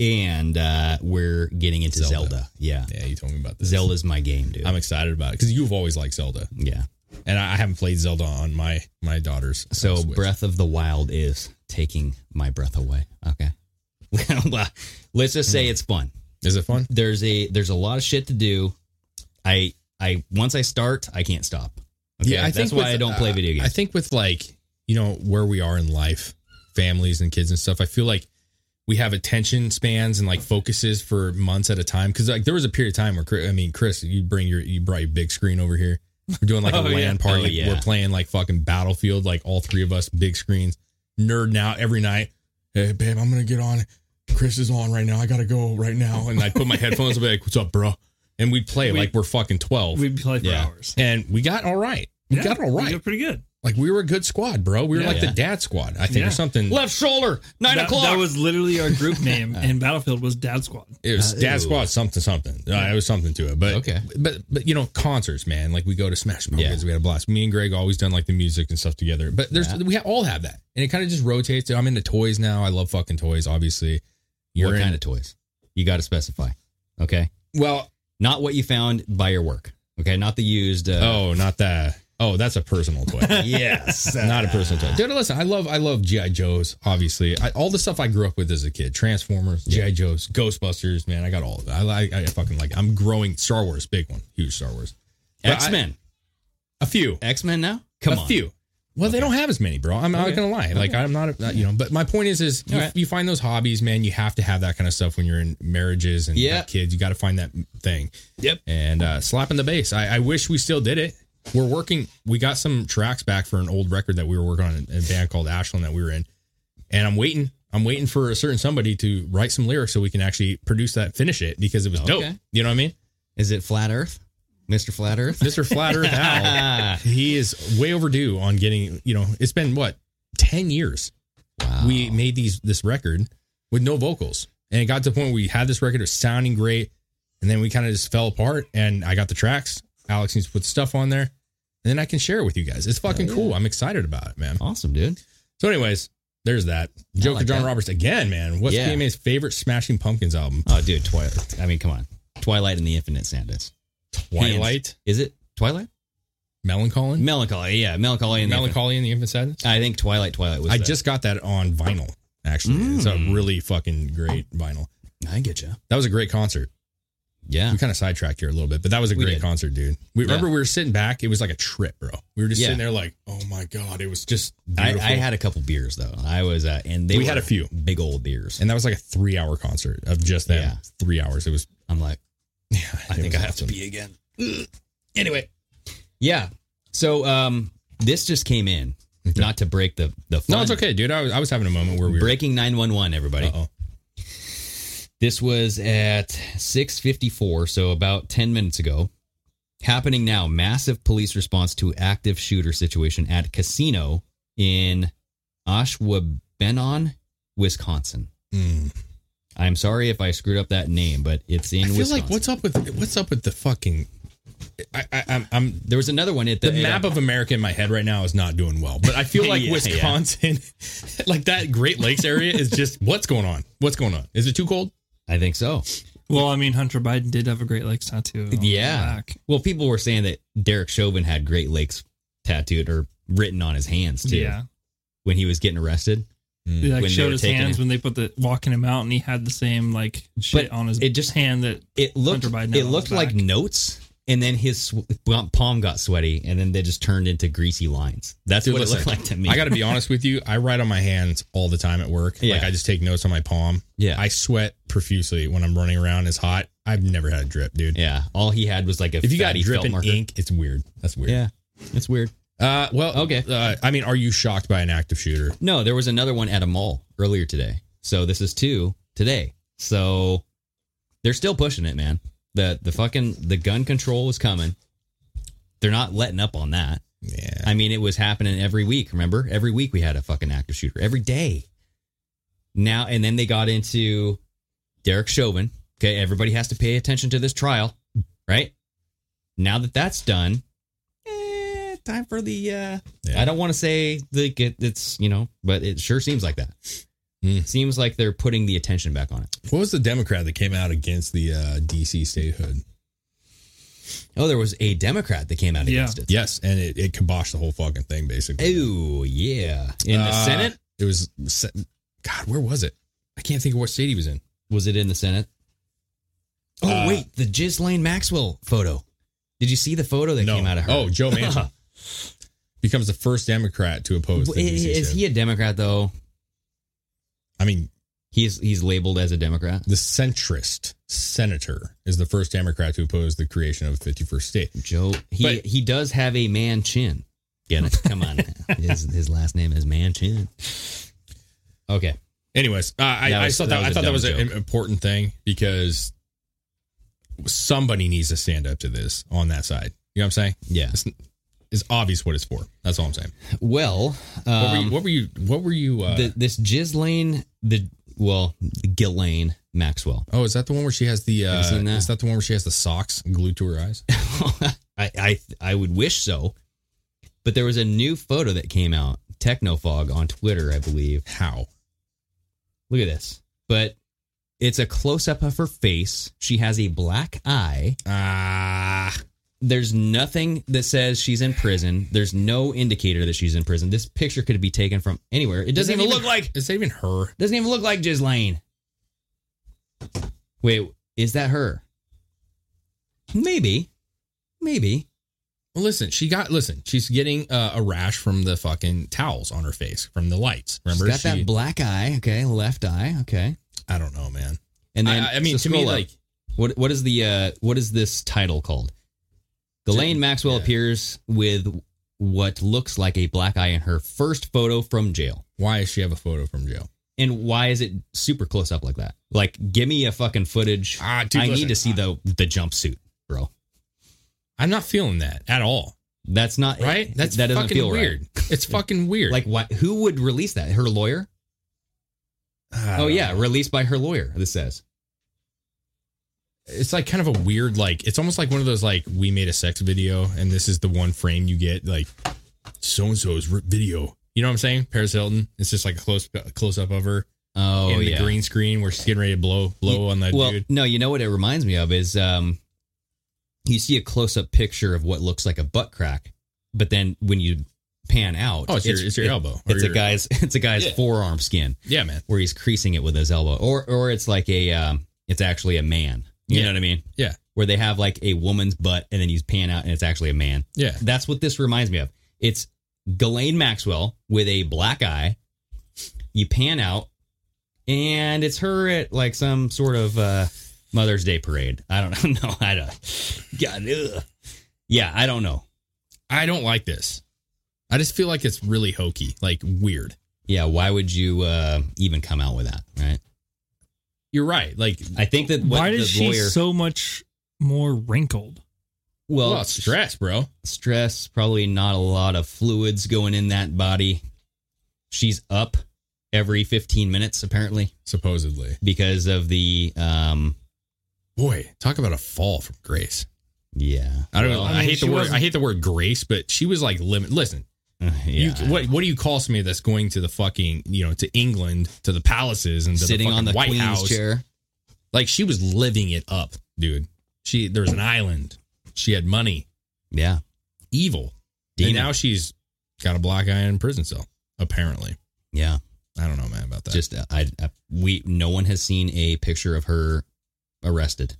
Speaker 5: and uh, we're getting into Zelda.
Speaker 6: Zelda.
Speaker 5: Yeah.
Speaker 6: Yeah, you told me about this.
Speaker 5: Zelda's my game, dude.
Speaker 6: I'm excited about it because you've always liked Zelda.
Speaker 5: yeah.
Speaker 6: And I I haven't played Zelda on my my daughter's.
Speaker 5: So Breath of the Wild is taking my breath away. Okay. Well, Let's just
Speaker 6: Hmm.
Speaker 5: say it's fun.
Speaker 6: Is it fun?
Speaker 5: There's a there's a lot of shit to do. I I once I start, I can't stop. Okay?
Speaker 6: Yeah, I
Speaker 5: that's
Speaker 6: think
Speaker 5: why
Speaker 6: with,
Speaker 5: I don't play
Speaker 6: uh,
Speaker 5: video games.
Speaker 6: I think with like you know where we are in life, families and kids and stuff. I feel like we have attention spans and like focuses for months at a time. Because like there was a period of time where Chris- I mean, Chris, you bring your you brought your big screen over here. We're doing like a
Speaker 5: Oh, yeah.
Speaker 6: LAN party.
Speaker 5: Oh, yeah.
Speaker 6: We're playing like fucking Battlefield. Like all three of us, big screens, nerding out every night. Hey babe, I'm gonna get on. Chris is on right now. I gotta go right now. And I put my headphones. i be like, "What's up, bro?" And we play
Speaker 7: We-
Speaker 6: like we're fucking twelve.
Speaker 7: We'd play for
Speaker 6: Yeah.
Speaker 7: hours.
Speaker 6: And we got all right. We got all right.
Speaker 7: You're pretty good.
Speaker 6: Like we were a good squad, bro. We were
Speaker 7: Yeah.
Speaker 6: like
Speaker 7: Yeah.
Speaker 6: the dad squad, I think,
Speaker 7: Yeah.
Speaker 6: or something.
Speaker 5: Left shoulder, nine
Speaker 7: That-
Speaker 5: o'clock.
Speaker 7: That was literally our group name in Battlefield was Dad Squad.
Speaker 6: It was dad squad, something, something. Uh, it was something to it, but okay. But but you know, concerts, man. Like we go to Smash Mouth because we had a blast. Me and Greg always done like the music and stuff together. But there's
Speaker 5: Yeah.
Speaker 6: we ha- all have that, and it kind of just rotates. I'm into toys now. I love fucking toys. Obviously,
Speaker 5: what
Speaker 6: in-
Speaker 5: kind of toys? You got to specify. Okay.
Speaker 6: Well,
Speaker 5: not what you found by your work. Okay, not the used. Uh,
Speaker 6: Oh, not that. Oh, that's a personal toy.
Speaker 5: yes,
Speaker 6: not a personal toy. Dude, listen, I love I love GI Joes. Obviously, I, all the stuff I grew up with as a kid: Transformers, GI Joes, Ghostbusters. Man, I got all of it. I like. I fucking like. I'm growing Star Wars, big one, huge Star Wars. But I-
Speaker 5: X Men.
Speaker 6: a few,
Speaker 5: X Men now. Come
Speaker 6: a
Speaker 5: on.
Speaker 6: few. Well, they don't have as many, bro. I'm
Speaker 5: Okay.
Speaker 6: not gonna lie. Like,
Speaker 5: Okay.
Speaker 6: I'm not, a, you know. But my point is, is you,
Speaker 5: All right.
Speaker 6: you find those hobbies, man. You have to have that kind of stuff when you're in marriages and
Speaker 5: Yeah.
Speaker 6: have kids. You got to find that thing.
Speaker 5: Yep.
Speaker 6: And uh, slapping the bass. I, I wish we still did it. We're working. We got some tracks back for an old record that we were working on in a band called Ashland that we were in. And I'm waiting. I'm waiting for a certain somebody to write some lyrics so we can actually produce that, finish it because it was dope.
Speaker 5: Okay.
Speaker 6: You know what I mean?
Speaker 5: Is it Flat Earth? Mr. Flat Earth? Ah,
Speaker 6: Mr. Flat Earth Al, he is way overdue on getting, you know, it's been what, 10 years. We made these this record with no vocals. And it got to the point where we had this record, it was sounding great. And then we kind of just fell apart. And I got the tracks. Alex needs to put stuff on there. And then I can share it with you guys. It's fucking
Speaker 5: Hell yeah.
Speaker 6: cool. I'm excited about it, man.
Speaker 5: Awesome, dude.
Speaker 6: So, anyways, there's that. Joker
Speaker 5: like
Speaker 6: John
Speaker 5: that.
Speaker 6: Roberts again, man. What's
Speaker 5: Yeah.
Speaker 6: PMA's favorite Smashing Pumpkins album?
Speaker 5: Oh, dude, Twilight. I mean, come on. Twilight and the Infinite Sadness. Hands-
Speaker 6: Twilight?
Speaker 5: Is it Twilight?
Speaker 6: Melancholy?
Speaker 5: Melancholy. Yeah, Melancholy and the Infinite-
Speaker 6: Melancholy and the Infant Sadness?
Speaker 5: I think Twilight Twilight was
Speaker 6: I
Speaker 5: the-
Speaker 6: just got that Mm. on vinyl. Actually, it's a really fucking great vinyl.
Speaker 5: I get you.
Speaker 6: That was a great concert.
Speaker 5: Yeah.
Speaker 6: We kind of sidetracked here a little bit, but that was a
Speaker 5: We
Speaker 6: great
Speaker 5: did.
Speaker 6: concert, dude. We
Speaker 5: Yeah.
Speaker 6: remember we were sitting back. It was like a trip, bro. We were just
Speaker 5: Yeah.
Speaker 6: sitting there like, oh my god, it was just.
Speaker 5: I,
Speaker 6: Beautiful.
Speaker 5: I had a couple beers though. I was uh, and they
Speaker 6: We had
Speaker 5: were
Speaker 6: a few.
Speaker 5: big old beers.
Speaker 6: and that was like a three-hour concert of just them.
Speaker 5: Yeah.
Speaker 6: Three hours. It was.
Speaker 5: I'm like,
Speaker 6: Yeah,
Speaker 5: I
Speaker 6: it
Speaker 5: think I
Speaker 6: was
Speaker 5: have to
Speaker 6: awesome.
Speaker 5: pee again. Ugh. anyway, yeah. So um, this just came in, not to break the the. Fun.
Speaker 6: No, it's okay, dude. I was I was having a moment where we were.
Speaker 5: Breaking nine one one, everybody.
Speaker 6: Uh-oh.
Speaker 5: This was at six fifty four, so about ten minutes ago. Happening now, massive police response to active shooter situation at casino in Ashwabenon, Wisconsin.
Speaker 6: Mm.
Speaker 5: I'm sorry if I screwed up that name, but it's in
Speaker 6: I feel
Speaker 5: Wisconsin.
Speaker 6: like what's up with what's up with the fucking. I, I I'm, I'm
Speaker 5: there was another one at the,
Speaker 6: the map of America in my head right now is not doing well, but I feel like
Speaker 5: Yeah, yeah.
Speaker 6: Wisconsin, like that Great Lakes area is just what's going on? What's going on? Is it too cold?
Speaker 5: I think so.
Speaker 7: Well, I mean, Hunter Biden did have a Great Lakes tattoo. on his
Speaker 5: Yeah.
Speaker 7: back.
Speaker 5: Well, people were saying that Derek Chauvin had Great Lakes tattooed or written on his hands too
Speaker 7: Yeah.
Speaker 5: when he was getting arrested. Mm.
Speaker 7: They like
Speaker 5: When they
Speaker 7: showed
Speaker 5: were
Speaker 7: his
Speaker 5: taking
Speaker 7: hands
Speaker 5: him.
Speaker 7: when they put the walking him out, and he had the same like shit on his
Speaker 5: it just-
Speaker 7: hand that
Speaker 5: It looked
Speaker 7: Hunter Biden. had
Speaker 5: it
Speaker 7: on
Speaker 5: looked
Speaker 7: his
Speaker 5: like
Speaker 7: back.
Speaker 5: notes, and then his sw- palm got sweaty, and then they just turned into greasy lines. That's
Speaker 6: Dude,
Speaker 5: what
Speaker 6: listen,
Speaker 5: it looked like to me.
Speaker 6: I got to be honest with you. I write on my hands all the time at work.
Speaker 5: Yeah.
Speaker 6: Like I just take notes on my palm.
Speaker 5: Yeah.
Speaker 6: I sweat profusely when I'm running around. It's hot. I've never had a drip, dude.
Speaker 5: yeah. All he had was like a
Speaker 6: If you got
Speaker 5: fatty
Speaker 6: drip
Speaker 5: felt
Speaker 6: and
Speaker 5: marker.
Speaker 6: ink, it's weird. That's weird.
Speaker 5: Yeah, it's weird.
Speaker 6: Uh, well, okay. Uh, I mean, are you shocked by an active shooter?
Speaker 5: No, there was another one at a mall earlier today. So this is two today. So they're still pushing it, man. The the fucking the gun control is coming. They're not letting up on that.
Speaker 6: Yeah.
Speaker 5: I mean, it was happening every week. Remember, every week we had a fucking active shooter every day. Now and then they got into Derek Chauvin. Okay, everybody has to pay attention to this trial, right? Now that that's done, eh, time for the. Uh,
Speaker 6: Yeah.
Speaker 5: I don't want to say the it, it's you know, but it sure seems like that.
Speaker 6: Mm.
Speaker 5: Seems like they're putting the attention back on it.
Speaker 6: What was the Democrat that came out against the uh, DC statehood?
Speaker 5: Oh, there was a Democrat that came out against it.
Speaker 6: Yes, and it, it kiboshed the whole fucking thing basically.
Speaker 5: Oh yeah, in the
Speaker 6: Uh,
Speaker 5: Senate,
Speaker 6: it was. se- God, where was it? I can't think of what state he was in.
Speaker 5: Was it in the Senate? Oh wait, the Ghislaine Maxwell photo. Did you see the photo that came out of her?
Speaker 6: Oh, Joe Manchin becomes the first Democrat to oppose. The
Speaker 5: is,
Speaker 6: DCCF.
Speaker 5: is he a Democrat though?
Speaker 6: I mean,
Speaker 5: he's he's labeled as a Democrat.
Speaker 6: The centrist senator is the first Democrat to oppose the creation of a 51st state.
Speaker 5: Joe, He he does have a man chin. Get it? Come on. his his last name is Manchin. Okay.
Speaker 6: Anyways, uh, I,
Speaker 5: That
Speaker 6: I
Speaker 5: was-
Speaker 6: thought that,
Speaker 5: that was
Speaker 6: I
Speaker 5: a
Speaker 6: thought that
Speaker 5: dumb
Speaker 6: was an
Speaker 5: joke.
Speaker 6: important thing because somebody needs to stand up to this on that side. You know what I'm saying?
Speaker 5: Yeah.
Speaker 6: It's, it's obvious what it's for. That's all I'm saying.
Speaker 5: Well,
Speaker 6: What were you-
Speaker 5: um,
Speaker 6: what were you? What were you? uh,
Speaker 5: the, this Ghislaine, the well, Ghislaine Maxwell.
Speaker 6: Oh, is that the one where she has the? Uh,
Speaker 5: Have you seen that?
Speaker 6: Is that the one where she has the socks glued to her eyes?
Speaker 5: I, I I would wish so, but there was a new photo that came out. Technofog on Twitter, I believe.
Speaker 6: How?
Speaker 5: Look at this. But it's a close up of her face. She has a black eye.
Speaker 6: Ah.
Speaker 5: There's nothing that says she's in prison. There's no indicator that she's in prison. This picture could be taken from anywhere. It doesn't even look like
Speaker 6: Is that even her?
Speaker 5: doesn't even look like Ghislaine. Wait, is that her? Maybe. Maybe.
Speaker 6: Well, listen, she got listen. She's getting uh, a rash from the fucking towels on her face from the lights. Remember,
Speaker 5: She's got
Speaker 6: She-
Speaker 5: that black eye. Okay, left eye. Okay.
Speaker 6: I don't know, man.
Speaker 5: And then
Speaker 6: I, I mean,
Speaker 5: so
Speaker 6: to me,
Speaker 5: scroll up.
Speaker 6: like
Speaker 5: what what is the uh what is this title called? Ghislaine Maxwell appears with what looks like a black eye in her first photo from jail.
Speaker 6: Why does she have a photo from jail?
Speaker 5: And why is it super close up like that? Like, give me a fucking footage.
Speaker 6: Ah, dude,
Speaker 5: I
Speaker 6: listen,
Speaker 5: need to see the the jumpsuit, bro.
Speaker 6: I'm not feeling that at all.
Speaker 5: That's not
Speaker 6: Right? That's
Speaker 5: that doesn't
Speaker 6: fucking
Speaker 5: feel
Speaker 6: weird.
Speaker 5: Right.
Speaker 6: It's fucking weird.
Speaker 5: Like, why? Who would release that? Her lawyer? Oh yeah, released by her lawyer. This says.
Speaker 6: it's like kind of a weird like it's almost like one of those like we made a sex video and this is the one frame you get like so and so's video. You know what I'm saying? Paris Hilton. It's just like a close close up of her.
Speaker 5: Oh
Speaker 6: and
Speaker 5: yeah.
Speaker 6: the green screen where she's getting ready to blow blow on that
Speaker 5: well,
Speaker 6: dude.
Speaker 5: no, you know what it reminds me of is um, you see a close up picture of what looks like a butt crack, but then when you pan out,
Speaker 6: Oh, it's your- it's your
Speaker 5: it-
Speaker 6: elbow or
Speaker 5: It's
Speaker 6: your-
Speaker 5: a guy's it's a guy's
Speaker 6: Yeah.
Speaker 5: forearm skin
Speaker 6: Yeah, man.
Speaker 5: where he's creasing it with his elbow, or or it's like a um, it's actually a man. You
Speaker 6: Yeah.
Speaker 5: know what I mean?
Speaker 6: Yeah.
Speaker 5: Where they have like a woman's butt and then you pan out and it's actually a man.
Speaker 6: Yeah.
Speaker 5: That's what this reminds me of. It's Ghislaine Maxwell with a black eye. You pan out, and it's her at like some sort of uh, Mother's Day parade. I don't know. No, I don't. God, ugh. Yeah, I don't know.
Speaker 6: I don't like this. I just feel like it's really hokey, like weird.
Speaker 5: Yeah, why would you uh, even come out with that, right?
Speaker 6: You're right. Like
Speaker 5: I think that what
Speaker 7: Why
Speaker 5: the
Speaker 7: is she
Speaker 5: lawyer,
Speaker 7: so much more wrinkled?
Speaker 5: well,
Speaker 6: well, it's stress, bro.
Speaker 5: stress, probably not a lot of fluids going in that body. She's up every 15 minutes apparently
Speaker 6: Supposedly.
Speaker 5: because of the um
Speaker 6: Boy, talk about a fall from grace.
Speaker 5: yeah.
Speaker 6: I don't know.
Speaker 5: Well,
Speaker 6: I,
Speaker 7: mean,
Speaker 6: hate the
Speaker 7: she
Speaker 6: word. I
Speaker 7: wasn't-
Speaker 6: hate the word grace, but she was like limit. Listen,
Speaker 5: uh,
Speaker 6: you,
Speaker 5: yeah.
Speaker 6: what what do you call somebody that's going to the fucking you know to England to the palaces and to
Speaker 5: sitting
Speaker 6: the fucking
Speaker 5: on the
Speaker 6: White
Speaker 5: queen's
Speaker 6: House?
Speaker 5: chair.
Speaker 6: Like she was living it up, dude. She there was an island. She had money.
Speaker 5: Yeah.
Speaker 6: Evil.
Speaker 5: Demon.
Speaker 6: And now she's got a black eye in a prison cell. Apparently,
Speaker 5: Yeah.
Speaker 6: I don't know, man, about that.
Speaker 5: Just uh, I, I we no one has seen a picture of her arrested.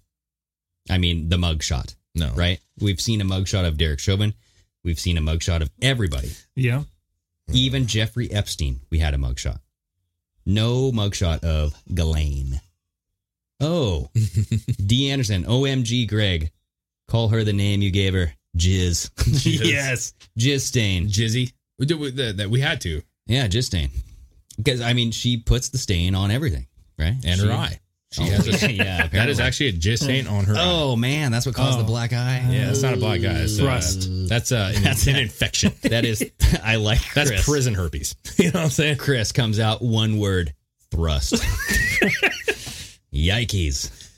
Speaker 5: I mean, the mug shot,
Speaker 6: no,
Speaker 5: right? We've seen a mug shot of Derek Chauvin. We've seen a mug shot of everybody.
Speaker 7: Yeah.
Speaker 5: Even Jeffrey Epstein, we had a mugshot. No mugshot of Ghislaine. Oh, D. Anderson, OMG, Greg. Call her the name you gave her, Jizz.
Speaker 6: Jizz.
Speaker 5: yes, Jizz Stain.
Speaker 6: Jizzy. We did we, that, that we had to,
Speaker 5: Yeah, Jizz Stain. Because, I mean, she puts the stain on everything, right?
Speaker 6: and
Speaker 5: She-
Speaker 6: her eye. She
Speaker 5: Oh,
Speaker 6: has a,
Speaker 5: yeah, yeah,
Speaker 6: that is
Speaker 5: apparently.
Speaker 6: actually a jizz stain on her. eye.
Speaker 5: Oh, man, that's what caused
Speaker 7: Oh.
Speaker 5: the black eye.
Speaker 6: Yeah, that's not a black eye. It's, uh,
Speaker 7: Thrust.
Speaker 6: that's uh, an,
Speaker 5: That's
Speaker 6: an
Speaker 5: it.
Speaker 6: infection.
Speaker 5: That is, I like
Speaker 6: That's
Speaker 5: Chris.
Speaker 6: prison herpes. You know what I'm saying?
Speaker 5: Chris comes out one word thrust. Yikes.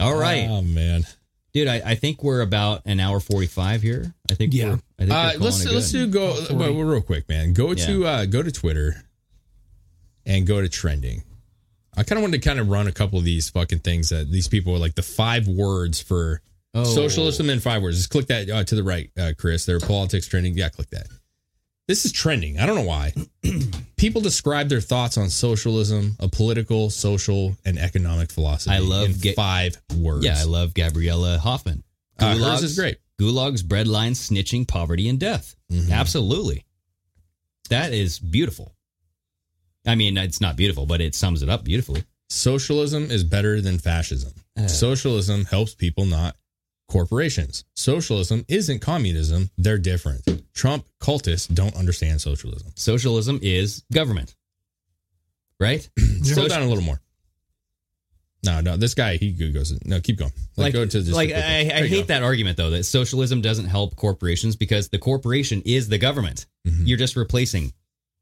Speaker 5: All right.
Speaker 6: Oh man.
Speaker 5: Dude, I, I think we're about an hour forty five here. I think
Speaker 7: Yeah.
Speaker 5: We're, I think
Speaker 6: Uh,
Speaker 5: we're calling
Speaker 6: let's
Speaker 5: it
Speaker 6: let's do
Speaker 5: good.
Speaker 6: go
Speaker 7: About 40.
Speaker 6: but real quick, man. Go to uh, go to Twitter and go to trending. I kind of wanted to kind of run a couple of these fucking things that these people are like the five words for
Speaker 5: Oh.
Speaker 6: Socialism in five words. Just click that uh, to the right, uh, Chris. Their politics trending. Yeah, click that. This is trending. I don't know why. People describe their thoughts on socialism, a political, social, and economic philosophy.
Speaker 5: I love
Speaker 6: in
Speaker 5: Ga-
Speaker 6: five words.
Speaker 5: Yeah, I love Gabriella Hoffman.
Speaker 6: Uh, hers is great.
Speaker 5: Gulags, breadlines, snitching, poverty, and death.
Speaker 6: Mm-hmm.
Speaker 5: Absolutely. That is beautiful. I mean, it's not beautiful, but it sums it up beautifully.
Speaker 6: Socialism is better than fascism. Socialism helps people, not corporations. Socialism isn't communism. They're different. Trump cultists don't understand socialism.
Speaker 5: Socialism is government, right?
Speaker 6: Slow
Speaker 5: Soci-
Speaker 6: down a little more. No, no, this guy he goes. No, keep going. Like,
Speaker 5: Like,
Speaker 6: go to just
Speaker 5: like
Speaker 6: the-
Speaker 5: I,
Speaker 6: there
Speaker 5: I
Speaker 6: you
Speaker 5: hate
Speaker 6: go.
Speaker 5: that argument though that socialism doesn't help corporations because the corporation is the government.
Speaker 6: Hmm. Mm-hmm.
Speaker 5: You're just replacing,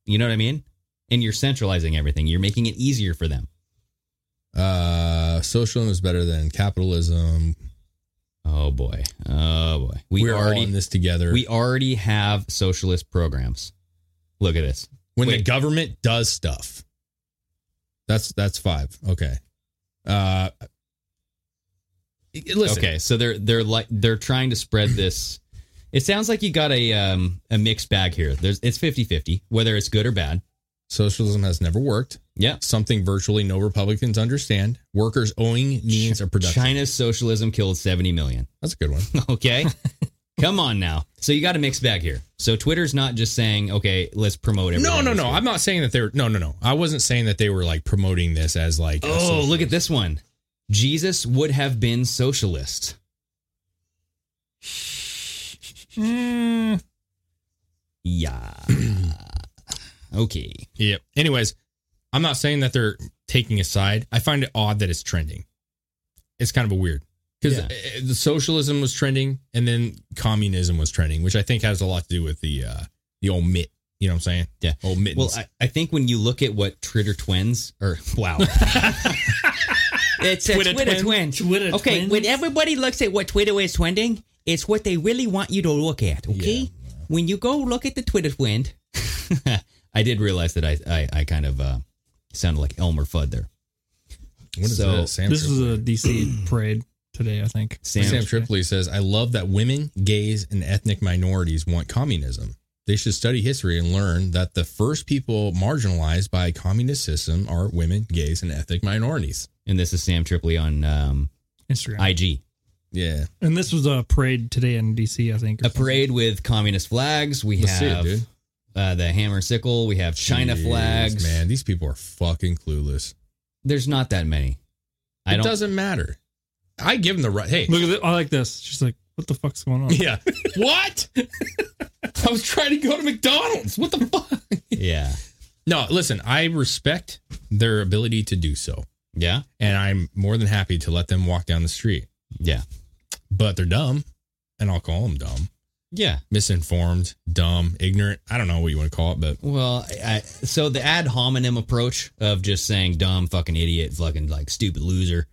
Speaker 5: you know what I mean? And you're centralizing everything. You're making it easier for them.
Speaker 6: Uh, socialism is better than capitalism.
Speaker 5: Oh boy, oh boy,
Speaker 6: We are already in this together.
Speaker 5: We already have socialist programs. Look at this.
Speaker 6: when the government does stuff. That's that's five. Okay. Uh, listen.
Speaker 5: Okay, so they're they're like they're trying to spread this. It sounds like you got a um a mixed bag here. There's it's 50-50, whether it's good or bad.
Speaker 6: Socialism has never worked.
Speaker 5: Yeah.
Speaker 6: Something virtually no Republicans understand. Workers owning means of production.
Speaker 5: China's socialism killed 70 million.
Speaker 6: That's a good one.
Speaker 5: Okay. Come on now. So you got a mixed bag here. So Twitter's not just saying, okay, let's promote everything.
Speaker 6: No, no,
Speaker 5: that's
Speaker 6: no.
Speaker 5: good.
Speaker 6: I'm not saying that they're no, no, no. I wasn't saying that they were like promoting this as like. a
Speaker 5: Oh,
Speaker 6: social-
Speaker 5: look at this one. Jesus would have been socialist. Yeah. okay.
Speaker 6: Yep. Anyways, I'm not saying that they're taking a side. I find it odd that it's trending. It's kind of a weird because
Speaker 5: Yeah.
Speaker 6: the socialism was trending and then communism was trending, which I think has a lot to do with the uh the old mitt. You know what I'm saying?
Speaker 5: Yeah.
Speaker 6: Old mittens.
Speaker 5: Well, I, I think when you look at what Twitter twins or wow. it's a
Speaker 6: Twitter
Speaker 5: twins. okay, when everybody looks at what Twitter is trending, it's what they really want you to look at, okay? When you go look at the Twitter twin, I did realize that I I, I kind of uh, sounded like Elmer Fudd there.
Speaker 6: What is that? Sam
Speaker 7: this was
Speaker 6: Tripoli.
Speaker 7: a DC parade today, I think.
Speaker 6: Sam, Tripoli says, "I love that women, gays, and ethnic minorities want communism. They should study history and learn that the first people marginalized by a communist system are women, gays, and ethnic minorities."
Speaker 5: And this is Sam Tripoli on um,
Speaker 7: Instagram.
Speaker 5: IG.
Speaker 6: Yeah,
Speaker 7: and this was a parade today in DC, I think. or
Speaker 5: a parade with communist flags. We
Speaker 6: Let's see it,
Speaker 5: have
Speaker 6: dude.
Speaker 5: Uh, the hammer and sickle. We have China
Speaker 6: Jeez,
Speaker 5: flags.
Speaker 6: Man, these people are fucking clueless.
Speaker 5: There's not that many. I
Speaker 6: It
Speaker 5: don't.
Speaker 6: doesn't matter. I give them the right. Hey,
Speaker 7: something. Look at it. I like this. She's like, what the fuck's going on?
Speaker 6: yeah. what? I was trying to go to McDonald's. What the fuck?
Speaker 5: Yeah.
Speaker 6: No, listen. I respect their ability to do so.
Speaker 5: Yeah.
Speaker 6: and I'm more than happy to let them walk down the street.
Speaker 5: Yeah.
Speaker 6: But they're dumb, and I'll call them dumb,
Speaker 5: Yeah.
Speaker 6: misinformed, dumb, ignorant. I don't know what you want to call it, but
Speaker 5: Well, I, I, so the ad hominem approach of just saying dumb, fucking idiot, fucking like stupid loser,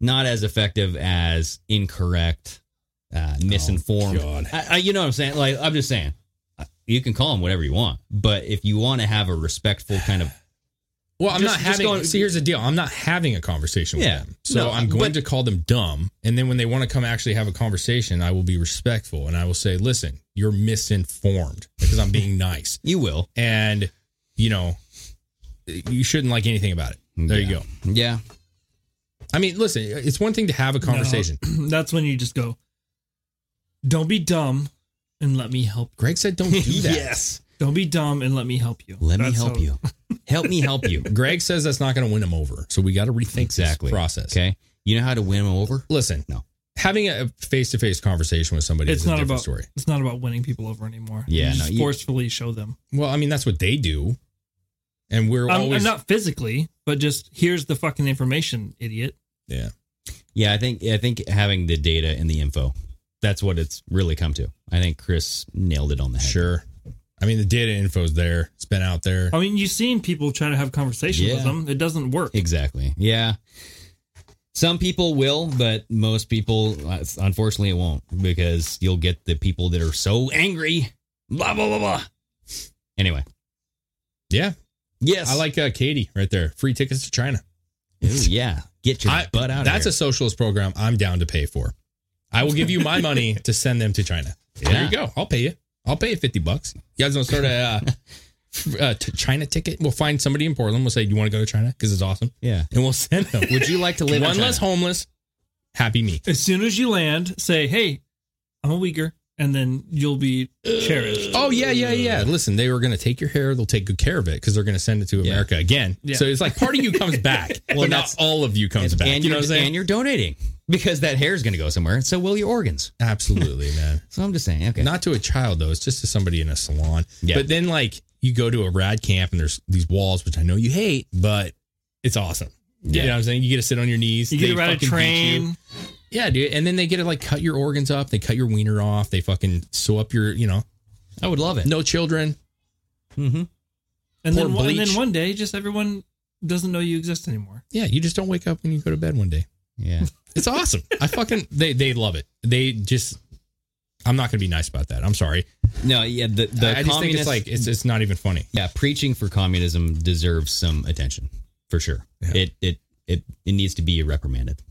Speaker 5: not as effective as incorrect, uh,
Speaker 7: Oh,
Speaker 5: misinformed.
Speaker 6: God.
Speaker 5: I, I, you know what I'm saying? Like, I'm just saying, uh, you can call them whatever you want, but if you want to have a respectful kind of
Speaker 6: well, I'm
Speaker 5: Just-
Speaker 6: not
Speaker 5: just
Speaker 6: having.
Speaker 5: going-
Speaker 6: see, here's the deal: I'm not having a conversation with
Speaker 5: Yeah.
Speaker 6: them, so
Speaker 5: No,
Speaker 6: I'm going
Speaker 5: but-
Speaker 6: to call them dumb, and then when they want to come actually have a conversation, I will be respectful and I will say, "Listen, you're misinformed," because I'm being nice,
Speaker 5: you will,
Speaker 6: and you know, you shouldn't like anything about it. There you
Speaker 5: Yeah.
Speaker 6: go.
Speaker 5: yeah,
Speaker 6: I mean, listen, it's one thing to have a conversation.
Speaker 7: No, Uh, that's when you just go, don't be dumb and let me help.
Speaker 6: Greg said, "Don't do that."
Speaker 7: Yes. Don't be dumb and let me help you.
Speaker 5: Let me
Speaker 7: That's
Speaker 5: help
Speaker 7: how-
Speaker 5: you. Help me help you.
Speaker 6: Greg says that's not going to win him over. So we got to rethink
Speaker 5: Exactly.
Speaker 6: this process.
Speaker 5: Okay. You know how to win them over?
Speaker 6: Listen,
Speaker 5: No.
Speaker 6: having a face to face conversation with somebody
Speaker 7: It's
Speaker 6: is a
Speaker 7: not
Speaker 6: different
Speaker 7: about
Speaker 6: story.
Speaker 7: it's not about winning people over anymore.
Speaker 5: Yeah,
Speaker 7: you
Speaker 5: no,
Speaker 7: just
Speaker 5: you-
Speaker 7: forcefully show them.
Speaker 6: Well, I mean, that's what they do. And we're
Speaker 5: Um,
Speaker 7: I'm,
Speaker 6: always.
Speaker 7: I'm not physically, but just here's the fucking information, idiot.
Speaker 6: yeah.
Speaker 5: Yeah, I think I think having the data and the info, that's what it's really come to. I think Chris nailed it on the head.
Speaker 6: Sure. I mean, the data info's there. It's been out there.
Speaker 7: I mean, you've seen people try to have conversations
Speaker 5: Yeah.
Speaker 7: with them. It doesn't work.
Speaker 5: Exactly. Yeah. Some people will, but most people, uh, unfortunately, it won't because you'll get the people that are so angry. Blah blah blah blah. Anyway,
Speaker 6: Yeah.
Speaker 5: yes,
Speaker 6: I like uh, Katie right there. Free tickets to China.
Speaker 5: Ooh, yeah, get your
Speaker 6: I-
Speaker 5: butt out.
Speaker 6: That's a
Speaker 5: of
Speaker 6: socialist program I'm down to pay for. I will give you my money to send them to China. There
Speaker 5: Yeah.
Speaker 6: you go. I'll pay you. I'll pay you 50 bucks. You guys don't start a, uh, f- uh, t- China ticket. We'll find somebody in Portland. We'll say, you want to go to China? Because it's awesome.
Speaker 5: Yeah.
Speaker 6: And we'll send them.
Speaker 5: Would you like to live in
Speaker 6: One less
Speaker 5: China?
Speaker 6: homeless, happy me.
Speaker 7: As soon as you land, say, "Hey, I'm a Uyghur," and then you'll be cherished.
Speaker 6: Oh yeah, yeah, yeah. Listen, they were going to take your hair. They'll take good care of it because they're going to send it to America again.
Speaker 5: Yeah.
Speaker 6: So it's like part of you comes back,
Speaker 5: Well,
Speaker 6: but
Speaker 5: that's-
Speaker 6: not all of you comes back.
Speaker 5: And
Speaker 6: you
Speaker 5: you
Speaker 6: know what I'm saying?
Speaker 5: And you're donating because that hair is going to go somewhere. And so will your organs.
Speaker 6: Absolutely, man.
Speaker 5: so I'm just saying, okay.
Speaker 6: Not to a child though. It's just to somebody in a salon.
Speaker 5: Yeah.
Speaker 6: But then like you go to a rad camp and there's these walls, which I know you hate, but it's awesome. You
Speaker 5: Yeah.
Speaker 6: know what I'm saying? You get to sit on your knees.
Speaker 7: You get
Speaker 6: They
Speaker 7: to ride a
Speaker 6: fucking beat
Speaker 7: train.
Speaker 6: you. Yeah, dude. And then they get to like cut your organs up. They cut your wiener off. They fucking sew up your, you know.
Speaker 5: I would love it.
Speaker 6: No children.
Speaker 5: Mm-hmm.
Speaker 7: And
Speaker 6: Pour
Speaker 7: then, one- and
Speaker 6: bleach.
Speaker 7: then one day, just everyone doesn't know you exist anymore.
Speaker 6: Yeah, you just don't wake up when you go to bed one day.
Speaker 5: Yeah.
Speaker 6: It's awesome. I fucking they they love it. They just I'm not gonna be nice about that. I'm sorry.
Speaker 5: No, yeah. The, the
Speaker 6: I- I just think it's
Speaker 5: communist-
Speaker 6: like it's it's not even funny.
Speaker 5: Yeah, preaching for communism deserves some attention for sure. It it it it needs to be reprimanded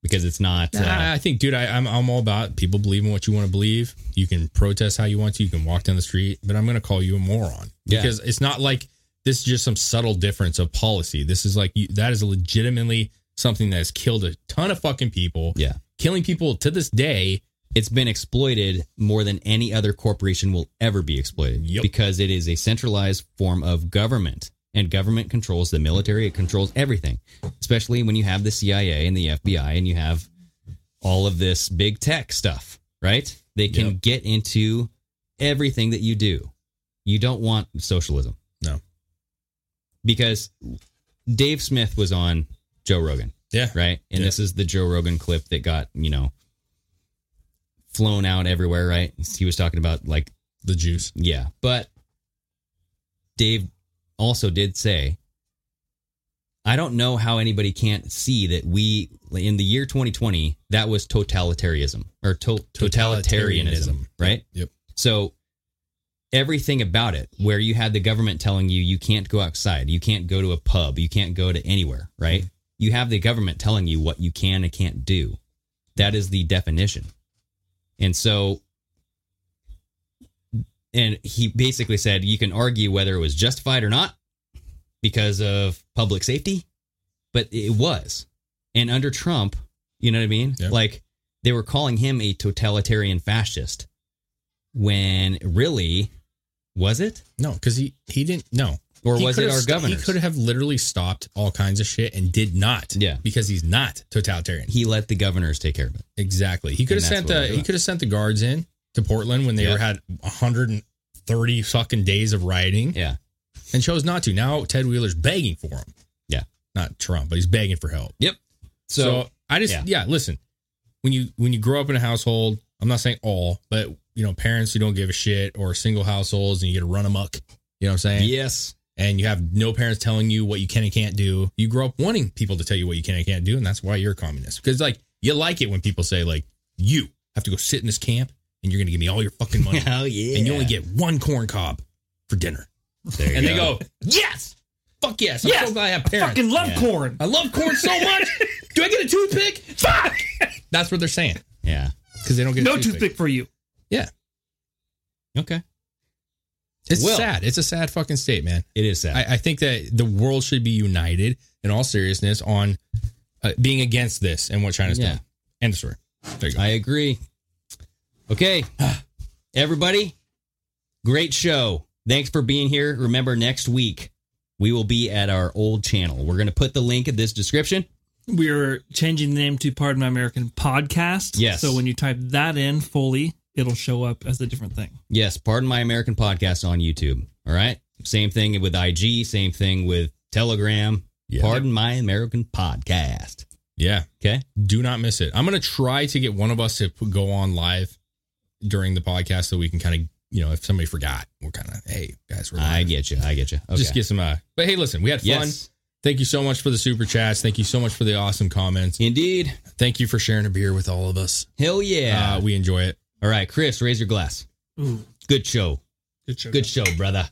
Speaker 5: because it's not. uh,
Speaker 6: Nah, I think, dude, I, I'm I'm all about people believing what you want to believe. You can protest how you want to. You can walk down the street, but I'm gonna call you a moron
Speaker 5: Yeah.
Speaker 6: because it's not like this is just some subtle difference of policy. This is like you, that is legitimately something that has killed a ton of fucking people.
Speaker 5: Yeah.
Speaker 6: killing people to this day.
Speaker 5: It's been exploited more than any other corporation will ever be exploited because it is a centralized form of government and government controls the military. It controls everything, especially when you have the CIA and the FBI and you have all of this big tech stuff, right? They can
Speaker 6: Yep.
Speaker 5: get into everything that you do. You don't want socialism.
Speaker 6: No.
Speaker 5: Because Dave Smith was on Joe Rogan.
Speaker 6: Yeah.
Speaker 5: Right. And
Speaker 6: Yeah.
Speaker 5: this is the Joe Rogan clip that got, you know, flown out everywhere, right? He was talking about like
Speaker 6: the juice.
Speaker 5: Yeah. But Dave also did say, I don't know how anybody can't see that we, in the year 2020, that was totalitarianism or to- totalitarianism,
Speaker 6: Totalitarianism.
Speaker 5: right?
Speaker 6: Yep.
Speaker 5: So everything about it, where you had the government telling you you can't go outside, you can't go to a pub, you can't go to anywhere, right? You have the government telling you what you can and can't do. That is the definition. And so and he basically said you can argue whether it was justified or not because of public safety, but it was. And under Trump, you know what I mean? Like they were calling him a totalitarian fascist when really was it?
Speaker 6: No, because he he didn't. No,
Speaker 5: Or
Speaker 6: He
Speaker 5: was
Speaker 6: could
Speaker 5: it
Speaker 6: have
Speaker 5: our
Speaker 6: st-
Speaker 5: governor?
Speaker 6: He could have literally stopped all kinds of shit and did not.
Speaker 5: Yeah.
Speaker 6: because he's not totalitarian.
Speaker 5: He let the governors take care of it.
Speaker 6: Exactly. He could
Speaker 5: And
Speaker 6: have
Speaker 5: that's
Speaker 6: sent
Speaker 5: what we're
Speaker 6: the he
Speaker 5: doing.
Speaker 6: could have sent the guards in to Portland when they
Speaker 5: Yeah.
Speaker 6: were had 130 fucking days of rioting.
Speaker 5: Yeah,
Speaker 6: and chose not to. Now Ted Wheeler's begging for him.
Speaker 5: Yeah,
Speaker 6: not Trump, but he's begging for help.
Speaker 5: Yep.
Speaker 6: So,
Speaker 5: So,
Speaker 6: I just
Speaker 5: yeah.
Speaker 6: yeah. Listen, when you when you grow up in a household, I'm not saying all, but you know parents who don't give a shit or single households and you get to run amok. You know what I'm saying?
Speaker 5: Yes.
Speaker 6: And you have no parents telling you what you can and can't do. You grow up wanting people to tell you what you can and can't do, and that's why you're a communist. Because like you like it when people say like you have to go sit in this camp and you're gonna give me all your fucking money.
Speaker 5: Oh, yeah.
Speaker 6: And you only get one corn cob for dinner.
Speaker 5: There you
Speaker 6: and they
Speaker 5: go.
Speaker 6: go, yes, fuck yes. I'm
Speaker 7: Yes!
Speaker 6: so glad I have
Speaker 7: I
Speaker 6: parents.
Speaker 7: fucking love Yeah. corn.
Speaker 6: I love corn so much. Do I get a toothpick? Fuck. That's what they're saying
Speaker 5: Yeah.
Speaker 6: because they don't get a
Speaker 7: No toothpick for you.
Speaker 6: Yeah.
Speaker 5: Okay.
Speaker 6: It's
Speaker 5: Well-
Speaker 6: sad. It's a sad fucking state, man.
Speaker 5: It is sad.
Speaker 6: I, I think that the world should be united in all seriousness on uh, being against this and what China's
Speaker 5: Yeah.
Speaker 6: done. End of story. There you go.
Speaker 5: I agree. Okay. Everybody, great show. Thanks for being here. Remember, next week we will be at our old channel. We're going to put the link in this description.
Speaker 7: We're changing the name to Pardon My American Podcast.
Speaker 5: Yes.
Speaker 7: So when you type that in fully, it'll show up as a different thing.
Speaker 5: Yes, Pardon My American Podcast on YouTube. All right. Same thing with IG, same thing with Telegram.
Speaker 6: Yeah.
Speaker 5: Pardon My American Podcast.
Speaker 6: Yeah.
Speaker 5: Okay.
Speaker 6: Do not miss it. I'm going to try to get one of us to p- go on live during the podcast so we can kind of, you know, if somebody forgot, we're kind of, hey, guys, we're live.
Speaker 5: I get you. I get you. Okay.
Speaker 6: Just get some, uh, but hey, listen, we had fun.
Speaker 5: Yes.
Speaker 6: Thank you so much for the super chats. Thank you so much for the awesome comments.
Speaker 5: Indeed.
Speaker 6: Thank you for sharing a beer with all of us.
Speaker 5: Hell yeah.
Speaker 6: Uh, we enjoy it.
Speaker 5: All right, Chris, raise your glass.
Speaker 7: Ooh.
Speaker 5: Good show.
Speaker 7: Good show.
Speaker 5: Good show, brother.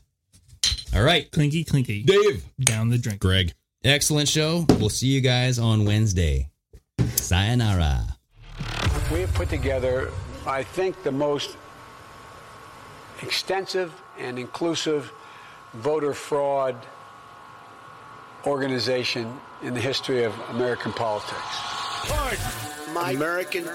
Speaker 5: All right.
Speaker 7: Clinky, clinky.
Speaker 5: Dave.
Speaker 7: Down the drink.
Speaker 6: Greg.
Speaker 5: Excellent show. We'll see you guys on Wednesday. Sayonara.
Speaker 4: We have put together, I think, the most extensive and inclusive voter fraud organization in the history of American politics.
Speaker 1: My American,